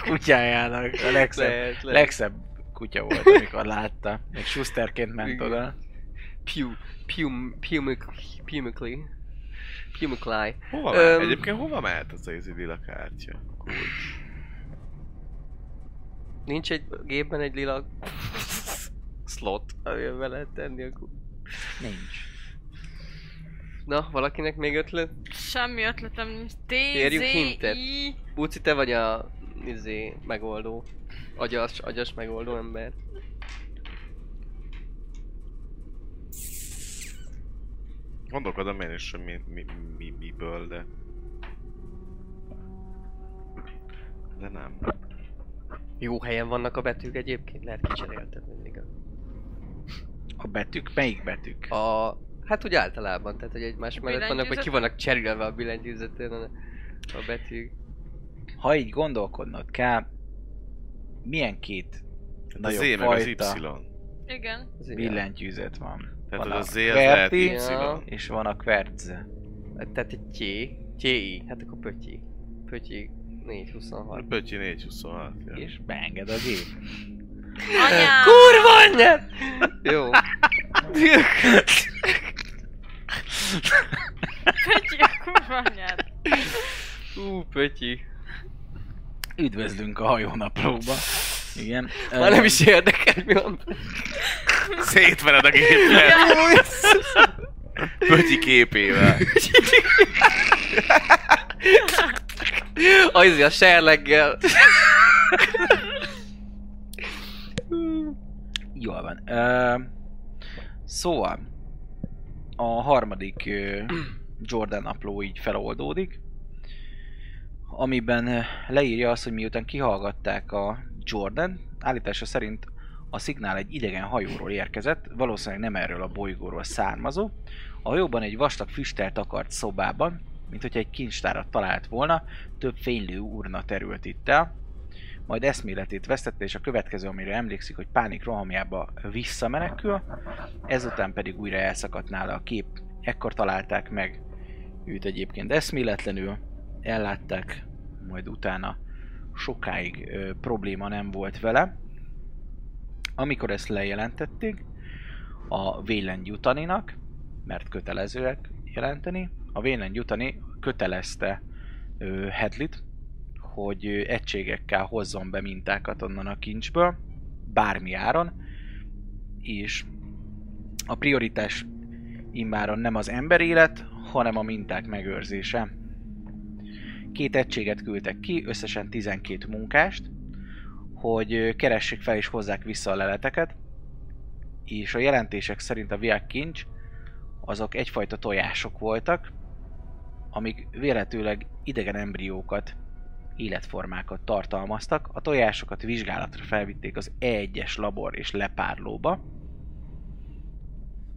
Speaker 2: kutyájának a legszebb,
Speaker 3: Lehet, lehet.
Speaker 2: legszebb kutya volt, amikor látta. Még Schusterként ment
Speaker 3: Igen.
Speaker 2: oda.
Speaker 3: Pew, Pew, Pumicli, Pumicli, Pumicli.
Speaker 4: Hova mehet?
Speaker 3: Öm.
Speaker 4: Egyébként hova mehet az az lila kártya? Kulcs.
Speaker 3: Nincs egy gépben egy lila slot, amivel be lehet tenni a ku-
Speaker 2: Nincs.
Speaker 3: Na, valakinek még ötlet?
Speaker 5: Semmi ötletem nincs. T,
Speaker 3: Kérjük
Speaker 5: Z,
Speaker 3: hintet.
Speaker 5: I.
Speaker 3: Buci, te vagy a izé, megoldó. Agyas, agyas megoldó ember.
Speaker 4: Gondolkodom én is, hogy mi, mi, mi, miből, de... De nem.
Speaker 3: Jó helyen vannak a betűk egyébként, lehet kicserélted mindig.
Speaker 2: A betűk? Melyik betűk?
Speaker 3: A... a... Hát úgy általában, tehát hogy egymás mellett vannak, vagy ki
Speaker 5: billentyűzeten?
Speaker 3: vannak cserélve a billentyűzetén a, a betűk.
Speaker 2: Ha így gondolkodnod kell, milyen két
Speaker 4: A Z
Speaker 2: nagyobb
Speaker 4: meg Hát az Y.
Speaker 2: fajta
Speaker 5: Igen.
Speaker 3: Az ilyen.
Speaker 2: billentyűzet van?
Speaker 4: Tehát
Speaker 2: Van
Speaker 4: az a
Speaker 2: a
Speaker 4: Z, az lehet
Speaker 2: kverti.
Speaker 4: Y.
Speaker 3: Ja.
Speaker 2: És van a kverce.
Speaker 3: Tehát egy tyé, tyéi, hát akkor pötyi. Pötyi 426.
Speaker 4: Pötyi 426. ja.
Speaker 2: És beenged a gép.
Speaker 5: Anyám!
Speaker 3: Kurva anyád! Jó.
Speaker 5: Pötyi, a kurva anyád!
Speaker 3: Ú, pötyi.
Speaker 2: Üdvözlünk a hajónaplóba. Igen.
Speaker 3: Már nem is érdekel, mi van.
Speaker 4: Szétvered a gépet. Pötyi képével.
Speaker 3: Ajzi a serleggel.
Speaker 2: Jól van. Ö, szóval, a harmadik ö, Jordan napló így feloldódik, amiben ö, leírja azt, hogy miután kihallgatták a Jordan, állítása szerint a szignál egy idegen hajóról érkezett, valószínűleg nem erről a bolygóról származó. A hajóban egy vastag füstelt akart szobában, mint hogyha egy kincstárat talált volna, több fénylő urna terült itt el majd eszméletét vesztette, és a következő, amire emlékszik, hogy pánik rohamjába visszamenekül, ezután pedig újra elszakadt nála a kép. Ekkor találták meg őt egyébként eszméletlenül, ellátták, majd utána sokáig ö, probléma nem volt vele. Amikor ezt lejelentették a Vélen Jutaninak, mert kötelezőek jelenteni, a Vélen Jutani kötelezte ö, Hedlit, hogy ö, egységekkel hozzon be mintákat onnan a kincsből, bármi áron, és a prioritás immáron nem az ember élet, hanem a minták megőrzése. Két egységet küldtek ki, összesen 12 munkást, hogy ö, keressék fel és hozzák vissza a leleteket, és a jelentések szerint a világkincs azok egyfajta tojások voltak, amik véletőleg idegen embriókat életformákat tartalmaztak. A tojásokat vizsgálatra felvitték az E1-es labor és lepárlóba,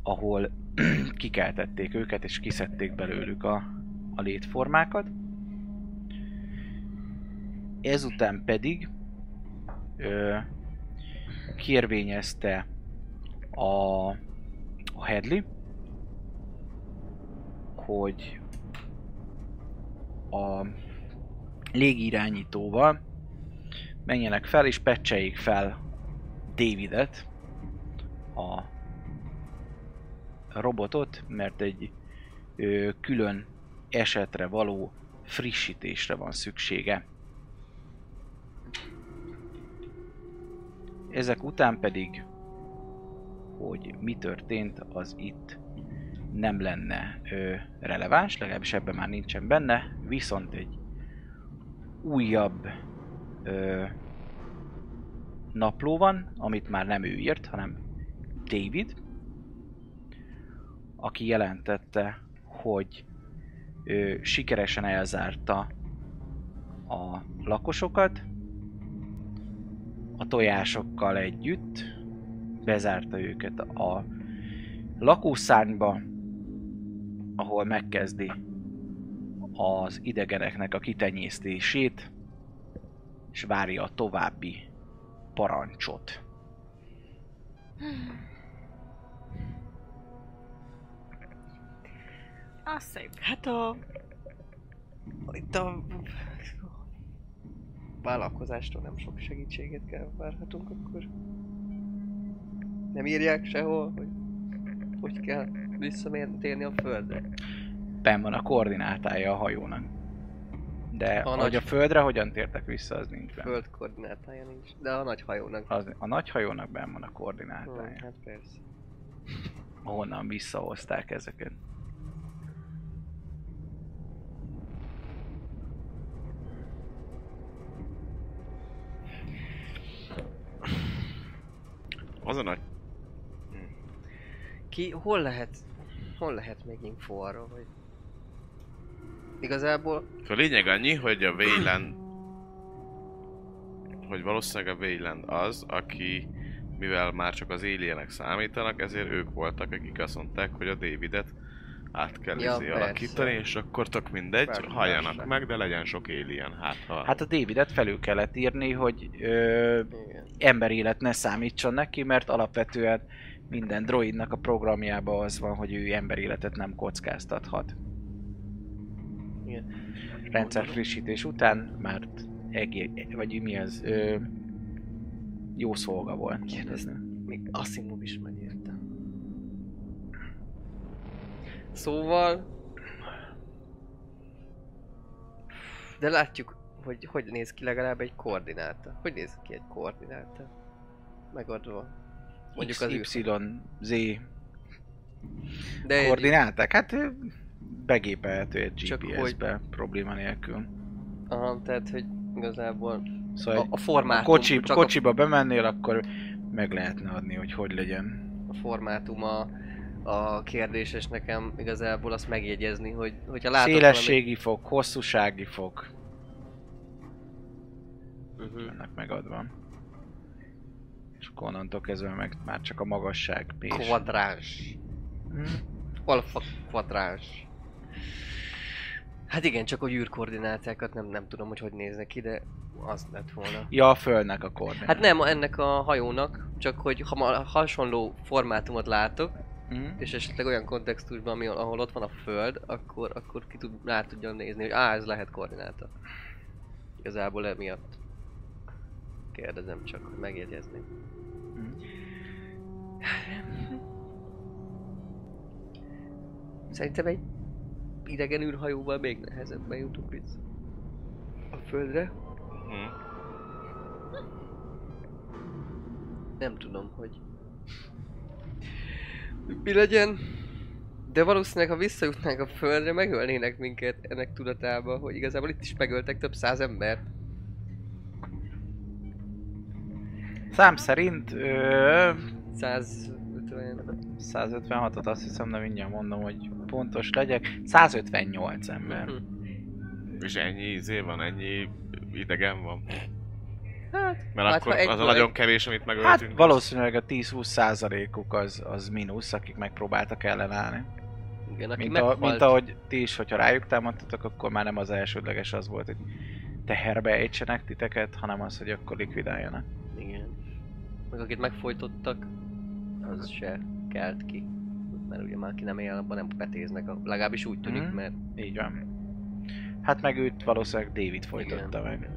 Speaker 2: ahol kikeltették őket és kiszedték belőlük a, a létformákat. Ezután pedig ö, kérvényezte a, a Hedley, hogy a légirányítóval menjenek fel és pecseljék fel Davidet, a robotot, mert egy ö, külön esetre való frissítésre van szüksége. Ezek után pedig, hogy mi történt, az itt nem lenne ö, releváns, legalábbis ebben már nincsen benne, viszont egy újabb ö, napló van, amit már nem ő írt, hanem David, aki jelentette, hogy ö, sikeresen elzárta a lakosokat, a tojásokkal együtt bezárta őket a lakószárnyba, ahol megkezdi az idegeneknek a kitenyésztését, és várja a további parancsot.
Speaker 5: Az szép.
Speaker 3: Hát a... Itt a... Vállalkozástól nem sok segítséget kell várhatunk akkor. Nem írják sehol, hogy hogy kell visszamérni a földre.
Speaker 2: Ben van a koordinátája a hajónak. De
Speaker 3: A
Speaker 2: a hogy
Speaker 3: nagy-
Speaker 2: a földre hogyan tértek vissza, az nincs benne.
Speaker 3: Föld koordinátája nincs, de a nagy hajónak.
Speaker 2: Az, a nagy hajónak ben van a
Speaker 3: Ó,
Speaker 2: koordinátája,
Speaker 3: hát persze.
Speaker 2: ahonnan visszahozták ezeket.
Speaker 4: Az a nagy...
Speaker 3: Ki, hol lehet, hol lehet még info arról, hogy... Igazából
Speaker 4: A lényeg annyi, hogy a Wayland... Hogy valószínűleg a Wayland az, aki mivel már csak az alienek számítanak, ezért ők voltak, akik azt mondták, hogy a Davidet át kell
Speaker 3: Ja,
Speaker 4: ja,
Speaker 3: persze.
Speaker 4: alakítani, és akkor tök mindegy,
Speaker 3: Persze, persze.
Speaker 4: halljanak meg, de legyen sok alien, hát ha...
Speaker 2: Hát a Davidet felül kellett írni, hogy ö,
Speaker 3: igen.
Speaker 2: emberélet ne számítson neki, mert alapvetően minden droidnak a programjában az van, hogy ő emberéletet nem kockáztathat.
Speaker 3: Igen.
Speaker 2: Rendszer frissítés után már egész, vagy mi az, ö, Jó szolga volt.
Speaker 3: Kérdezni. Még Asimov is megírta. Szóval... De látjuk, hogy hogy néz ki legalább egy koordináta. Hogy néz ki egy koordináta? Megadva. Mondjuk az
Speaker 2: X,
Speaker 3: űr.
Speaker 2: Y, Z
Speaker 3: De egy-
Speaker 2: koordináták. Hát ö, begépelhető egy
Speaker 3: Csak hogy-
Speaker 2: GPS-be probléma nélkül.
Speaker 3: Aha, tehát, hogy igazából
Speaker 2: Szóval
Speaker 3: a,
Speaker 2: egy-
Speaker 3: a
Speaker 2: a
Speaker 3: formátum,
Speaker 2: kocsi,
Speaker 3: csak
Speaker 2: kocsiba bemennél, akkor meg lehetne adni, hogy hogy legyen.
Speaker 3: a formátum a, a kérdés, és nekem igazából azt megjegyezni, hogy hogyha látok
Speaker 2: Szélességi fok, hosszúsági fok. Ennek megadva. És akkor onnantól kezdve meg már csak a magasság pés.
Speaker 3: valami kvadráns,
Speaker 2: Hm?
Speaker 3: alfa kvadráns. Hát igen, csak a űrkoordinátákat nem, nem tudom, hogy hogy néznek ki, de az lett volna.
Speaker 2: Ja, a földnek a koordinát.
Speaker 3: Hát nem, ennek a hajónak, csak hogy ha ma- hasonló formátumot látok,
Speaker 2: Hm?
Speaker 3: és esetleg olyan kontextusban, ami, ahol ott van a föld, akkor, akkor ki tud, rá tudjon nézni, hogy á, ez lehet koordináta. Igazából emiatt kérdezem csak, hogy megjegyezni. Szerintem egy idegen űrhajóval még nehezebben jutunk vissza a földre.
Speaker 4: Hm.
Speaker 3: Nem tudom, hogy mi legyen. De valószínűleg, ha visszajutnánk a földre, megölnének minket ennek tudatába, hogy igazából itt is megöltek több száz embert.
Speaker 2: Szám szerint ö,
Speaker 3: 150...
Speaker 2: 156-ot azt hiszem, de mindjárt mondom, hogy pontos legyek. 158 ember.
Speaker 3: Mhm.
Speaker 4: És ennyi izé van, ennyi idegen van.
Speaker 3: Hát,
Speaker 4: Mert
Speaker 3: Hát,
Speaker 4: akkor
Speaker 3: ha egy-
Speaker 4: az a nagyon
Speaker 3: egy-
Speaker 4: kevés, amit megöltünk.
Speaker 2: Hát valószínűleg a 10-20 százalékuk az, az mínusz, akik megpróbáltak ellenállni.
Speaker 3: igen, aki
Speaker 2: Mint, a,
Speaker 3: meghalt.
Speaker 2: mint ahogy ti is, hogyha rájuk támadtatok, akkor már nem az elsődleges az volt, hogy teherbe ejtsenek titeket, hanem az, hogy akkor likvidáljanak.
Speaker 3: Igen. Meg akit megfojtottak, az se kelt ki. Mert ugye már aki nem él, abban nem betéznek, a- legalábbis úgy tűnik,
Speaker 2: Mhm.
Speaker 3: mert...
Speaker 2: Így van. Hát meg őt valószínűleg David folytatta
Speaker 3: Igen.
Speaker 2: meg.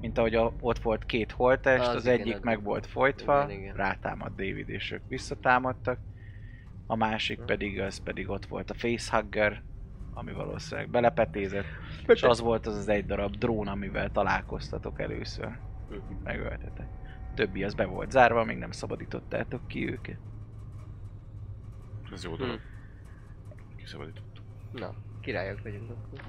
Speaker 2: Mint ahogy a, ott volt két holttest, az,
Speaker 3: Az
Speaker 2: az
Speaker 3: igen,
Speaker 2: egyik
Speaker 3: az
Speaker 2: meg
Speaker 3: ott-
Speaker 2: volt folytva,
Speaker 3: igen, igen.
Speaker 2: rátámadt David és ők visszatámadtak. A
Speaker 3: Hm.
Speaker 2: másik pedig, az pedig ott volt a facehugger, ami valószínűleg belepetézett, és az volt az az egy darab drón, amivel találkoztatok először. Megöltetek. Többi az be volt zárva, még nem szabadítottátok ki őket.
Speaker 4: Ez jó dolog.
Speaker 3: Hm.
Speaker 4: Kiszabadítunk.
Speaker 3: Na, királyok vagyunk akkor.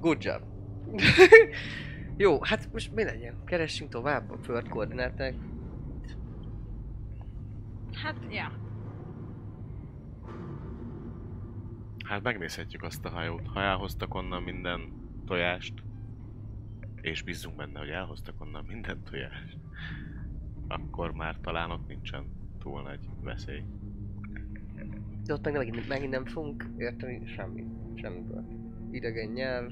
Speaker 3: Good job. Jó, hát most mi legyen? Keressünk tovább a föld koordináták.
Speaker 5: Hát, ja.
Speaker 4: Hát megnézhetjük azt a hajót. Ha elhoztak onnan minden tojást, és bízunk benne, hogy elhoztak onnan minden tojást, akkor már talán ott nincsen túl nagy veszély.
Speaker 3: De ott meg megint, megint nem fogunk érteni semmit. Semmiből. Idegen nyelv.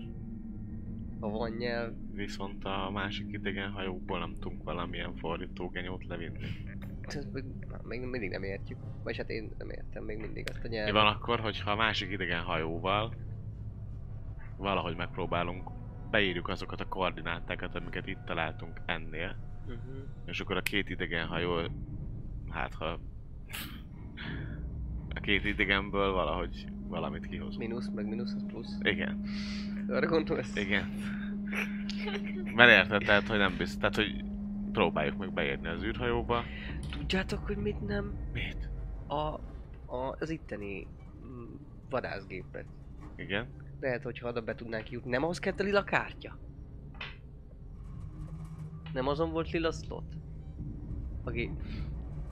Speaker 3: Ha van nyelv.
Speaker 4: Viszont a másik idegen hajókból nem tudunk valamilyen fordítógenyót levinni.
Speaker 3: tehát Még, még mindig nem értjük. Vagy hát én nem értem még mindig azt a
Speaker 4: Mi
Speaker 3: nyelvet.
Speaker 4: van akkor, hogyha a másik idegen hajóval valahogy megpróbálunk, beírjuk azokat a koordinátákat, amiket itt találtunk ennél,
Speaker 3: Uh-huh.
Speaker 4: És akkor a két idegen hajó, hát ha a két idegenből valahogy valamit kihozunk.
Speaker 3: Minusz, meg minusz, az plusz.
Speaker 4: Igen,
Speaker 3: Arra gondolom, ez...
Speaker 4: igen. Mert érted, tehát hogy nem biztos, tehát hogy próbáljuk meg beérni az űrhajóba.
Speaker 3: Tudjátok, hogy mit nem?
Speaker 4: Mit?
Speaker 3: A, a, az itteni mm, vadászgépet.
Speaker 4: Igen.
Speaker 3: Lehet, hogy ha oda be tudnánk jutni. Nem ahhoz kellett a lila kártya? Nem azon volt lila slot? A gép.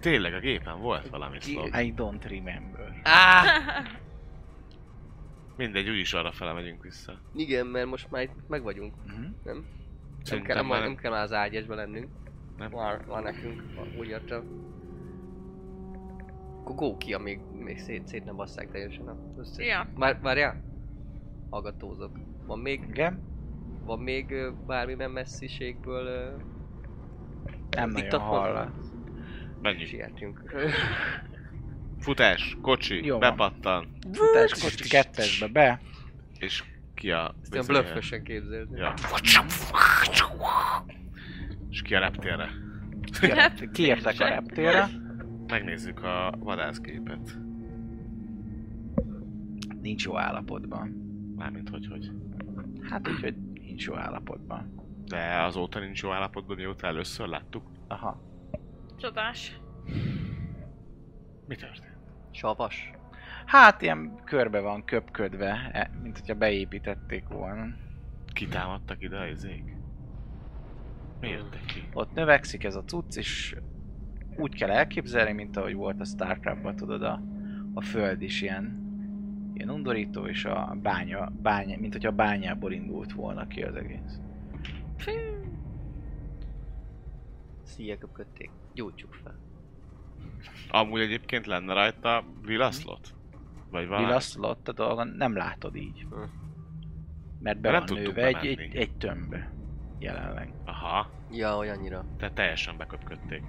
Speaker 4: Tényleg a gépen volt valami
Speaker 3: Ki- Hát-
Speaker 4: szlog.
Speaker 2: I don't remember.
Speaker 3: Á!
Speaker 4: Mindegy, úgyis arra fele megyünk vissza.
Speaker 3: Igen, mert most már itt meg vagyunk.
Speaker 2: Mhm.
Speaker 3: Nem kell, nem, nem kell már az ágyesbe lennünk.
Speaker 4: Nem.
Speaker 3: Már, már nekünk, van- úgy értem. Akkor go ki, amíg még szét, szét nem basszák teljesen a összes.
Speaker 5: Ja.
Speaker 3: Már, várjál! Hallgatózok. Van még
Speaker 2: Igen?
Speaker 3: Van még ö, bármilyen messziségből ö,
Speaker 2: Nem
Speaker 3: Diktatban.
Speaker 2: nagyon hallat.
Speaker 4: Menjünk.
Speaker 3: sietünk.
Speaker 4: Futás, kocsi,
Speaker 2: Jó van.
Speaker 4: bepattan,
Speaker 2: Futás kocsi kettesbe be.
Speaker 4: és ki a...
Speaker 3: Ezt ilyen blöffösen képzelni.
Speaker 4: Ja. És ki a reptérre.
Speaker 2: Kiértek a reptérre.
Speaker 4: Megnézzük a vadászgépet.
Speaker 2: Nincs jó állapotban.
Speaker 4: Mármint hogy hogy.
Speaker 2: Hát úgy, hogy nincs jó állapotban.
Speaker 4: De azóta nincs jó állapotban, mióta először láttuk.
Speaker 2: Aha.
Speaker 5: Csodás.
Speaker 4: Mi történt?
Speaker 3: Savas.
Speaker 2: Hát ilyen körbe van köpködve, e, mint hogyha beépítették volna.
Speaker 4: Kitámadtak ide a izék? Miért jöttek ki?
Speaker 2: Ott növekszik ez a cucc, és úgy kell elképzelni, mint ahogy volt a Star Trek-ban, tudod, a, a föld is ilyen, ilyen undorító, és a bánya, bánya, mint hogy a bányából indult volna ki az egész.
Speaker 5: Fű.
Speaker 3: Szíjek köpködték. Gyújtsuk fel.
Speaker 4: Amúgy egyébként lenne rajta vilaszlott? Vagy valami?
Speaker 2: Vilaszlott a dolgon, nem látod így.
Speaker 3: Hm.
Speaker 2: Mert be
Speaker 4: Nem
Speaker 2: van
Speaker 4: tudtuk
Speaker 2: nőve egy, egy,
Speaker 4: bemenni.
Speaker 2: egy tömbbe jelenleg.
Speaker 4: Aha,
Speaker 3: Ja, hogy annyira.
Speaker 4: tehát teljesen beköpködték.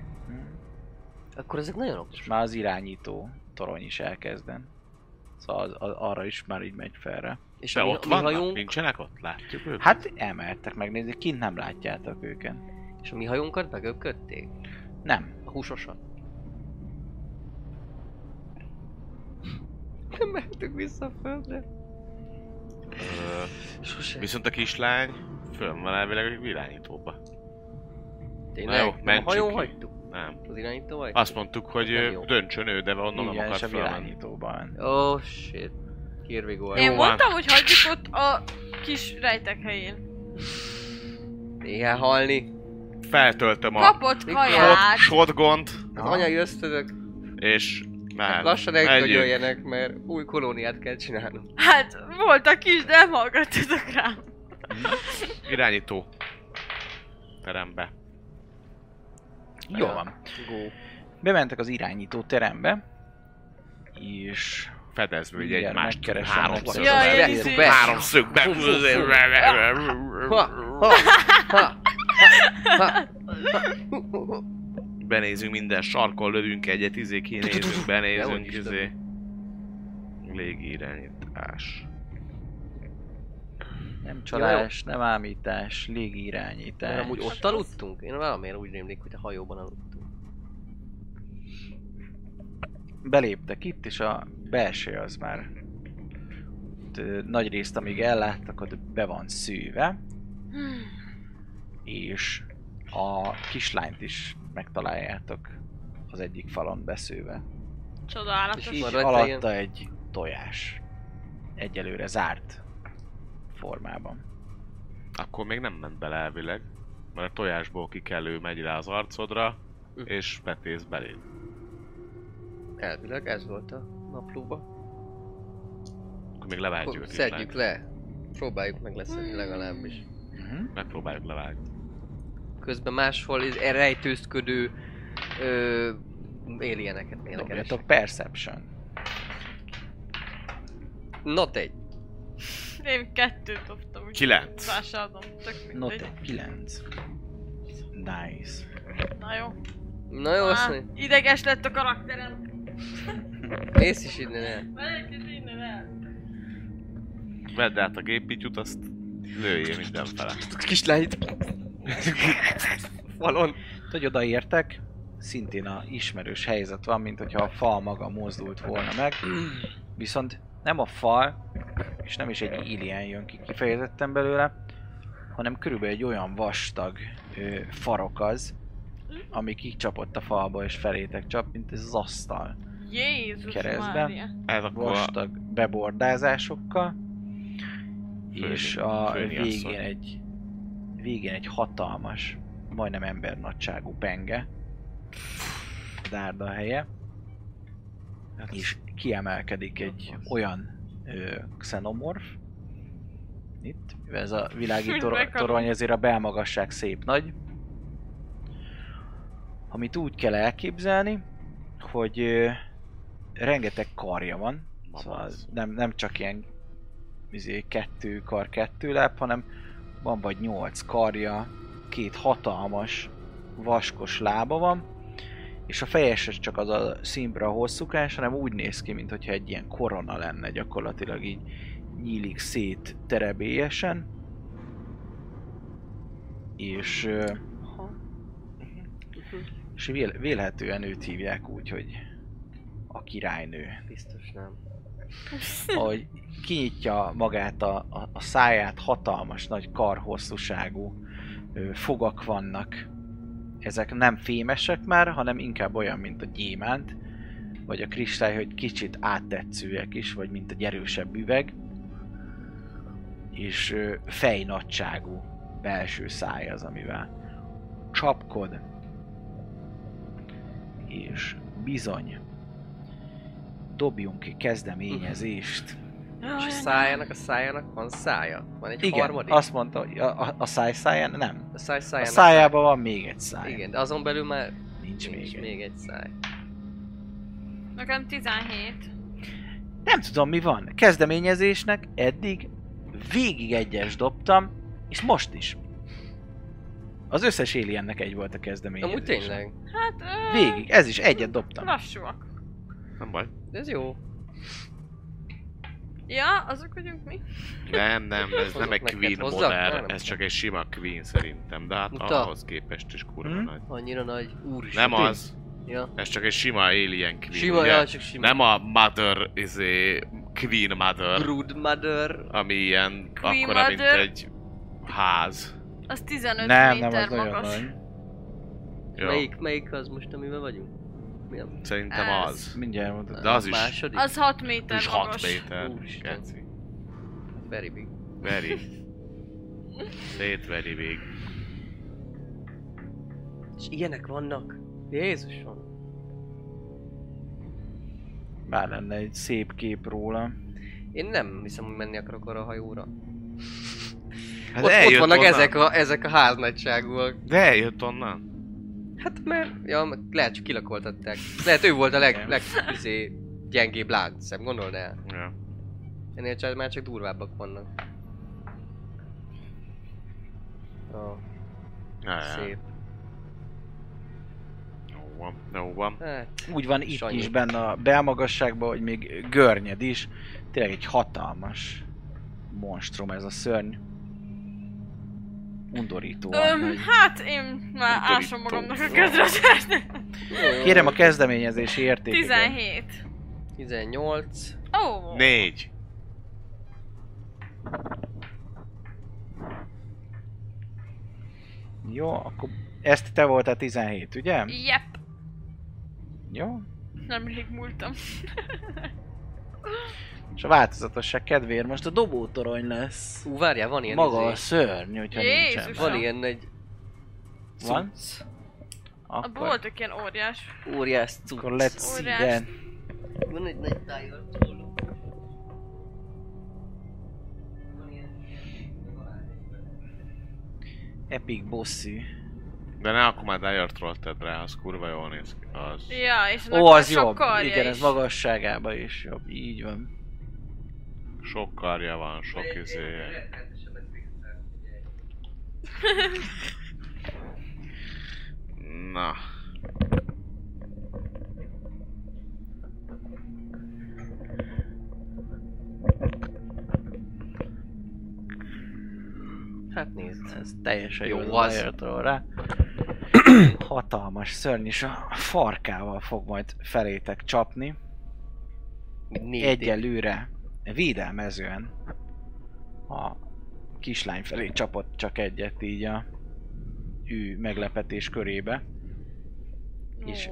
Speaker 3: Akkor ezek nagyon okos.
Speaker 2: És már az irányító torony is elkezden. Szóval az, az, arra is már így megy felre.
Speaker 3: És
Speaker 4: De
Speaker 3: a mi-
Speaker 4: ott
Speaker 3: mi
Speaker 4: vannak?
Speaker 3: hajunk-
Speaker 4: Nincsenek ott? Látjuk őket?
Speaker 2: Hát elmertek megnézni, kint nem látjátok őket.
Speaker 3: És a mi hajunkat megöpködték?
Speaker 2: Nem.
Speaker 3: A húsosat? Nem mehetünk vissza a földre.
Speaker 4: Ö,
Speaker 3: Sose.
Speaker 4: viszont a kislány fönn van elvileg egy irányítóba.
Speaker 3: Tényleg?
Speaker 4: Na jó,
Speaker 3: nem a
Speaker 4: mentsük
Speaker 3: hajón
Speaker 4: ki.
Speaker 3: hagytuk?
Speaker 4: Nem.
Speaker 3: Az irányító vagy?
Speaker 4: Azt mondtuk, hogy
Speaker 3: Nem
Speaker 4: ö,
Speaker 3: jó.
Speaker 4: döntsön ő, de onnan nem
Speaker 2: Igen,
Speaker 4: akar
Speaker 2: és a
Speaker 4: felmenni.
Speaker 2: világítóban.
Speaker 3: Oh shit. Here we go.
Speaker 5: Én
Speaker 4: van.
Speaker 5: mondtam, hogy hagyjuk ott a kis rejtek helyén.
Speaker 3: Ilyen halni.
Speaker 4: Feltöltöm a
Speaker 5: Kapott
Speaker 3: Mikor?
Speaker 5: kaját.
Speaker 4: shotgont,
Speaker 3: Az anyai ösztönök
Speaker 4: és
Speaker 3: hát,
Speaker 4: mehet.
Speaker 3: lassan
Speaker 4: Menjünk.
Speaker 3: elkönyöljenek, mert új kolóniát kell csinálnunk.
Speaker 5: Hát, voltak is, de nem hallgattatok rám.
Speaker 4: Irányító terembe.
Speaker 2: Jó van.
Speaker 3: Go.
Speaker 2: Bementek az irányító terembe, és
Speaker 4: Fedezve ugye
Speaker 2: Mindjárt
Speaker 4: egymást
Speaker 2: megkeresem,
Speaker 4: háromszögben.
Speaker 2: megkeresem.
Speaker 5: Jaj,
Speaker 3: be-
Speaker 5: én izé-
Speaker 3: be-
Speaker 4: Háromszögben.
Speaker 3: Ha, ha, ha, ha, ha.
Speaker 4: Benézünk minden sarkon, lövünk egyet, izé kinézünk,
Speaker 3: Dehogy
Speaker 4: benézünk,
Speaker 3: is
Speaker 4: izé. Légirányítás.
Speaker 2: nem csalás, nem ámítás, légirányítás.
Speaker 3: Mert amúgy ott aludtunk. Én valamiért úgy rémlik, hogy a hajóban aludtunk.
Speaker 2: beléptek itt, és a belső az már ott, ö, nagy részt, amíg elláttak, ott be van szűve, és a kislányt is megtaláljátok az egyik falon beszőve.
Speaker 5: Csodálatos.
Speaker 3: És
Speaker 2: Így
Speaker 3: így van rajta
Speaker 2: alatta egy tojás. Egyelőre zárt formában.
Speaker 4: Akkor még nem ment bele elvileg, mert a tojásból kikelő megy rá az arcodra,
Speaker 3: Hm.
Speaker 4: és betész beléd.
Speaker 3: Elvileg ez volt a naplóba.
Speaker 4: Akkor még levágjuk a
Speaker 3: Akkor
Speaker 4: kislányt.
Speaker 3: szedjük le. Próbáljuk meg leszedni legalábbis.
Speaker 2: Uh-huh.
Speaker 4: Megpróbáljuk levágni.
Speaker 3: Közben máshol is rejtőzködő ö, alienek, alienek
Speaker 2: Dobjatok Perception.
Speaker 3: Not egy.
Speaker 5: Én kettőt dobtam, úgy
Speaker 4: Kilenc.
Speaker 5: Vásárolom, tök mindegy.
Speaker 2: Not 9. Nice.
Speaker 5: Na jó.
Speaker 3: Na jó, azt
Speaker 5: Á,
Speaker 3: mondja,
Speaker 5: ideges lett a karakterem.
Speaker 3: mész is innen el.
Speaker 5: Megyek is innen el.
Speaker 4: Vedd át a gépítyút, azt lőjél mindenfele.
Speaker 3: Kislányt. Falon.
Speaker 2: hogy odaértek, szintén a ismerős helyzet van, mint hogyha a fal maga mozdult volna meg, viszont nem a fal, és nem is egy alien jön ki kifejezetten belőle, hanem körülbelül egy olyan vastag ö, farok az, ami kicsapott a falba és felétek csap, mint ez az asztal.
Speaker 5: Jézus
Speaker 2: Keresztbe.
Speaker 5: Mária.
Speaker 4: Ez akkor a
Speaker 2: Vastag bebordázásokkal,
Speaker 4: Főni-
Speaker 2: és a
Speaker 4: főni asszony.
Speaker 2: végén egy, végén egy hatalmas, majdnem embernagyságú penge, dárda helye,
Speaker 4: Hát
Speaker 2: és kiemelkedik egy olyan ö, xenomorf. Itt, mivel ez a világi
Speaker 5: Mint
Speaker 2: tor-
Speaker 5: bekapom.
Speaker 2: torony, ezért a belmagasság szép nagy. Amit úgy kell elképzelni, hogy ö, rengeteg karja van,
Speaker 4: Mama
Speaker 2: szóval
Speaker 4: az.
Speaker 2: nem, nem csak ilyen izé, kettő kar, kettő láb, hanem van vagy nyolc karja, két hatalmas vaskos lába van, és a feje se csak az a színbra hosszúkás, hanem úgy néz ki, mintha egy ilyen korona lenne gyakorlatilag így nyílik szét terebélyesen, és, ö, és vél, vélhetően őt hívják úgy, hogy a királynő
Speaker 3: Biztos nem.
Speaker 2: ahogy kinyitja magát a, a, a száját, hatalmas nagy karhosszúságú ö, fogak vannak. Ezek nem fémesek már, hanem inkább olyan, mint a gyémánt, vagy a kristály, hogy kicsit áttetszőek is, vagy mint egy erősebb üveg. És ö, fejnagyságú belső száj az, amivel csapkod. És bizony, dobjunk ki kezdeményezést.
Speaker 3: És a szájának, a szájának van szája. Van egy
Speaker 2: Igen,
Speaker 3: harmadik.
Speaker 2: azt mondta, hogy a, a, a száj száján nem.
Speaker 3: A száj
Speaker 2: A
Speaker 3: szájának.
Speaker 2: szájában van még egy száj.
Speaker 3: Igen, de azon belül már
Speaker 2: Nincs,
Speaker 3: nincs
Speaker 2: még, egy.
Speaker 3: még egy száj.
Speaker 5: Nekem 17.
Speaker 2: Nem tudom mi van. Kezdeményezésnek eddig végig egyes dobtam, és most is. Az összes aliennek egy volt a kezdeményezés.
Speaker 3: Amúgy tényleg.
Speaker 5: Hát... Ö...
Speaker 2: Végig, ez is egyet dobtam.
Speaker 5: Lassúak.
Speaker 4: Nem baj.
Speaker 3: De ez jó.
Speaker 5: Ja, azok vagyunk mi.
Speaker 4: Nem, nem, ez
Speaker 3: Hozzak
Speaker 4: nem egy
Speaker 3: neked,
Speaker 4: Queen
Speaker 3: hozzak? Nem,
Speaker 4: modell,
Speaker 3: nem.
Speaker 4: ez csak egy sima Queen szerintem, de hát
Speaker 3: Muta.
Speaker 4: ahhoz képest is kurva
Speaker 2: Hm?
Speaker 4: nagy.
Speaker 3: Annyira nagy úr.
Speaker 4: Nem az,
Speaker 3: Ja.
Speaker 4: ez csak egy sima Alien Queen,
Speaker 3: Sima,
Speaker 4: ugye?
Speaker 3: ja, csak sima.
Speaker 4: Nem a Mother, izé, Queen Mother,
Speaker 3: Brood mother.
Speaker 4: ami ilyen
Speaker 5: Queen
Speaker 4: akkora, mint
Speaker 5: Mother.
Speaker 4: egy ház.
Speaker 5: Az 15
Speaker 2: Nem, nem,
Speaker 5: méter
Speaker 2: az nagyon
Speaker 5: magas.
Speaker 2: nagy.
Speaker 4: Jó,
Speaker 3: Melyik, melyik az most, amiben vagyunk? Mi a...
Speaker 4: szerintem
Speaker 5: Ez.
Speaker 4: az.
Speaker 2: Mindjárt mondod.
Speaker 4: De az is.
Speaker 3: Második?
Speaker 5: Az 6 méter
Speaker 4: És 6
Speaker 5: magas.
Speaker 4: méter,
Speaker 3: Úristen.
Speaker 4: keci.
Speaker 3: Very big.
Speaker 4: Veri. Szétveri vég.
Speaker 3: És ilyenek vannak. Jézusom.
Speaker 2: Bár lenne egy szép kép róla.
Speaker 3: Én nem hiszem, hogy menni akarok arra a hajóra.
Speaker 4: Hát
Speaker 3: ott, ott
Speaker 4: eljött
Speaker 3: vannak
Speaker 4: onnan.
Speaker 3: ezek a, ezek a háznagyságúak.
Speaker 4: De eljött onnan.
Speaker 3: Hát mert... Ja, mert lehet, hogy kilakoltatták. Lehet ő volt a leg, leg izé, gyengébb láncszem, gondolnál.
Speaker 4: Ja.
Speaker 3: Ennél csak, már csak durvábbak vannak. Ó,
Speaker 4: Ja, ja.
Speaker 3: szép.
Speaker 4: Jó van, jó van.
Speaker 3: Hát,
Speaker 2: Úgy van itt
Speaker 3: Sanyi.
Speaker 2: is benne a belmagasságban, hogy még görnyed is. Tényleg egy hatalmas monstrum ez a szörny. Undorító.
Speaker 5: Öm,
Speaker 2: Öm,
Speaker 5: hát én már
Speaker 4: Undorító.
Speaker 5: ásom magamnak a közvetlen.
Speaker 2: Kérem a kezdeményezési értéket.
Speaker 5: 17.
Speaker 3: 18.
Speaker 5: Ó, oh,
Speaker 4: Négy.
Speaker 2: Jó, akkor ezt te voltál 17, ugye?
Speaker 5: jep,
Speaker 2: Jó.
Speaker 5: nemrég múltam.
Speaker 2: És a változatosság kedvéért most a dobótorony lesz.
Speaker 3: Ú, várjál, van ilyen
Speaker 2: Maga a
Speaker 3: izé.
Speaker 2: szörny, hogyha
Speaker 5: Jézus!
Speaker 2: nincsen.
Speaker 3: Van ilyen egy
Speaker 2: Van?
Speaker 3: cucc.
Speaker 5: Abban
Speaker 2: Akkor,
Speaker 5: voltak ilyen óriás.
Speaker 3: Óriás cucc.
Speaker 2: akkor let's see
Speaker 5: Óriás.
Speaker 2: then.
Speaker 3: Van egy nagy tájjal tolló.
Speaker 2: Epic bossy.
Speaker 4: De ne akkor már Dire tedd rá, az kurva jól néz ki. Az.
Speaker 5: Ja, és
Speaker 2: Ó, az
Speaker 5: jó.
Speaker 2: jobb. Igen, ez magasságában is jobb. Így van.
Speaker 4: Sok karja van, sok izé. izéje. Na.
Speaker 3: Hát nézd.
Speaker 2: Ez teljesen jó,
Speaker 3: Jó
Speaker 2: jó
Speaker 3: az.
Speaker 2: az. a rá. Hatalmas szörny, és a farkával fog majd felétek csapni.
Speaker 3: Négy
Speaker 2: egyelőre védelmezően a kislány felé csapott csak egyet így a ő meglepetés körébe. és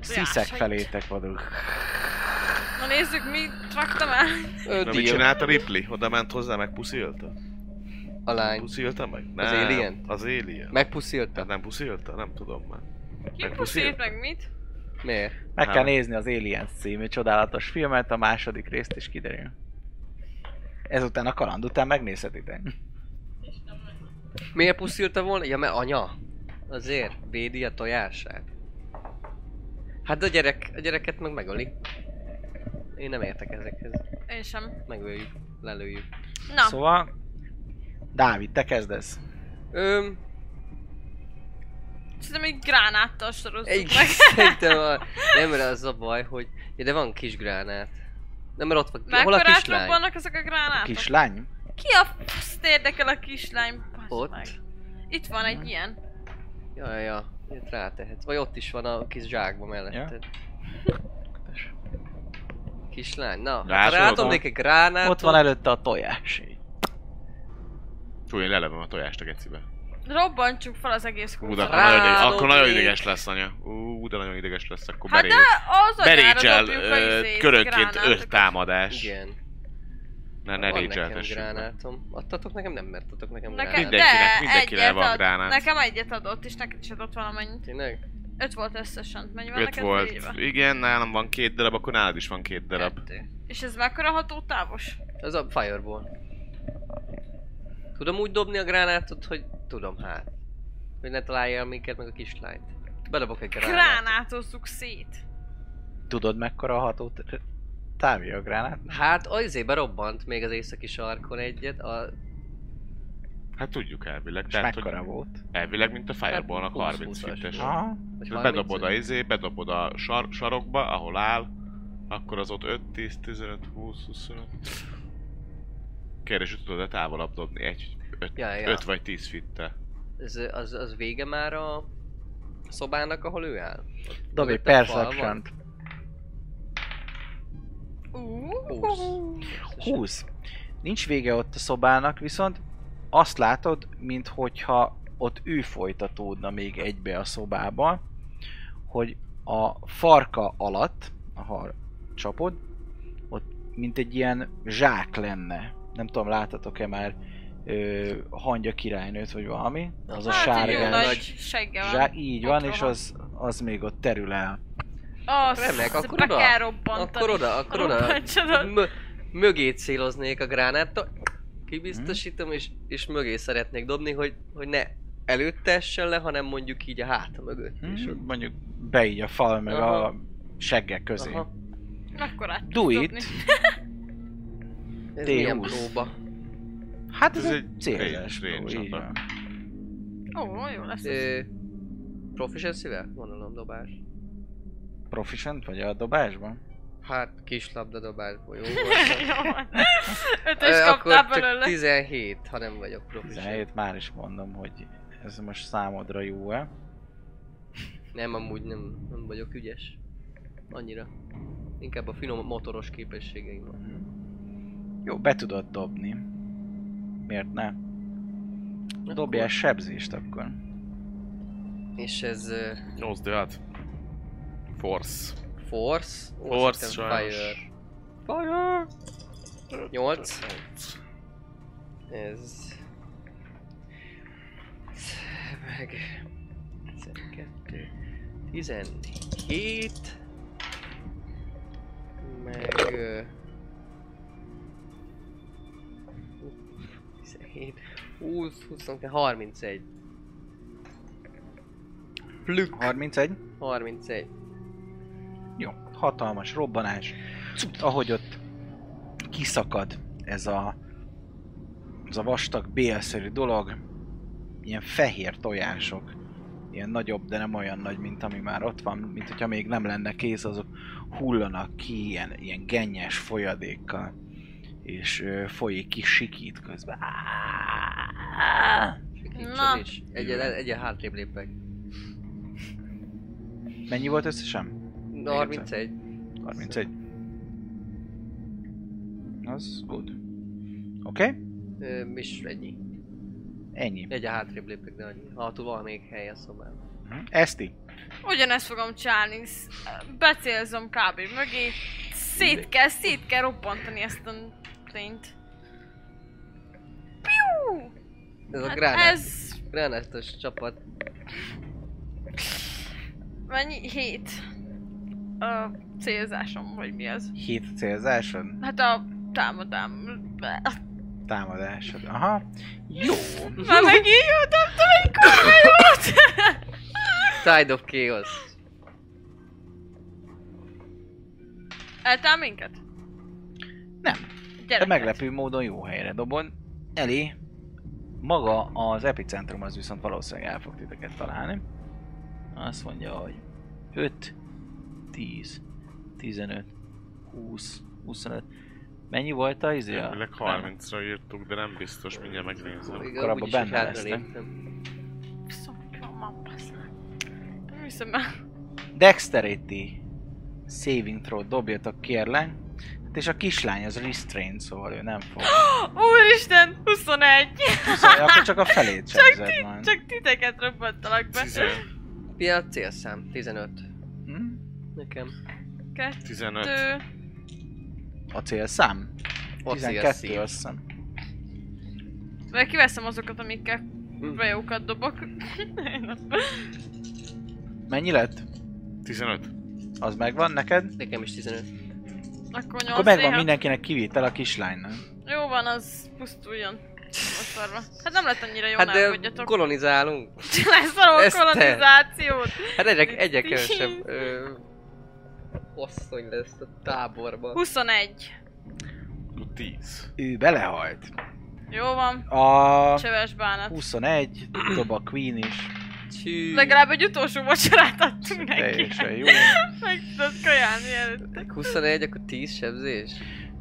Speaker 2: Sziszek felétek vadul.
Speaker 5: Na nézzük, mit raktam el.
Speaker 4: Na mit csinálta Ripley? Oda ment hozzá, meg puszilta?
Speaker 3: A lány.
Speaker 4: Puszilta meg? Nem,
Speaker 3: Az Alien?
Speaker 4: Az Alien. Hát
Speaker 3: Megpuszilta?
Speaker 4: nem puszilta? Nem tudom már.
Speaker 5: Ki
Speaker 4: Meg
Speaker 5: puszít
Speaker 4: puszílt?
Speaker 5: meg mit?
Speaker 3: Miért?
Speaker 2: Meg kell
Speaker 4: Nem.
Speaker 2: nézni az Aliens című csodálatos filmet, a második részt is kiderül. Ezután a kaland után megnézhetitek.
Speaker 3: Miért puszilta volna? Ja, mert anya. Azért védi a tojását. Hát a gyerek, a gyereket meg megöli. Én nem értek ezekhez.
Speaker 5: Én sem.
Speaker 3: Megöljük, lelőjük.
Speaker 5: Na,
Speaker 2: Szóval, Dávid, te kezdesz.
Speaker 3: Öm,
Speaker 5: szerintem egy gránáttal sorozzuk
Speaker 3: egy,
Speaker 5: meg.
Speaker 3: szerintem a, nem mert az a baj, hogy... Ja, de van kis gránát. Nem, mert ott van. Hol a
Speaker 5: Mekkora
Speaker 3: kislány?
Speaker 5: átlopbannak ezek a
Speaker 2: A
Speaker 5: gránátok?
Speaker 2: kislány?
Speaker 5: Ki a faszt érdekel a kislány? Bassz
Speaker 3: Ott.
Speaker 5: Meg. Itt van egy ilyen.
Speaker 3: Ja, ja, ja. Ilyet rátehetsz. Vagy ott is van a kis zsákba melletted. Kislány, na. hát
Speaker 4: Látod, ott van.
Speaker 3: Rádomnék egy gránát.
Speaker 2: Ott van előtte a tojás.
Speaker 4: Fú, én lelövöm a tojást a gecibe.
Speaker 5: Robbantsuk fel az egész
Speaker 4: Ú, de
Speaker 5: kulcsot.
Speaker 4: akkor nagyon, ideges, akkor nagyon
Speaker 3: Rádobnék.
Speaker 4: ideges lesz, anya. Ú, de nagyon ideges lesz, akkor
Speaker 5: Hát de
Speaker 4: berél.
Speaker 5: az anyára
Speaker 4: Berécsel
Speaker 5: dobjuk a izé,
Speaker 4: ö,
Speaker 5: izét,
Speaker 4: körönként öt
Speaker 5: gránátokat.
Speaker 4: támadás.
Speaker 3: Igen.
Speaker 4: Ne, ne
Speaker 3: Ne van nekem
Speaker 4: régyeltessük meg.
Speaker 3: gránátom. Adtatok nekem? Nem mertetek nekem
Speaker 5: Nekem,
Speaker 3: gránát.
Speaker 4: Mindenkinek-
Speaker 5: de,
Speaker 4: mindenkinek
Speaker 5: egyet
Speaker 4: van
Speaker 5: ad-
Speaker 4: gránát.
Speaker 5: Nekem egyet adott, és neked is adott valamennyit.
Speaker 3: Tényleg?
Speaker 5: Öt volt összesen. Mennyi van
Speaker 4: Öt
Speaker 5: neked
Speaker 4: volt.
Speaker 5: felírva?
Speaker 4: Igen, nálam van két darab, akkor nálad is van két darab.
Speaker 5: Kettő. És ez mekkora hatótávos?
Speaker 3: Ez a fireball. Tudom úgy dobni a gránátot, hogy tudom hát. Hogy ne találja el minket meg a kislányt. Bedobok egy gránátot.
Speaker 5: Gránátozzuk szét.
Speaker 2: Tudod mekkora a ható távja a gránát?
Speaker 3: Hát azért berobbant még az északi sarkon egyet, a
Speaker 4: Hát tudjuk elvileg.
Speaker 2: És
Speaker 4: Tehát,
Speaker 2: mekkora
Speaker 4: hogy
Speaker 2: volt?
Speaker 4: elvileg, mint a Fireballnak
Speaker 3: Hát
Speaker 4: 30
Speaker 3: 20-20-as.
Speaker 4: fittes.
Speaker 2: Aha.
Speaker 3: vagy 30
Speaker 4: Tehát bedobod a izé, bedobod a sar- sarokba, ahol áll, akkor az ott 5, 10, 15, 20, 25. Kérdés, hogy tudod-e távolabb dobni? Egy, 5,
Speaker 3: Ja, ja.
Speaker 4: vagy 10 fitte.
Speaker 3: Ez, az, az vége már a szobának, ahol ő áll?
Speaker 2: Dobj egy
Speaker 3: Ott a fal
Speaker 2: perception
Speaker 5: Uh,
Speaker 3: Összesen.
Speaker 2: 20. Nincs vége ott a szobának, viszont azt látod, minthogyha ott ő folytatódna még egybe a szobába, hogy a farka alatt, a har csapod, ott mint egy ilyen zsák lenne. Nem tudom, láttatok-e már ö, hangya királynőt, vagy valami? Az a
Speaker 5: hát egy jó
Speaker 3: sárgány.
Speaker 5: nagy
Speaker 2: sárgás
Speaker 5: segge van.
Speaker 2: zsák, így van,
Speaker 5: Ott
Speaker 2: és
Speaker 5: van.
Speaker 2: az, az még ott terül el.
Speaker 5: Azt
Speaker 3: Remek, akkor
Speaker 5: be
Speaker 3: oda-
Speaker 5: kell robbantani.
Speaker 3: Akkor oda, akkor oda.
Speaker 5: Robbantsanod.
Speaker 3: Mö- mögé céloznék a gránáttal, kibiztosítom, és, és mögé szeretnék dobni, hogy, hogy ne előtte essen le, hanem mondjuk így a háta mögött.
Speaker 2: Hm?
Speaker 3: És
Speaker 2: És
Speaker 3: akkor-
Speaker 2: mondjuk be így a fal meg a
Speaker 3: Hmm. Aha.
Speaker 2: seggek közé.
Speaker 3: Aha.
Speaker 5: Akkor át
Speaker 2: Do
Speaker 5: tudsz
Speaker 2: it.
Speaker 5: dobni.
Speaker 2: T20.
Speaker 3: Ez milyen próba?
Speaker 2: Hát ez,
Speaker 4: Ez
Speaker 2: ez
Speaker 4: egy
Speaker 2: egy célzás.
Speaker 4: range-
Speaker 2: dolog,
Speaker 4: range
Speaker 2: így
Speaker 4: attack.
Speaker 2: van.
Speaker 5: Ó, jó lesz. ez.
Speaker 3: Ö, Proficiency-vel? Gondolom dobás.
Speaker 2: Proficient vagy a dobásban?
Speaker 3: Hát kis labdadobásból jó volt.
Speaker 5: Jó van.
Speaker 3: Ö,
Speaker 5: Ötös kaptál
Speaker 3: akkor csak
Speaker 5: belőle.
Speaker 3: 17, ha nem vagyok proficient.
Speaker 2: 17, már is mondom, hogy ez most számodra jó-e.
Speaker 3: Nem, amúgy nem, nem vagyok ügyes. Annyira. Inkább a finom motoros képességeim van.
Speaker 2: Jó, be tudod dobni. Miért ne? Dobjál sebzést akkor.
Speaker 3: És ez uh,
Speaker 4: 8 d 6. hát Force.
Speaker 3: Force? Ó,
Speaker 4: Force,
Speaker 3: szerintem
Speaker 4: sajnos.
Speaker 3: Fire. Fire! 8. Ez... Meg... 12... 17... Meg... ö, 17... 20, 22, 31. Plük!
Speaker 2: 31.
Speaker 3: 31.
Speaker 2: Jó, hatalmas robbanás. Ahogy ott kiszakad ez a, ez a vastag bélszerű dolog, ilyen fehér tojások, ilyen nagyobb, de nem olyan nagy, mint ami már ott van, mint hogyha még nem lenne kész, azok hullanak ki ilyen, ilyen gennyes folyadékkal, és ö, folyik ki sikít közben.
Speaker 5: Na.
Speaker 3: Na. Egyen, egyen hátrébb lépek.
Speaker 2: Mennyi volt összesen?
Speaker 3: Na, 31.
Speaker 2: 31. Az good. Oké? Okay?
Speaker 3: Ö, és ennyi.
Speaker 2: Ennyi.
Speaker 3: Egy a hátrébb lépek, de annyi. Ha túl van még hely a szobában.
Speaker 5: Hm?
Speaker 2: Eszti.
Speaker 5: Ugyanezt fogom csinálni. Sz- Becélzom kb. mögé. Szét kell, szét kell robbantani ezt a lényt. Piu!
Speaker 3: Ez a
Speaker 5: Hát
Speaker 3: gránát, ez...
Speaker 5: ez...
Speaker 3: gránátos csapat.
Speaker 5: Mennyi? Hét. A célzásom, vagy mi az?
Speaker 2: Hét célzásod?
Speaker 5: Hát a támadám.
Speaker 2: Támadásod. Aha. Jó.
Speaker 5: Már megint jó, nem tudom, hogy kurva jó volt.
Speaker 3: Tide of Chaos.
Speaker 5: Eltáll minket?
Speaker 2: Nem. Te
Speaker 5: Gyerek.
Speaker 2: Hát meglepő módon jó helyre dobod. Eli, maga az epicentrum az viszont valószínűleg el fog titeket találni. Azt mondja, hogy 5, 10, 15, 20, 25. Mennyi volt a izé? a-
Speaker 4: Elvileg 30-ra írtuk, de nem biztos, mindjárt megnézem.
Speaker 3: Igen,
Speaker 2: abba
Speaker 3: úgyis
Speaker 2: benne
Speaker 3: hátra
Speaker 2: lesz, nem?
Speaker 3: léptem.
Speaker 5: Szóval van, bassz meg. Nem hiszem el.
Speaker 2: Dexterity saving throw dobjatok kérlek. Hát és a kislány az restraint, szóval ő nem fog.
Speaker 5: Úristen, 21!
Speaker 2: Szóval akkor csak a felét
Speaker 5: Csak
Speaker 2: sebzed majd.
Speaker 5: Csak titeket robbantalak be.
Speaker 4: 10,
Speaker 3: Mi a célszám? 15.
Speaker 2: Hm?
Speaker 3: Nekem.
Speaker 5: Kettő,
Speaker 4: 15.
Speaker 2: A célszám?
Speaker 3: Ott
Speaker 2: 12
Speaker 3: CSC.
Speaker 2: azt hiszem.
Speaker 5: Mert kiveszem azokat, amikkel
Speaker 3: Mm.
Speaker 5: vajókat dobok.
Speaker 2: Mennyi lett?
Speaker 4: 15.
Speaker 2: Az megvan neked?
Speaker 3: Nekem is 15.
Speaker 5: Akkor 8
Speaker 2: Akkor megvan mindenkinek kivétel a kislánynak.
Speaker 5: Jó van, az pusztuljon. Oszarva. Hát nem lett annyira jó,
Speaker 3: Hát
Speaker 5: hát
Speaker 3: de
Speaker 5: elfogyjatok. Kol-
Speaker 3: kolonizálunk.
Speaker 5: Leszarom
Speaker 3: Ezt te.
Speaker 5: kolonizációt.
Speaker 3: Hát egyre, egyre kevesebb ö, asszony lesz a táborban.
Speaker 5: 21.
Speaker 4: 10.
Speaker 2: Ő belehajt.
Speaker 5: Jó van.
Speaker 2: A
Speaker 5: Cseves bánat.
Speaker 2: 21, dob a Queen is.
Speaker 3: Csű.
Speaker 5: Legalább egy utolsó vacsorát adtunk neki.
Speaker 2: Teljesen jó.
Speaker 5: Meg tudod kajálni előtte.
Speaker 3: 21, akkor 10 sebzés.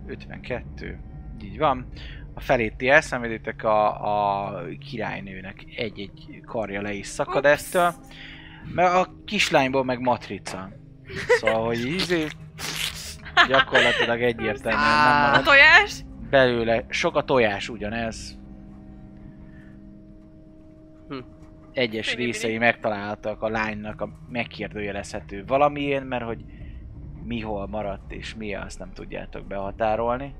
Speaker 2: 52. Így van. A felét ti elszenveditek a, a királynőnek egy-egy karja le is szakad
Speaker 5: Ups.
Speaker 2: ettől. Mert a kislányból meg matrica. Szóval, hogy ízé, gyakorlatilag egyértelműen nem
Speaker 3: Á.
Speaker 5: A
Speaker 2: marad
Speaker 5: tojás?
Speaker 2: belőle. Sok a tojás ugyanez.
Speaker 3: Hm.
Speaker 2: Egyes
Speaker 5: Fényi
Speaker 2: részei megtaláltak a lánynak a megkérdőjelezhető valamién, mert hogy mihol maradt és mi, azt nem tudjátok behatárolni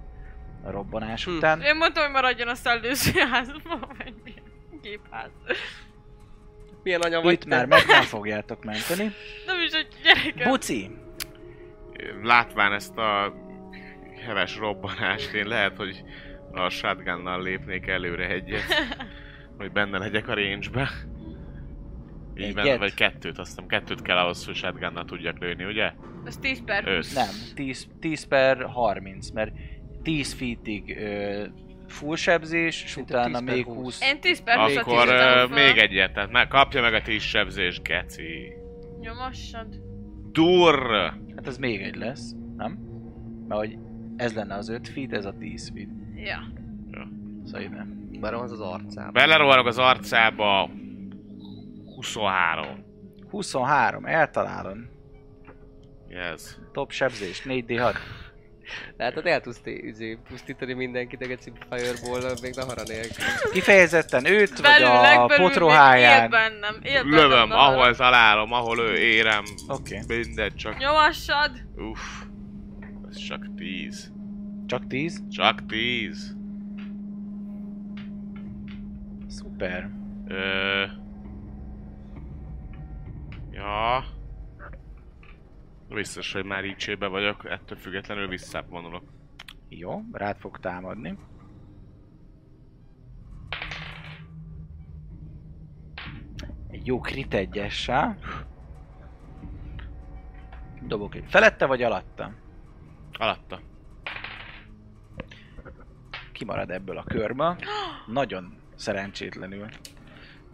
Speaker 2: a robbanás
Speaker 3: Hm.
Speaker 2: után.
Speaker 5: Én mondtam, hogy maradjon a szellőzőházban, vagy mi? Gépház.
Speaker 3: Milyen anya vagy
Speaker 2: Itt
Speaker 3: te?
Speaker 2: már meg nem fogjátok menteni.
Speaker 5: Nem is, hogy gyerekem.
Speaker 2: Buci!
Speaker 4: Látván ezt a heves robbanást, én lehet, hogy a shotgunnal lépnék előre egyet, hogy benne legyek a range-be. Így benne,
Speaker 2: Egyet?
Speaker 4: vagy kettőt, azt hiszem kettőt kell ahhoz, hogy shotgunnal tudjak lőni, ugye?
Speaker 5: Ez 10 per 20.
Speaker 4: Öt.
Speaker 2: Nem, 10, 10 per 30, mert 10 feetig ö, full sebzés, és
Speaker 3: Szinte
Speaker 2: utána
Speaker 3: 10 per
Speaker 2: még
Speaker 3: 20.
Speaker 2: 20.
Speaker 5: Én 10 per 20
Speaker 4: Akkor ö, még egyet, tehát meg, kapja meg a tíz sebzés, geci.
Speaker 5: Nyomassad.
Speaker 4: Durr!
Speaker 2: Hát ez még egy lesz, nem? Mert hogy ez lenne az 5 feet, ez a 10 feet.
Speaker 5: Ja.
Speaker 2: Szóval így nem.
Speaker 3: Várom az az arcába.
Speaker 4: Belerohanok az arcába 23.
Speaker 2: 23, eltalálom.
Speaker 4: Yes.
Speaker 2: Top sebzés, 4d6.
Speaker 3: Látod, el tudsz té- izé, pusztítani mindenkit a geci fireball még nahara nélkül.
Speaker 2: Kifejezetten őt, vagy a
Speaker 5: Belülek, belül él
Speaker 2: potroháján.
Speaker 5: bennem. Él bennem.
Speaker 4: Lövöm,
Speaker 5: Nahara.
Speaker 4: ahol találom, ahol ő érem.
Speaker 2: Oké, okay.
Speaker 4: Minden csak...
Speaker 5: Nyomassad.
Speaker 4: Uff. Ez csak 10.
Speaker 2: csak 10.
Speaker 4: Csak 10.
Speaker 2: Szuper.
Speaker 4: Ö... Ja... Biztos, hogy már így csébe vagyok, ettől függetlenül visszavonulok.
Speaker 2: Jó, rád fog támadni. Egy jó krit egyessel. Dobok egy. Felette vagy alatta?
Speaker 4: Alatta.
Speaker 2: Kimarad ebből a körből. Nagyon szerencsétlenül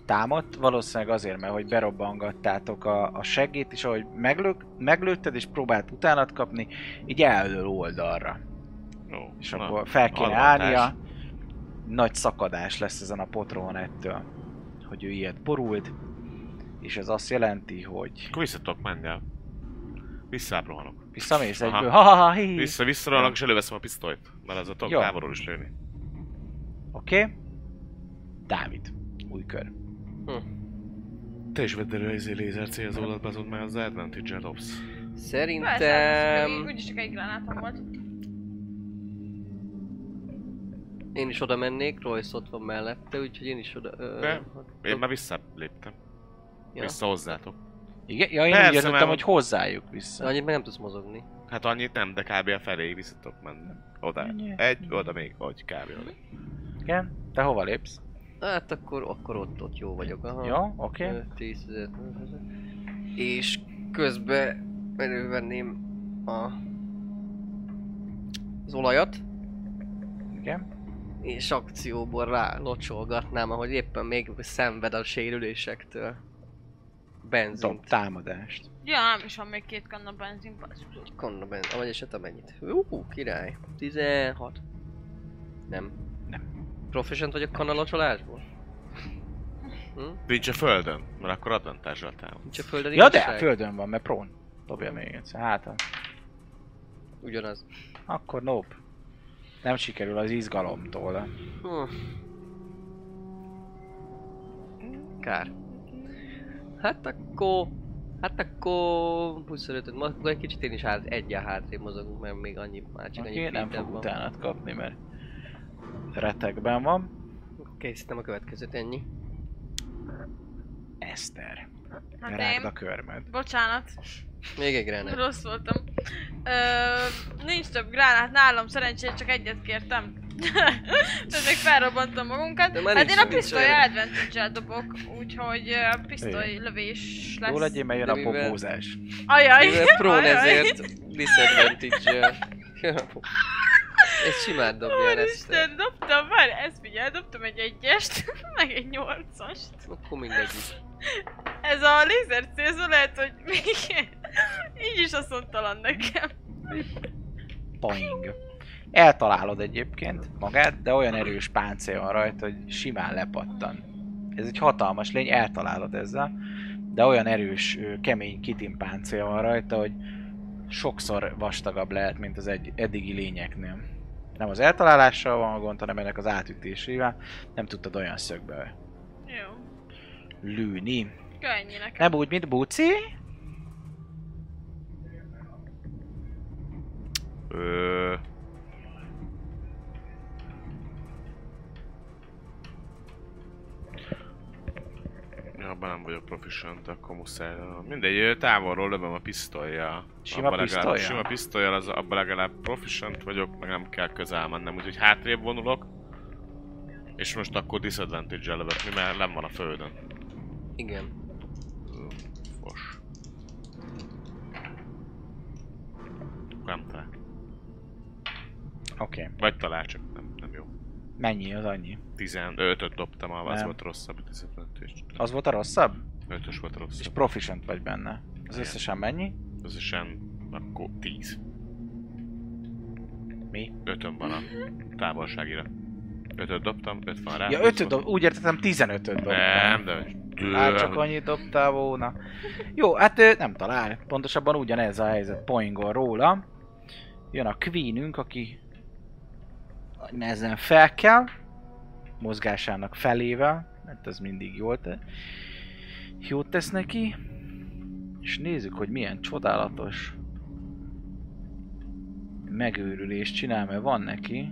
Speaker 2: támadt. Valószínűleg azért, mert hogy berobbangattátok a, a segét, és ahogy meglök, meglőtted és próbált utánat kapni, így eldől oldalra.
Speaker 4: Jó.
Speaker 2: És
Speaker 4: na.
Speaker 2: akkor fel kéne
Speaker 4: alkotás.
Speaker 2: állnia. Nagy szakadás lesz ezen a potrohon ettől, hogy ő ilyet borult. És ez azt jelenti, hogy
Speaker 4: Akkor vissza tudok menni el. Visszább rohanok.
Speaker 2: visszamész
Speaker 4: Aha.
Speaker 2: egyből. Ha, ha, ha, hi, hi.
Speaker 4: Vissza, visszarohanok és előveszem a pisztolyt. Mert az a
Speaker 2: Jó.
Speaker 4: tudok távolról is lőni.
Speaker 2: Oké? Okay? Dávid. Új kör.
Speaker 4: Te is vedd elő izé az lézer célzódat, bazod meg az advantage dobsz.
Speaker 5: Persze, hát,
Speaker 3: Szerintem...
Speaker 5: még úgyis csak egy gránátom volt.
Speaker 3: Én is oda mennék, Royce ott van mellette, úgyhogy én is oda... Ö,
Speaker 4: De,
Speaker 3: hát-
Speaker 4: Én már
Speaker 3: Ja.
Speaker 4: visszaléptem. Ja. Vissza hozzátok.
Speaker 2: Igen? Ja, én
Speaker 4: Persze,
Speaker 2: úgy jöttem,
Speaker 4: mert-
Speaker 2: hogy hozzájuk vissza.
Speaker 3: Annyit meg nem tudsz mozogni.
Speaker 4: Hát annyit nem, de kb. a felé vissza tudok menni. Oda.
Speaker 2: Ennyi.
Speaker 4: Egy, oda még, hogy kb. oda.
Speaker 2: Igen? Te hova lépsz?
Speaker 3: Hát akkor, akkor ott, ott jó vagyok. Aha.
Speaker 2: Jó, oké. Okay.
Speaker 3: 10 És közben elővenném a... az olajat,
Speaker 2: Igen.
Speaker 3: és akcióból rá locsolgatnám, ahogy éppen még szenved a sérülésektől. benzint.
Speaker 2: Dob támadást.
Speaker 5: Ja, nem is van még két kanna benzin, basz.
Speaker 3: Konna benzint, vagy se tudom mennyit. Ú, király. 16. Nem.
Speaker 2: Nem.
Speaker 3: Proficient vagyok kanalocsolásból? Hm?
Speaker 4: Nincs a földön, mert akkor advantage-ra támad.
Speaker 3: Nincs a földön
Speaker 2: Ja de,
Speaker 3: igazság?
Speaker 2: földön van, mert prón. Dobja még egyszer. Hát,
Speaker 3: Ugyanaz.
Speaker 2: akkor nope. Nem sikerül az izgalomtól.
Speaker 3: Hm. Kár. Hát akkor... Hát akkor 25 ma akkor egy kicsit én is hát egy hátrébb mozogunk, mert még annyi már csak annyi
Speaker 2: Oké, nem
Speaker 3: feedem
Speaker 2: fog
Speaker 3: van.
Speaker 2: utánat kapni, mert retekben van.
Speaker 3: Készítem a következőt, ennyi.
Speaker 2: Eszter,
Speaker 5: Hát
Speaker 2: rágd a
Speaker 5: én...
Speaker 2: körmed.
Speaker 5: Bocsánat,
Speaker 3: Még egy gránet.
Speaker 5: rossz voltam. Ö, nincs több gránát nálam, szerencsére csak egyet kértem. Tehát még felrobbantam magunkat.
Speaker 3: De már
Speaker 5: hát
Speaker 3: nincs
Speaker 5: én a
Speaker 3: semmi,
Speaker 5: pisztoly
Speaker 3: semmi.
Speaker 5: advantage dobok, úgyhogy ö, pisztoly lövés lesz.
Speaker 2: Jó legyél, mert jön
Speaker 3: De
Speaker 2: a
Speaker 3: mivel-
Speaker 2: bobózás.
Speaker 5: Ajaj!
Speaker 3: Mivel prón
Speaker 5: ajaj.
Speaker 3: ezért disadvantage Ez simát dobja el ezt.
Speaker 5: Úristen, dobtam már, ezt figyelj, dobtam egy egyest, meg egy nyolcast.
Speaker 3: Akkor mindegyik.
Speaker 5: Ez a lézer célzó lehet, hogy még így is haszontalan nekem.
Speaker 2: Paing. Eltalálod egyébként magát, de olyan erős páncél van rajta, hogy simán lepattan. Ez egy hatalmas lény, eltalálod ezzel, de olyan erős, ö, kemény kitin páncél van rajta, hogy sokszor vastagabb lehet, mint az egy, eddigi lényeknél. Nem az eltalálással van a gond, hanem ennek az átütésével. Nem tudtad olyan szögbe
Speaker 5: Jó,
Speaker 2: lőni.
Speaker 5: könnyű nekem.
Speaker 2: Nem úgy, mint Buci?
Speaker 4: Ö... Ja, Abban nem vagyok proficient, akkor muszáj. Mindegy, ö, távolról lövöm a pisztolyjal.
Speaker 2: Sima
Speaker 4: legalább,
Speaker 2: pisztollyal?
Speaker 4: Sima pisztolyjal, az abban legalább proficient vagyok, meg nem kell közel mennem, úgyhogy hátrébb vonulok. És most akkor disadvantage-el lövök, mi, mert nem van a földön.
Speaker 3: Igen.
Speaker 4: Fos. Nem talál.
Speaker 2: Oké. Okay.
Speaker 4: Vagy talál, csak nem, nem jó.
Speaker 2: Mennyi az annyi?
Speaker 4: 15-öt dobtam, a- az
Speaker 2: Nem.
Speaker 4: volt rosszabb, 15
Speaker 2: Az volt a rosszabb?
Speaker 4: 5-ös volt a
Speaker 2: És
Speaker 4: rosszabb.
Speaker 2: proficient vagy benne. Az összesen mennyi?
Speaker 4: Összesen akkor 10.
Speaker 2: Mi?
Speaker 4: 5 van a távolságira. 5-öt dobtam, 5 van rá.
Speaker 2: Ja,
Speaker 4: plusz
Speaker 2: 5 dob, úgy értettem 15 öt dobtam.
Speaker 4: Nem, de...
Speaker 2: Hát csak annyit dobtál volna. Jó, hát ő nem talál. Pontosabban ugyanez a helyzet poingol róla. Jön a queenünk, aki nagy nehezen fel kell. Mozgásának felével, mert ez mindig jól te. Jót tesz neki. És nézzük, hogy milyen csodálatos megőrülést csinál, mert van neki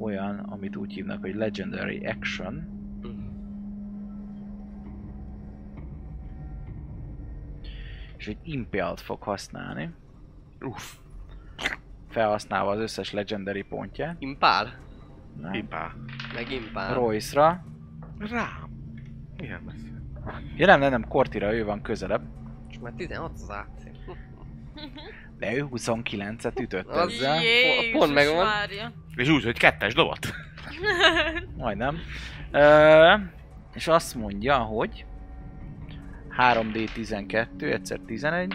Speaker 2: olyan, amit úgy hívnak, hogy Legendary Action. és egy impelt fog használni. Uff. Felhasználva az összes legendary pontját.
Speaker 3: Impál.
Speaker 2: Nem.
Speaker 4: Pipá.
Speaker 3: Meg impál.
Speaker 2: Royce-ra.
Speaker 4: Rám. Milyen messze?
Speaker 2: Ja nem, nem, nem, Kortira ő van közelebb.
Speaker 3: És már 16 az át.
Speaker 2: De ő 29-et ütött
Speaker 3: Az-
Speaker 2: ezzel.
Speaker 5: Jézus
Speaker 3: Pont megvan.
Speaker 5: Mária.
Speaker 4: És úgy, hogy kettes dobott.
Speaker 2: Majdnem. Ö, és azt mondja, hogy 3D12, egyszer 11,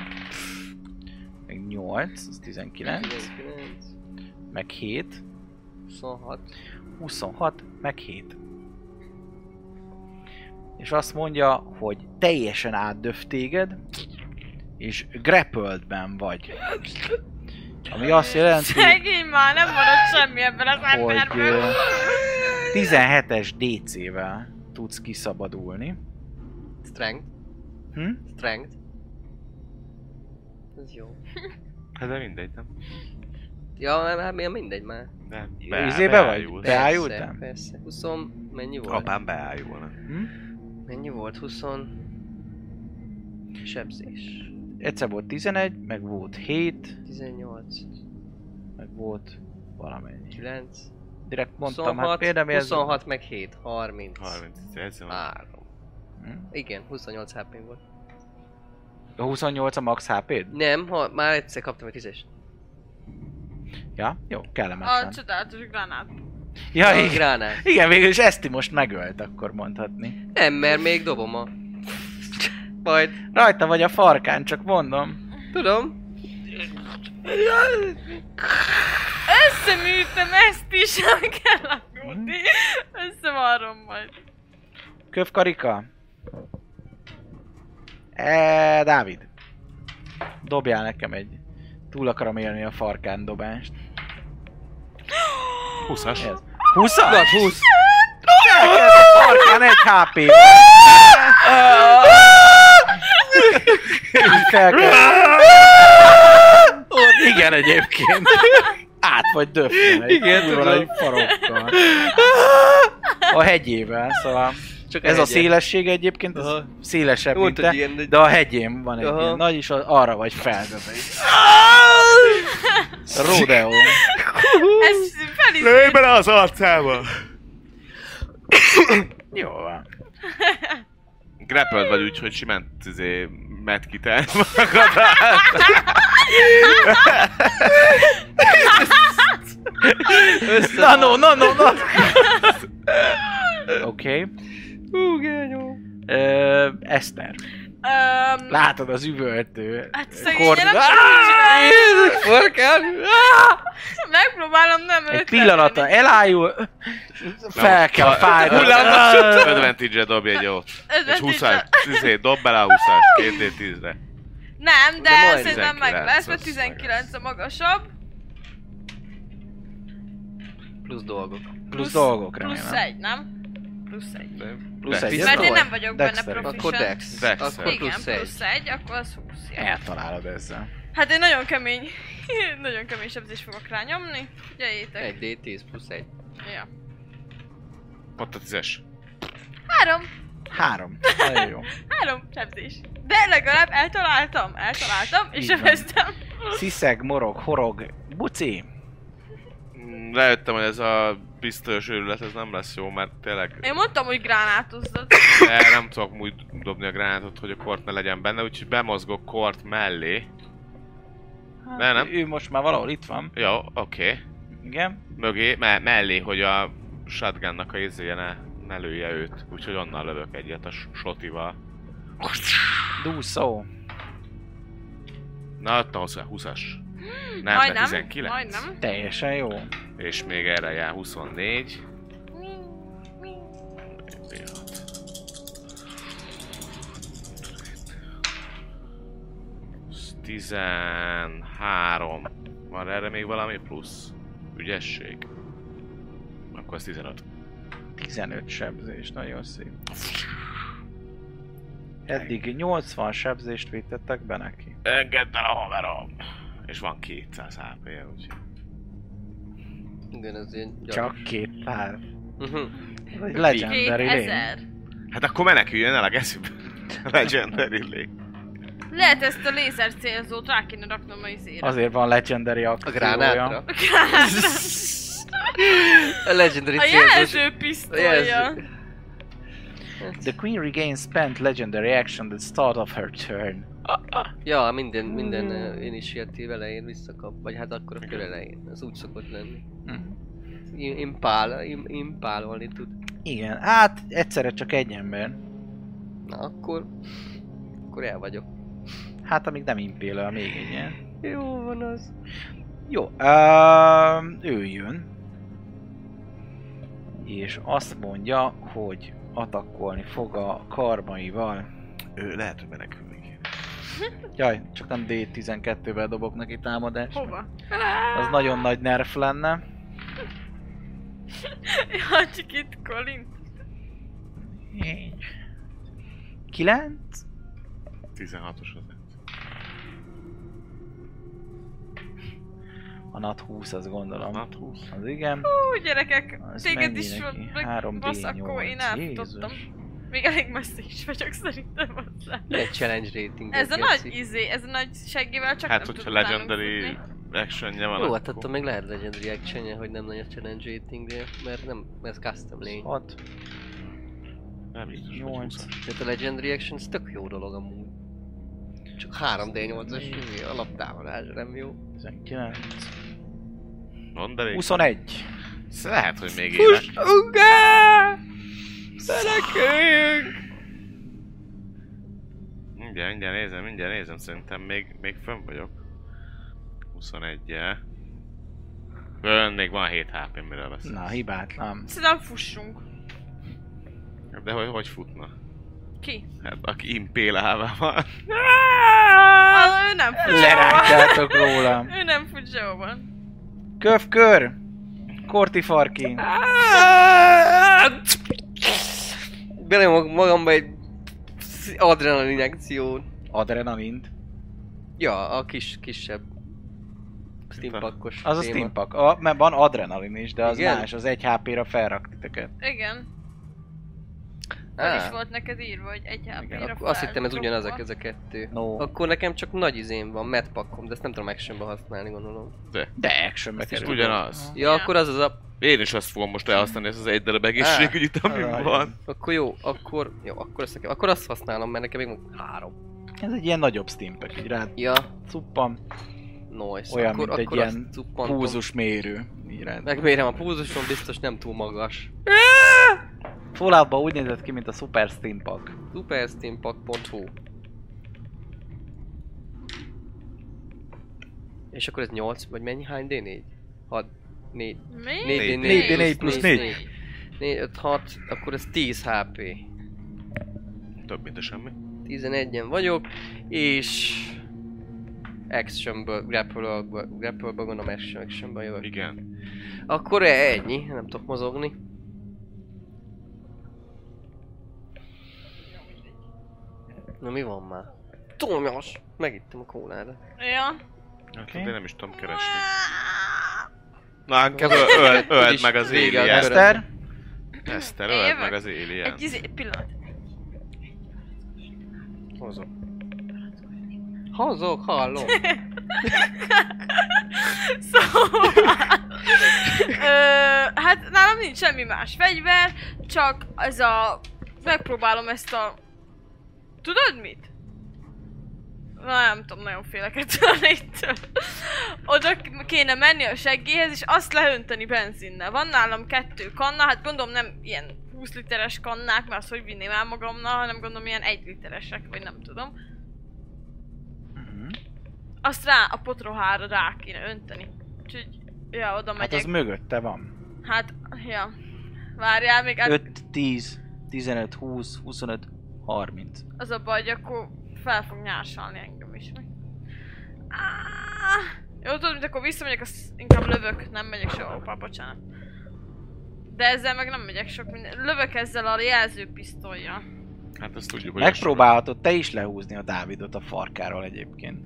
Speaker 2: meg 8, az 19,
Speaker 3: 19,
Speaker 2: meg 7,
Speaker 3: 26.
Speaker 2: 26, meg 7. És azt mondja, hogy teljesen átdöf téged, és grappledben vagy. Ami azt jelenti,
Speaker 5: Szegény már, nem maradt semmi ebben az
Speaker 2: hogy
Speaker 5: emberből.
Speaker 2: ö, 17-es DC-vel tudsz kiszabadulni.
Speaker 3: Strength.
Speaker 2: Hm?
Speaker 3: Strength. Ez jó.
Speaker 4: Hát de mindegy, nem?
Speaker 3: Ja, már- már milyen mindegy már.
Speaker 4: Nem.
Speaker 2: Izébe Izé vagy?
Speaker 4: beájulsz.
Speaker 3: Persze,
Speaker 2: Beájultál?
Speaker 3: Persze. 20, mennyi volt?
Speaker 4: Apám beájulna.
Speaker 3: Mennyi volt? 20... Sebzés.
Speaker 2: Egyszer volt 11, meg volt 7,
Speaker 3: 18,
Speaker 2: meg volt valamennyi.
Speaker 3: 9,
Speaker 2: Direkt mondtam, hát
Speaker 3: 26,
Speaker 2: például mi ez...
Speaker 3: 26 meg 7, 30.
Speaker 4: 30, ez van.
Speaker 3: 3.
Speaker 2: Hm?
Speaker 3: Igen, 28 hp volt.
Speaker 2: A 28 a max hp -d?
Speaker 3: Nem, ha, már egyszer kaptam egy 10-es.
Speaker 2: Ja, jó, kellemetlen.
Speaker 5: A csodálatos granát.
Speaker 2: ja, igen.
Speaker 3: gránát.
Speaker 2: Igen, végül is ezt most megölt, akkor mondhatni.
Speaker 3: Nem, mert még dobom a Majd.
Speaker 2: Rajta vagy a farkán, csak mondom.
Speaker 3: Tudom.
Speaker 5: Összeműtöm ezt is, nem kell aggódni. Összevarrom majd.
Speaker 2: Kövkarika. E, Dávid. Dobjál nekem egy. Túl akarom élni a farkán dobást.
Speaker 4: 20-as.
Speaker 2: Ez. 20
Speaker 3: Tudod, 20.
Speaker 2: Ez a farkán egy HP. Így felkezd. Ó, Igen, egyébként. Át vagy döfve.
Speaker 3: Igen,
Speaker 2: Igen,
Speaker 3: tudom.
Speaker 2: egy farokkal. A hegyével, szóval.
Speaker 3: Csak
Speaker 2: Ez a
Speaker 3: hegyet.
Speaker 2: szélesség egyébként, ez
Speaker 3: Aha.
Speaker 2: szélesebb,
Speaker 3: Volt
Speaker 2: mint
Speaker 3: egy
Speaker 2: te,
Speaker 3: ilyen, hogy-
Speaker 2: de a hegyén van egy
Speaker 3: Aha.
Speaker 2: ilyen nagy, és a- arra vagy feldöve. Rodeo.
Speaker 5: Ez fel is
Speaker 4: Lőj bele az arcába!
Speaker 2: Jó van.
Speaker 4: Grappled vagy úgy, hogy simán izé, medkiten magad áll.
Speaker 2: Na no, na no, na. Oké.
Speaker 3: Hú, genyó.
Speaker 2: Ö, Eszter.
Speaker 5: Öm,
Speaker 2: Látod az üvöltő.
Speaker 5: Hát szegény
Speaker 2: kord-
Speaker 5: gyerek
Speaker 2: Áh!
Speaker 3: Jézus, farkán!
Speaker 5: Megpróbálom nem
Speaker 2: Egy pillanata elájul, fel kell a fájdalom.
Speaker 4: Advantage-re dobj egy jót. Egy 20-as,
Speaker 5: Ötventízzel.
Speaker 4: izé, dob bele a 20-as, 2D10-re.
Speaker 5: Nem, de,
Speaker 3: De majd
Speaker 5: de szerintem meg
Speaker 4: 19,
Speaker 5: lesz, mert
Speaker 4: az
Speaker 5: 19 a magasabb.
Speaker 3: Plusz dolgok.
Speaker 2: Plusz dolgok,
Speaker 5: Plusz
Speaker 2: remélem.
Speaker 5: egy, nem? Plusz egy.
Speaker 2: Plusz
Speaker 4: Dex.
Speaker 2: egy.
Speaker 5: Mert én
Speaker 3: Dex.
Speaker 5: nem vagyok
Speaker 2: Dexter.
Speaker 5: benne proficient.
Speaker 3: Akkor Dex.
Speaker 4: Dex.
Speaker 3: Akkor
Speaker 5: Igen,
Speaker 3: plusz egy.
Speaker 5: akkor az 20. ja.
Speaker 2: Eltalálod ezzel.
Speaker 5: Hát én nagyon kemény, nagyon kemény sebzést fogok rányomni. Figyeljétek.
Speaker 3: Egy D10 plusz egy.
Speaker 5: Ja.
Speaker 4: Pont a 10-es.
Speaker 5: Három.
Speaker 2: Három. Nagyon jó.
Speaker 5: Három sebzés. De legalább eltaláltam. Eltaláltam, és
Speaker 2: Így van.
Speaker 5: sebeztem.
Speaker 2: Sziszeg, morog, horog, buci.
Speaker 4: Mm, Rájöttem, hogy ez a biztos őrület, ez nem lesz jó, mert tényleg
Speaker 5: Én mondtam, hogy gránátozzat.
Speaker 4: el nem tudok úgy dobni a gránátot, hogy a kort ne legyen benne, úgyhogy bemozgok kort mellé. Ne, nem?
Speaker 2: Ő most már valahol itt van.
Speaker 4: Jó, oké.
Speaker 2: Igen.
Speaker 4: Mögé, me- mellé, hogy a shotgunnak a izéje ne, ne lője őt. Úgyhogy onnan lövök egyet a s- sotival.
Speaker 2: Dúszó.
Speaker 4: Na, ott a 20-as. Nem, de
Speaker 5: Hmm, majdnem.
Speaker 4: 19.
Speaker 5: Majdnem.
Speaker 2: Teljesen jó.
Speaker 4: És még erre jár 24. B6. Ez 13. Van erre még valami plusz? Ügyesség. Akkor ez 15.
Speaker 2: 15 sebzés, nagyon szép. Eddig 80 sebzést vétettek be neki.
Speaker 4: Engedd el a haverom! És van 200 hp -je, úgyhogy...
Speaker 3: Igen, ez ilyen gyak.
Speaker 2: Csak két pár.
Speaker 3: Mhm.
Speaker 2: Ez egy legendary lény.
Speaker 5: 2000.
Speaker 4: Hát akkor meneküljön el a geszübe. Legendary lég.
Speaker 5: Lehet ezt a lézer célzót rá kéne raknom a izére.
Speaker 2: Azért van legendary
Speaker 3: A
Speaker 2: akciója.
Speaker 3: gránátra.
Speaker 5: A gránátra.
Speaker 3: A legendary
Speaker 5: A
Speaker 3: célzós.
Speaker 5: jelző pisztolya.
Speaker 3: jelző. Hát,
Speaker 2: The queen regains spent legendary action at the start of her turn.
Speaker 3: Ja, minden, minden uh, initiatív elején visszakap, vagy hát akkor a kör elején. Ez úgy szokott lenni.
Speaker 2: Mhm.
Speaker 3: I- Impál, im, impálolni tud.
Speaker 2: Igen, hát egyszerre csak egy ember.
Speaker 3: Na akkor... Akkor el vagyok.
Speaker 2: Hát amíg nem impélel, még egy ilyen.
Speaker 3: Jó van az.
Speaker 2: Jó, um, ő jön. És azt mondja, hogy atakolni fog a karmaival.
Speaker 4: Ő lehet, hogy menekülni kéne.
Speaker 2: Jaj, csak nem D12-vel dobok neki támadást.
Speaker 5: Hova?
Speaker 2: Az nagyon nagy nerf lenne.
Speaker 5: Hagyjuk itt Colin.
Speaker 2: 9?
Speaker 4: 16-os az.
Speaker 2: A nat 20, azt gondolom.
Speaker 4: Na, 20.
Speaker 2: Az igen.
Speaker 5: Hú, gyerekek,
Speaker 2: Az
Speaker 5: téged
Speaker 2: mennyi
Speaker 5: is
Speaker 2: neki?
Speaker 5: meg-
Speaker 2: 3
Speaker 5: basz, akkor én
Speaker 2: D8.
Speaker 5: elfutottam.
Speaker 2: Jézus.
Speaker 5: Még elég messze is vagyok szerintem hozzá.
Speaker 3: Milyen challenge rating.
Speaker 5: Ez a nagy izé, ez a nagy segével csak
Speaker 4: Hát,
Speaker 5: nem
Speaker 4: hogyha
Speaker 5: tud utánunk
Speaker 4: legendary
Speaker 5: futni.
Speaker 4: actionje van,
Speaker 3: Jó,
Speaker 4: akkor-
Speaker 3: hát attól még lehet legendary action hogy nem nagy a challenge rating, de mert nem, mert ez custom lény.
Speaker 2: 6,
Speaker 4: Nem biztos, hogy
Speaker 2: 8,
Speaker 4: 20-as.
Speaker 3: Tehát a legendary action, ez tök jó dolog amúgy. Csak 3D8-as izé, alaptámadás, nem jó.
Speaker 2: 19,
Speaker 4: Mondanék?
Speaker 2: 21.
Speaker 4: Ez Lehet, hogy még éles.
Speaker 3: Ungá! Meneküljünk!
Speaker 4: Mindjárt, mindjárt nézem, mindjárt nézem, szerintem még, még fönn vagyok. 21-jel. Fönn még van 7 hp miről beszélsz.
Speaker 2: Na, hibátlan.
Speaker 5: Szerintem fussunk.
Speaker 4: De hogy, hogy futna?
Speaker 5: Ki?
Speaker 4: Hát aki impélálva van.
Speaker 5: Ah, ő nem fut sehova.
Speaker 2: Lerágtátok rólam.
Speaker 5: Ő nem fut sehova.
Speaker 2: Kövkör! Korti farki!
Speaker 3: Belenyomok magamba egy adrenalin injekciót.
Speaker 2: Adrenalint.
Speaker 3: Ja, a kis, kisebb steampakos
Speaker 2: Az a
Speaker 3: téma.
Speaker 2: steampack. A, mert van adrenalin is, de az
Speaker 3: Igen?
Speaker 2: más. Az egy HP-ra felrakni töket.
Speaker 5: Igen.
Speaker 3: Á,
Speaker 5: Fel is volt neked írva, hogy egy
Speaker 2: Igen,
Speaker 5: HP-ra
Speaker 3: ak- Ah. azt hittem ez ugyanezek, ez a kettő.
Speaker 2: No.
Speaker 3: Akkor nekem csak nagy izém van, medpakkom, de ezt nem tudom actionbe használni, gondolom.
Speaker 2: De actionbe
Speaker 4: Ez
Speaker 2: kerül.
Speaker 4: ugyanaz.
Speaker 3: Ja,
Speaker 5: Ja.
Speaker 3: akkor az az a...
Speaker 4: Én is azt fogom most elhasználni, ezt az egy darab egészségügyit, ami
Speaker 2: Alright.
Speaker 4: van.
Speaker 3: Akkor jó, akkor... Jó, akkor ezt nekem... Akkor azt használom, mert nekem még van három.
Speaker 2: Ez egy ilyen nagyobb steampack, így rád
Speaker 3: Ja,
Speaker 2: cuppan.
Speaker 3: noise.
Speaker 2: Olyan,
Speaker 3: akkor,
Speaker 2: mint egy
Speaker 3: akkor
Speaker 2: ilyen
Speaker 3: azt cuppantom.
Speaker 2: Húzus mérő. Így rád.
Speaker 3: Megmérem a púzusom, biztos nem túl magas.
Speaker 2: Falloutban úgy nézett ki, mint a Super Steampack.
Speaker 3: Supersteampack.hu És akkor ez 8, vagy mennyi? Hány D4? 6, 4,
Speaker 5: Mi?
Speaker 3: Négy, négy,
Speaker 5: Négy,
Speaker 2: négy, négy plusz négy.
Speaker 3: 4, 5, 6, akkor ez 10 HP.
Speaker 4: Több, mint a semmi.
Speaker 3: 11-en vagyok, és... Actionből, grapple-ből, grapple-ből gondolom action, actionből jövök.
Speaker 4: Igen.
Speaker 3: Akkor ennyi, nem tudok mozogni. Na mi van már? Tomjas! Megittem a kóládat.
Speaker 5: Ja.
Speaker 4: Hát
Speaker 2: Oké.
Speaker 4: én nem is tudom keresni. Na, inkább ö- öld, öld
Speaker 3: Úgyis
Speaker 4: meg az
Speaker 3: vége a
Speaker 4: alien.
Speaker 3: köröm.
Speaker 2: Eszter?
Speaker 4: Eszter,
Speaker 5: Én
Speaker 4: öld
Speaker 5: jövök.
Speaker 4: meg az alien.
Speaker 5: Egy izé, pillanat.
Speaker 3: Hozok. Hozok, hallom.
Speaker 5: Szóval... Ö, hát nálam nincs semmi más fegyver, csak ez a... Megpróbálom ezt a... Tudod mit? Na, nem tudom, nagyon félek ettől a légytől. Oda k- kéne menni a seggéhez, és azt leönteni benzinnel. Van nálam kettő kanna, hát gondolom nem ilyen 20 literes kannák, mert azt hogy vinném el magamnal, hanem gondolom ilyen 1 literesek, vagy nem tudom. Azt rá, a potrohára rá kéne önteni. Úgyhogy, ja, oda
Speaker 2: Hát
Speaker 5: megyek.
Speaker 2: az mögötte van.
Speaker 5: Hát, ja. Várjál még, hát
Speaker 2: 5, 10, 15, 20, 25, 30.
Speaker 5: az a baj, hogy akkor fel fog nyársalni engem is. Meg. Áh! Jó, tudod, mint akkor visszamegyek, az inkább lövök, nem megyek sehova, Hoppá, bocsánat. De ezzel meg nem megyek sok minden. Lövök ezzel a jelzőpisztolyjal.
Speaker 4: Hát ezt tudjuk, hogy...
Speaker 2: Megpróbálhatod te is lehúzni a Dávidot a farkáról egyébként.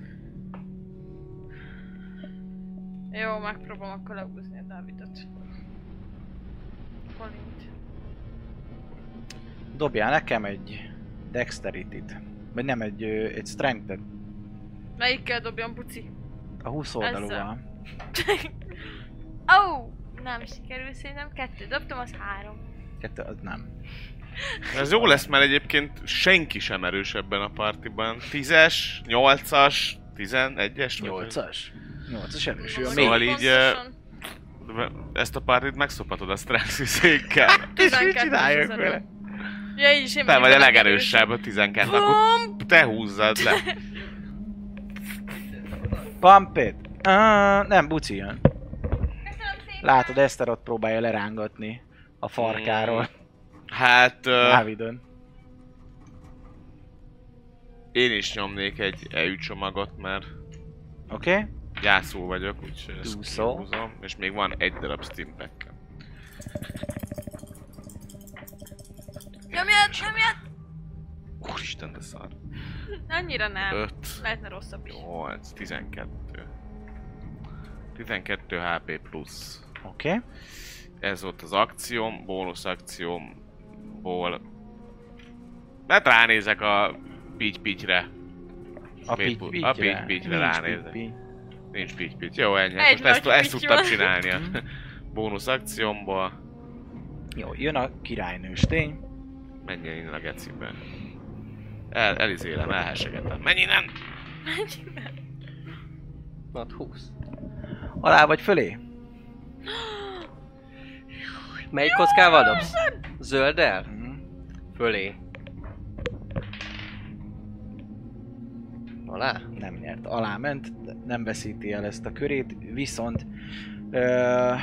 Speaker 5: Jó, megpróbálom akkor lehúzni a Dávidot. Kolint.
Speaker 2: Dobjál nekem egy dexterity Vagy nem, egy, ö, egy strength
Speaker 5: Melyikkel dobjam, buci?
Speaker 2: A 20 oldalúval.
Speaker 5: Ezzel. Ó! oh, nem sikerül, szerintem kettő dobtam, az három.
Speaker 2: Kettő, az nem.
Speaker 4: Ez jó lesz, mert egyébként senki sem erős ebben a partiban. 10-es, 8-as, 11-es. vagy-
Speaker 2: 8-as? 8-as erős, jó,
Speaker 5: Mondom,
Speaker 2: még.
Speaker 4: Szóval így,
Speaker 5: pontosan.
Speaker 4: Ezt a partit megszopatod a Straxiszékkel.
Speaker 5: 12
Speaker 2: mit csináljak
Speaker 5: ezer.
Speaker 2: vele?
Speaker 5: Ja, így is én
Speaker 4: Te
Speaker 5: vagyok
Speaker 4: vagy a legerősebb a 12 akkor
Speaker 5: Pum!
Speaker 4: te húzzad le.
Speaker 2: Pump it! Ah, nem, buci jön.
Speaker 5: Köszönöm szépen.
Speaker 2: Látod, Eszter ott próbálja lerángatni a farkáról
Speaker 4: Hmm. Hát ö,
Speaker 2: Dávidon.
Speaker 4: én is nyomnék egy EU csomagot, mert
Speaker 2: Oké? Okay?
Speaker 4: gyászó vagyok, úgyhogy ezt
Speaker 2: Úszó.
Speaker 4: kihúzom. És még van egy darab Steam pack
Speaker 5: Nyomjad, nyomjad!
Speaker 4: Úristen, de szar.
Speaker 5: Annyira nem.
Speaker 4: 5,
Speaker 5: Lehetne rosszabb is.
Speaker 4: 8, 12. 12 HP plusz.
Speaker 2: Oké. Okay.
Speaker 4: ez volt az akcióm, bónusz akciómból. Hát ránézek a pitty pittyre.
Speaker 2: A
Speaker 4: Miért
Speaker 2: pitty
Speaker 4: bu- a pitty pittyre ránézek. Nincs pitty pitty. Jó, ennyi.
Speaker 5: Egy
Speaker 4: Most ezt,
Speaker 5: nagy
Speaker 4: ezt
Speaker 5: pitty
Speaker 4: tudtam
Speaker 5: van. Mhm.
Speaker 4: csinálni a bónusz akciómból.
Speaker 2: Jó, jön a királynőstény.
Speaker 4: Menjen innen a gecibe. El, elizélem, elhesegetem. Menj innen!
Speaker 3: Not 20.
Speaker 2: Alá vagy fölé?
Speaker 3: Melyik kockával dobsz? Zölddel?
Speaker 2: Mhm.
Speaker 3: Fölé. alá?
Speaker 2: nem nyert. Alá ment, de nem veszíti el ezt a körét, viszont ö,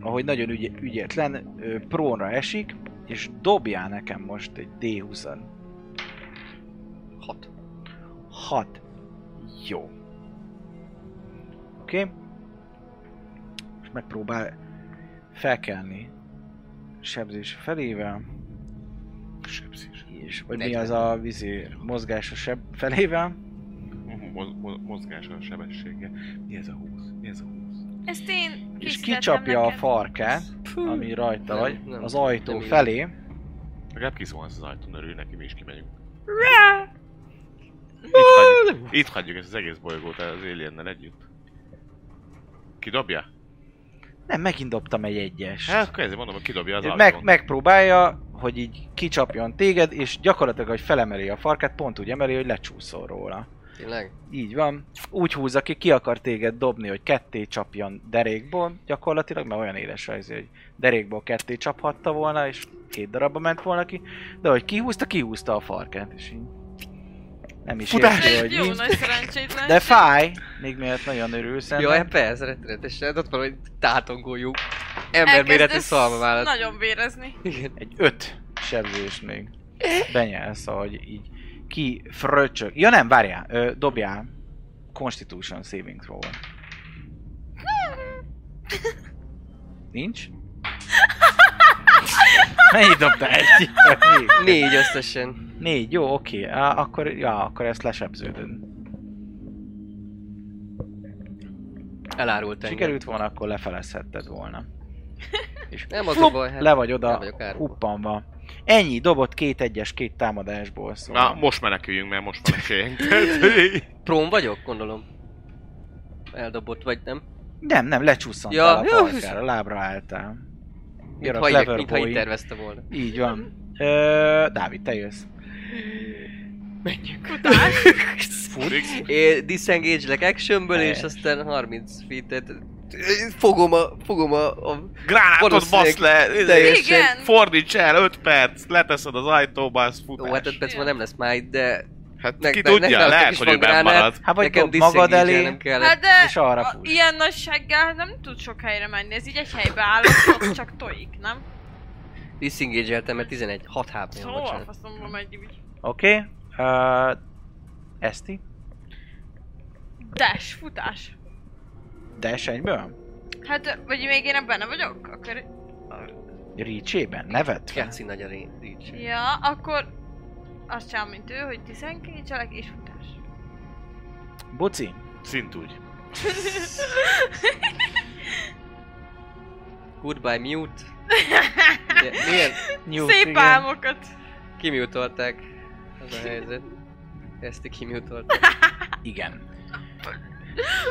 Speaker 2: ahogy nagyon ügy, ügyetlen, ö, prónra esik, és dobjál nekem most egy D20-an.
Speaker 3: Hat.
Speaker 2: 6. Jó. Oké. Okay. És megpróbál felkelni sebzés felével,
Speaker 4: Sepszis.
Speaker 2: és vagy mi az a vízi mozgás a seb felével.
Speaker 4: Mhm, Mo- mo- mozgása a sebessége. Mi ez a 20? Mi ez a 20?
Speaker 5: Ezt én
Speaker 2: és
Speaker 5: készítettem
Speaker 2: kicsapja a
Speaker 5: neked.
Speaker 2: farkát, ami rajta
Speaker 3: Nem,
Speaker 2: vagy,
Speaker 3: nem,
Speaker 2: az ajtó
Speaker 3: nem így.
Speaker 2: felé,
Speaker 4: Legalább kiszólsz az ajtón, örül neki, mi is kimegyünk.
Speaker 5: Rá!
Speaker 4: Itt hagyjuk, itt hagyjuk ezt az egész bolygót az Aliennel együtt. Kidobja?
Speaker 2: Nem, megint dobtam egy egyes.
Speaker 4: Hát akkor ezért mondom, hogy kidobja az
Speaker 2: Meg,
Speaker 4: ajtón.
Speaker 2: megpróbálja, hogy így kicsapjon téged, és gyakorlatilag, hogy felemeli a farkát, pont úgy emeli, hogy lecsúszol róla.
Speaker 3: Tényleg?
Speaker 2: Így van. Úgy húz, aki ki akar téged dobni, hogy ketté csapjon derékból, gyakorlatilag, mert olyan éles rajz, hogy derékból ketté csaphatta volna, és két darabba ment volna ki, de hogy kihúzta, kihúzta a farkát, és így nem is
Speaker 4: Futás!
Speaker 2: érti,
Speaker 5: Ez
Speaker 2: hogy
Speaker 5: egy jó
Speaker 2: mi.
Speaker 5: nagy szerencsétlen.
Speaker 2: De fáj, még miért nagyon örülsz ennek.
Speaker 3: Jó, hát persze, rettenetesen. Hát Ott van egy tátongó lyuk. Emberméretű szalma vállat.
Speaker 5: Nagyon vérezni.
Speaker 3: Igen.
Speaker 2: egy öt sebzést még benyelsz, ahogy így ki fröcsög. Ja nem, várjál, ö, dobjál Constitution Saving throw Nincs? Mennyi dobtál? Egy? Négy.
Speaker 3: Négy összesen.
Speaker 2: Négy, jó, oké. Á, Akkor, ja, akkor ezt lesebződöd.
Speaker 3: Elárult engem.
Speaker 2: Sikerült volna, akkor lefelezhetted volna. És
Speaker 3: Nem az a
Speaker 2: flup,
Speaker 3: baj, hát
Speaker 2: le vagy
Speaker 3: el
Speaker 2: oda
Speaker 3: vagyok árulva.
Speaker 2: huppanva. Ennyi, dobott két egyes, két támadásból. Szóval.
Speaker 4: Na, most meneküljünk, mert most meneküljünk.
Speaker 3: Prón vagyok, gondolom. Eldobott vagy, nem?
Speaker 2: Nem, nem, lecsúszontál
Speaker 3: Ja,
Speaker 2: a
Speaker 3: jó,
Speaker 2: farkára, lábra álltál. Jön a
Speaker 3: Mintha így,
Speaker 2: clever
Speaker 3: mintha így
Speaker 2: boy.
Speaker 3: tervezte volna.
Speaker 2: Így van. Ö, Dávid, te jössz.
Speaker 3: Menjünk.
Speaker 4: Fúrik.
Speaker 3: Én disengage-lek actionből, és
Speaker 2: Helyes.
Speaker 3: aztán 30 feet-et fogom a, fogom a, a
Speaker 4: Gránátot
Speaker 3: Valószínűleg
Speaker 4: basz le!
Speaker 3: teljesen-
Speaker 5: Igen.
Speaker 4: Fordíts el 5 perc, leteszed az ajtóba, az
Speaker 3: Jó, hát öt
Speaker 4: futás.
Speaker 3: percben nem lesz máj, de
Speaker 4: Hát
Speaker 3: ne-
Speaker 4: ki
Speaker 3: ne- ne-
Speaker 4: tudja,
Speaker 3: nektek
Speaker 4: lehet,
Speaker 3: is
Speaker 4: hogy
Speaker 3: van
Speaker 4: ő benn
Speaker 3: gránát.
Speaker 4: marad.
Speaker 2: Hát vagy
Speaker 3: nekem
Speaker 2: dob magad elé,
Speaker 3: disengage-elnem kellett.
Speaker 5: Hát de
Speaker 2: és arra
Speaker 5: a,
Speaker 2: fúj.
Speaker 5: ilyen nagy seggel nem tud sok helyre menni, ez így egy helybe áll, ott csak tojik, nem?
Speaker 3: Disengage-eltem, mert 11, 6 hp -n,
Speaker 5: Szóval
Speaker 3: bocsánat.
Speaker 5: faszomba megy úgy.
Speaker 2: Oké. Okay. Eszti,
Speaker 5: Dash, futás.
Speaker 2: dash egyből?
Speaker 5: Hát, vagy még én ebben vagyok? Akkor...
Speaker 2: Reach-ében? Nevetve?
Speaker 3: Keci nagy a ré- reach.
Speaker 5: Ja, akkor... Azt csinálom, mint ő, hogy 12 cselek és futás.
Speaker 2: Buci?
Speaker 4: Szintúgy.
Speaker 3: Goodbye mute. De, milyen?
Speaker 2: Nyújt,
Speaker 5: Szép
Speaker 2: igen.
Speaker 5: álmokat!
Speaker 3: Kimutolták. Az a helyzet. Ezt kimutolták.
Speaker 2: Igen.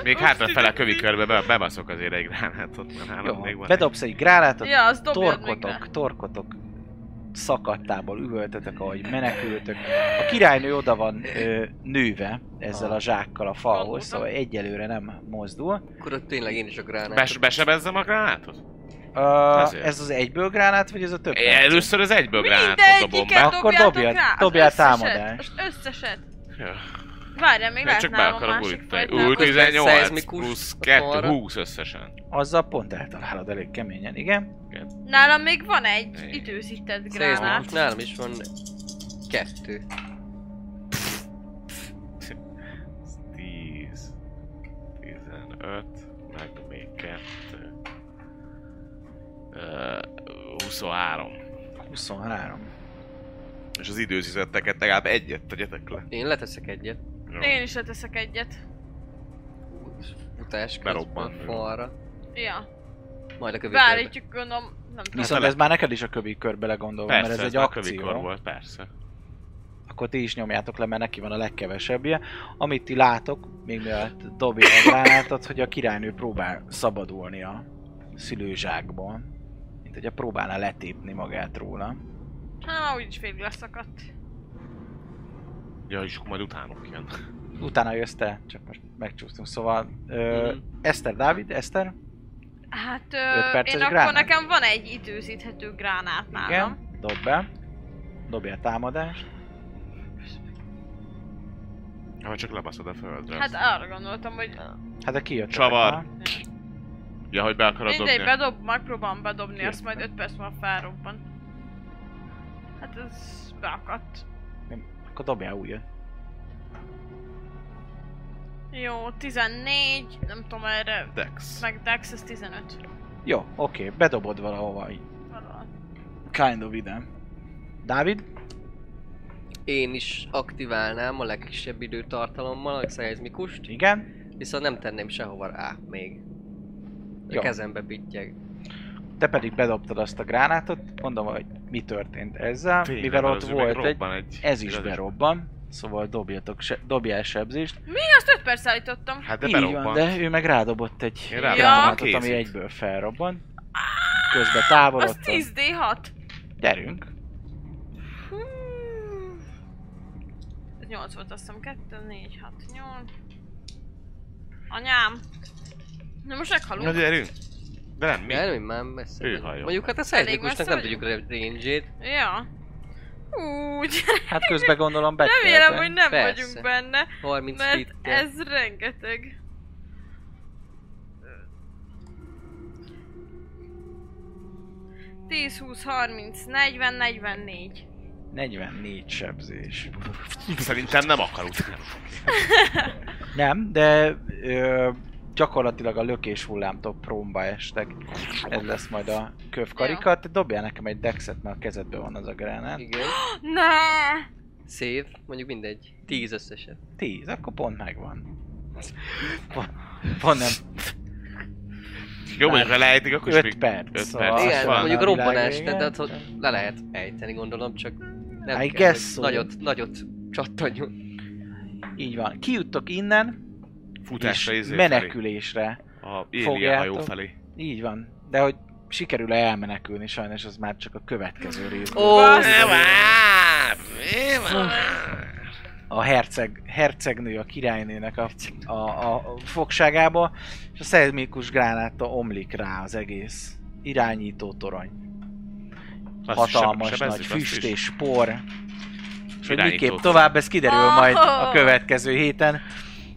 Speaker 4: Még hátrafele a kövi körbe be, bebaszok azért egy gránátot, mert
Speaker 2: Jó,
Speaker 4: nálam még van.
Speaker 2: bedobsz egy gránátot,
Speaker 5: Ja, azt dobjad meg rá.
Speaker 2: torkotok, torkotok szakadtából üvöltetek, ahogy menekültök. A királynő oda van ö, nőve ezzel a zsákkal a falhoz,
Speaker 5: Gondoltam.
Speaker 2: szóval egyelőre nem mozdul.
Speaker 3: Akkor ott tényleg én is a gránát.
Speaker 4: Bes- besebezzem a gránátot?
Speaker 2: Ö,
Speaker 4: Azért.
Speaker 2: ez az egyből gránát, vagy ez a több? gránát?
Speaker 4: Először az egyből gránátot dobom
Speaker 5: Mindegyiket
Speaker 4: be.
Speaker 2: Akkor
Speaker 5: dobjátok
Speaker 2: dobjad-
Speaker 5: rá, az
Speaker 2: dobjál
Speaker 5: összeset,
Speaker 2: támadást.
Speaker 5: Az összeset.
Speaker 4: Ja.
Speaker 5: Várjál, még
Speaker 4: Én csak be
Speaker 5: látnám a
Speaker 4: akarom
Speaker 5: másik
Speaker 4: újítani.
Speaker 5: fajtát.
Speaker 4: Ú,
Speaker 3: Akkor ez
Speaker 4: 18
Speaker 3: szeizmikus
Speaker 4: plusz 2,
Speaker 3: arra.
Speaker 4: 20 összesen.
Speaker 2: Azzal pont eltalálod elég keményen, igen.
Speaker 5: Nálam még van egy
Speaker 4: Négy.
Speaker 5: időzített
Speaker 3: Szerintem
Speaker 5: gránát.
Speaker 3: nálam is van kettő.
Speaker 4: 10, 15, meg még 2. Ö, 23.
Speaker 2: 23.
Speaker 4: Hát És az időzítetteket legalább egyet tegyetek le.
Speaker 3: Én leteszek egyet.
Speaker 4: Jó.
Speaker 5: Én is leteszek egyet.
Speaker 3: Futás
Speaker 4: Berobban.
Speaker 3: közben a falra.
Speaker 5: Ja.
Speaker 3: Majd a következő.
Speaker 5: Beállítjuk, gondolom. Nem tudom.
Speaker 2: Viszont
Speaker 4: tele-
Speaker 2: ez már neked is a kövi kör belegondolva,
Speaker 4: Persze,
Speaker 2: mert ez egy
Speaker 4: már
Speaker 2: akció.
Speaker 4: kövikor volt, persze.
Speaker 2: Akkor ti is nyomjátok le, mert neki van a legkevesebbje. Amit ti látok, még mielőtt dobja a gránátot, hogy a királynő próbál szabadulni a szülőzsákból. Mint hogy a próbálna letépni magát róla.
Speaker 5: Hát már úgyis félig leszakadt.
Speaker 4: Ja, és akkor majd utánuk jön.
Speaker 2: Utána jössz te, csak most megcsúsztunk. Szóval, ö, Eszter, Dávid, Eszter,
Speaker 5: Hát
Speaker 2: Öt
Speaker 5: ö,
Speaker 2: perces
Speaker 5: én akkor
Speaker 2: gránát?
Speaker 5: nekem van egy időzíthető gránát nálam.
Speaker 2: igen, dob be. Dobja a támadást.
Speaker 4: Ha csak lebaszod a földre.
Speaker 5: Hát arra gondoltam, hogy
Speaker 2: Hát de kijött.
Speaker 4: Csavar. Ja, hogy be akarod
Speaker 5: mindegy,
Speaker 4: dobni?
Speaker 5: bedob, megpróbálom bedobni,
Speaker 2: Ki?
Speaker 5: azt majd 5 perc múlva felrobban. Hát ez beakadt.
Speaker 2: Akkor dobjál újra.
Speaker 5: Jó, 14, nem tudom erre,
Speaker 4: Dex.
Speaker 5: meg Dex, ez 15.
Speaker 2: Jó, oké, bedobod valahova így.
Speaker 5: Valahol.
Speaker 2: Kind of idem. Dávid?
Speaker 3: Én is aktiválnám a legkisebb időtartalommal a szeizmikust,
Speaker 2: Igen.
Speaker 3: viszont nem tenném sehova rá még. A
Speaker 2: Jó.
Speaker 3: kezembe pittyeg.
Speaker 2: Te pedig bedobtad azt a gránátot, mondom, hogy mi történt ezzel,
Speaker 4: Tényleg,
Speaker 2: Hát mivel
Speaker 4: mert
Speaker 2: ott
Speaker 4: az ő meg
Speaker 2: volt egy,
Speaker 4: robban egy...
Speaker 2: ez is
Speaker 4: Igaz,
Speaker 2: berobban, szóval dobjatok, se, dobjál sebzést.
Speaker 5: Én azt 5 perc állítottam.
Speaker 4: Hát de
Speaker 2: Így van,
Speaker 4: berobban.
Speaker 2: de ő meg rádobott egy
Speaker 4: Én
Speaker 5: rádobtam
Speaker 2: gránátot,
Speaker 4: a
Speaker 2: ami
Speaker 4: kézit.
Speaker 2: egyből felrobban. Közben
Speaker 5: Az
Speaker 2: távolodtam.
Speaker 5: 10D6.
Speaker 2: Gyerünk.
Speaker 5: Ez 8 volt azt hiszem, 2, 4, 6, 8. Anyám. Na most
Speaker 4: Na
Speaker 5: meghalunk.
Speaker 4: gyerünk. De nem, mi?
Speaker 3: Mi? Nem, már messze.
Speaker 4: Ő
Speaker 3: vagy.
Speaker 4: halljon.
Speaker 3: Mondjuk hát a
Speaker 5: messze
Speaker 3: szeizmikusnak nem
Speaker 5: vagyunk.
Speaker 3: tudjuk a range-ét.
Speaker 5: Ja. Úgy,
Speaker 2: Hát közben gondolom be.
Speaker 5: remélem, hogy nem
Speaker 3: Persze.
Speaker 5: vagyunk benne,
Speaker 3: 30
Speaker 5: mert
Speaker 3: feet kell.
Speaker 5: ez rengeteg. Tíz, 20, 30, 40, 44.
Speaker 2: 44 sebzés.
Speaker 4: Szerintem nem akar után.
Speaker 2: Nem, de ö, gyakorlatilag a lökés hullámtól prómba estek. Ez lesz majd a kövkarika. Te dobjál nekem egy dexet, mert a kezedben van az a gránát.
Speaker 3: Igen.
Speaker 5: Ne!
Speaker 3: Szép, mondjuk mindegy. 10 összesen.
Speaker 2: 10, akkor pont megvan. Pont, pont nem.
Speaker 4: Jó,
Speaker 2: Már
Speaker 4: mondjuk ha leejtik, akkor is
Speaker 2: öt
Speaker 4: még
Speaker 2: perc,
Speaker 4: 5
Speaker 2: szóval
Speaker 4: perc
Speaker 2: az
Speaker 3: Igen,
Speaker 4: van.
Speaker 3: mondjuk
Speaker 2: a világ
Speaker 3: robbanás,
Speaker 2: vége.
Speaker 3: de tehát hogy le lehet ejteni, gondolom, csak nem
Speaker 2: I
Speaker 3: kell,
Speaker 2: guess
Speaker 3: hogy
Speaker 2: so.
Speaker 3: nagyot, nagyot csattanjon.
Speaker 2: Így van. Kijuttok innen, és
Speaker 4: Futásra izé
Speaker 2: menekülésre.
Speaker 4: felé. A alien
Speaker 2: Fogjátok.
Speaker 4: hajó felé.
Speaker 2: Így van. De hogy sikerül-e elmenekülni, sajnos az már csak a következő rész.
Speaker 3: Ó,
Speaker 2: a herceg, hercegnő, a királynőnek a, a, a, a fogságába, és a szeizmikus gránáta omlik rá az egész irányító torony.
Speaker 4: Azt is
Speaker 2: Hatalmas
Speaker 4: sebezzük,
Speaker 2: nagy
Speaker 4: azt is.
Speaker 2: füst és por. És hogy
Speaker 4: Irányító
Speaker 2: miképp
Speaker 4: torony.
Speaker 2: tovább, ez kiderül majd a
Speaker 5: Oh!
Speaker 2: következő héten.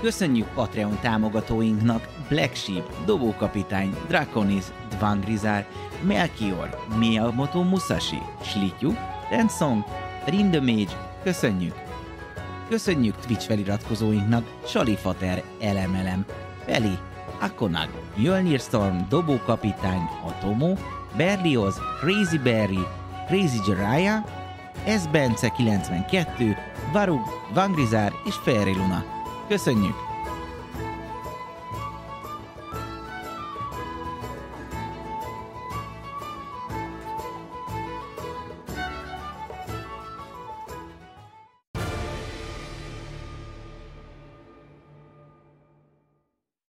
Speaker 1: Köszönjük Patreon támogatóinknak Black Sheep, Dobókapitány, Draconis, Dvangrizár, Melchior, Miyamoto Musashi, Slityu, Rensong, Rindemage, köszönjük! Köszönjük Twitch feliratkozóinknak Salifater, Elemelem, Feli, Akonag, Jölnir Storm, Dobókapitány, Atomo, Berlioz, Crazy Berry, Crazy Jiraiya, S. Bence 92, Varug, Vangrizár és Ferry Luna. Köszönjük!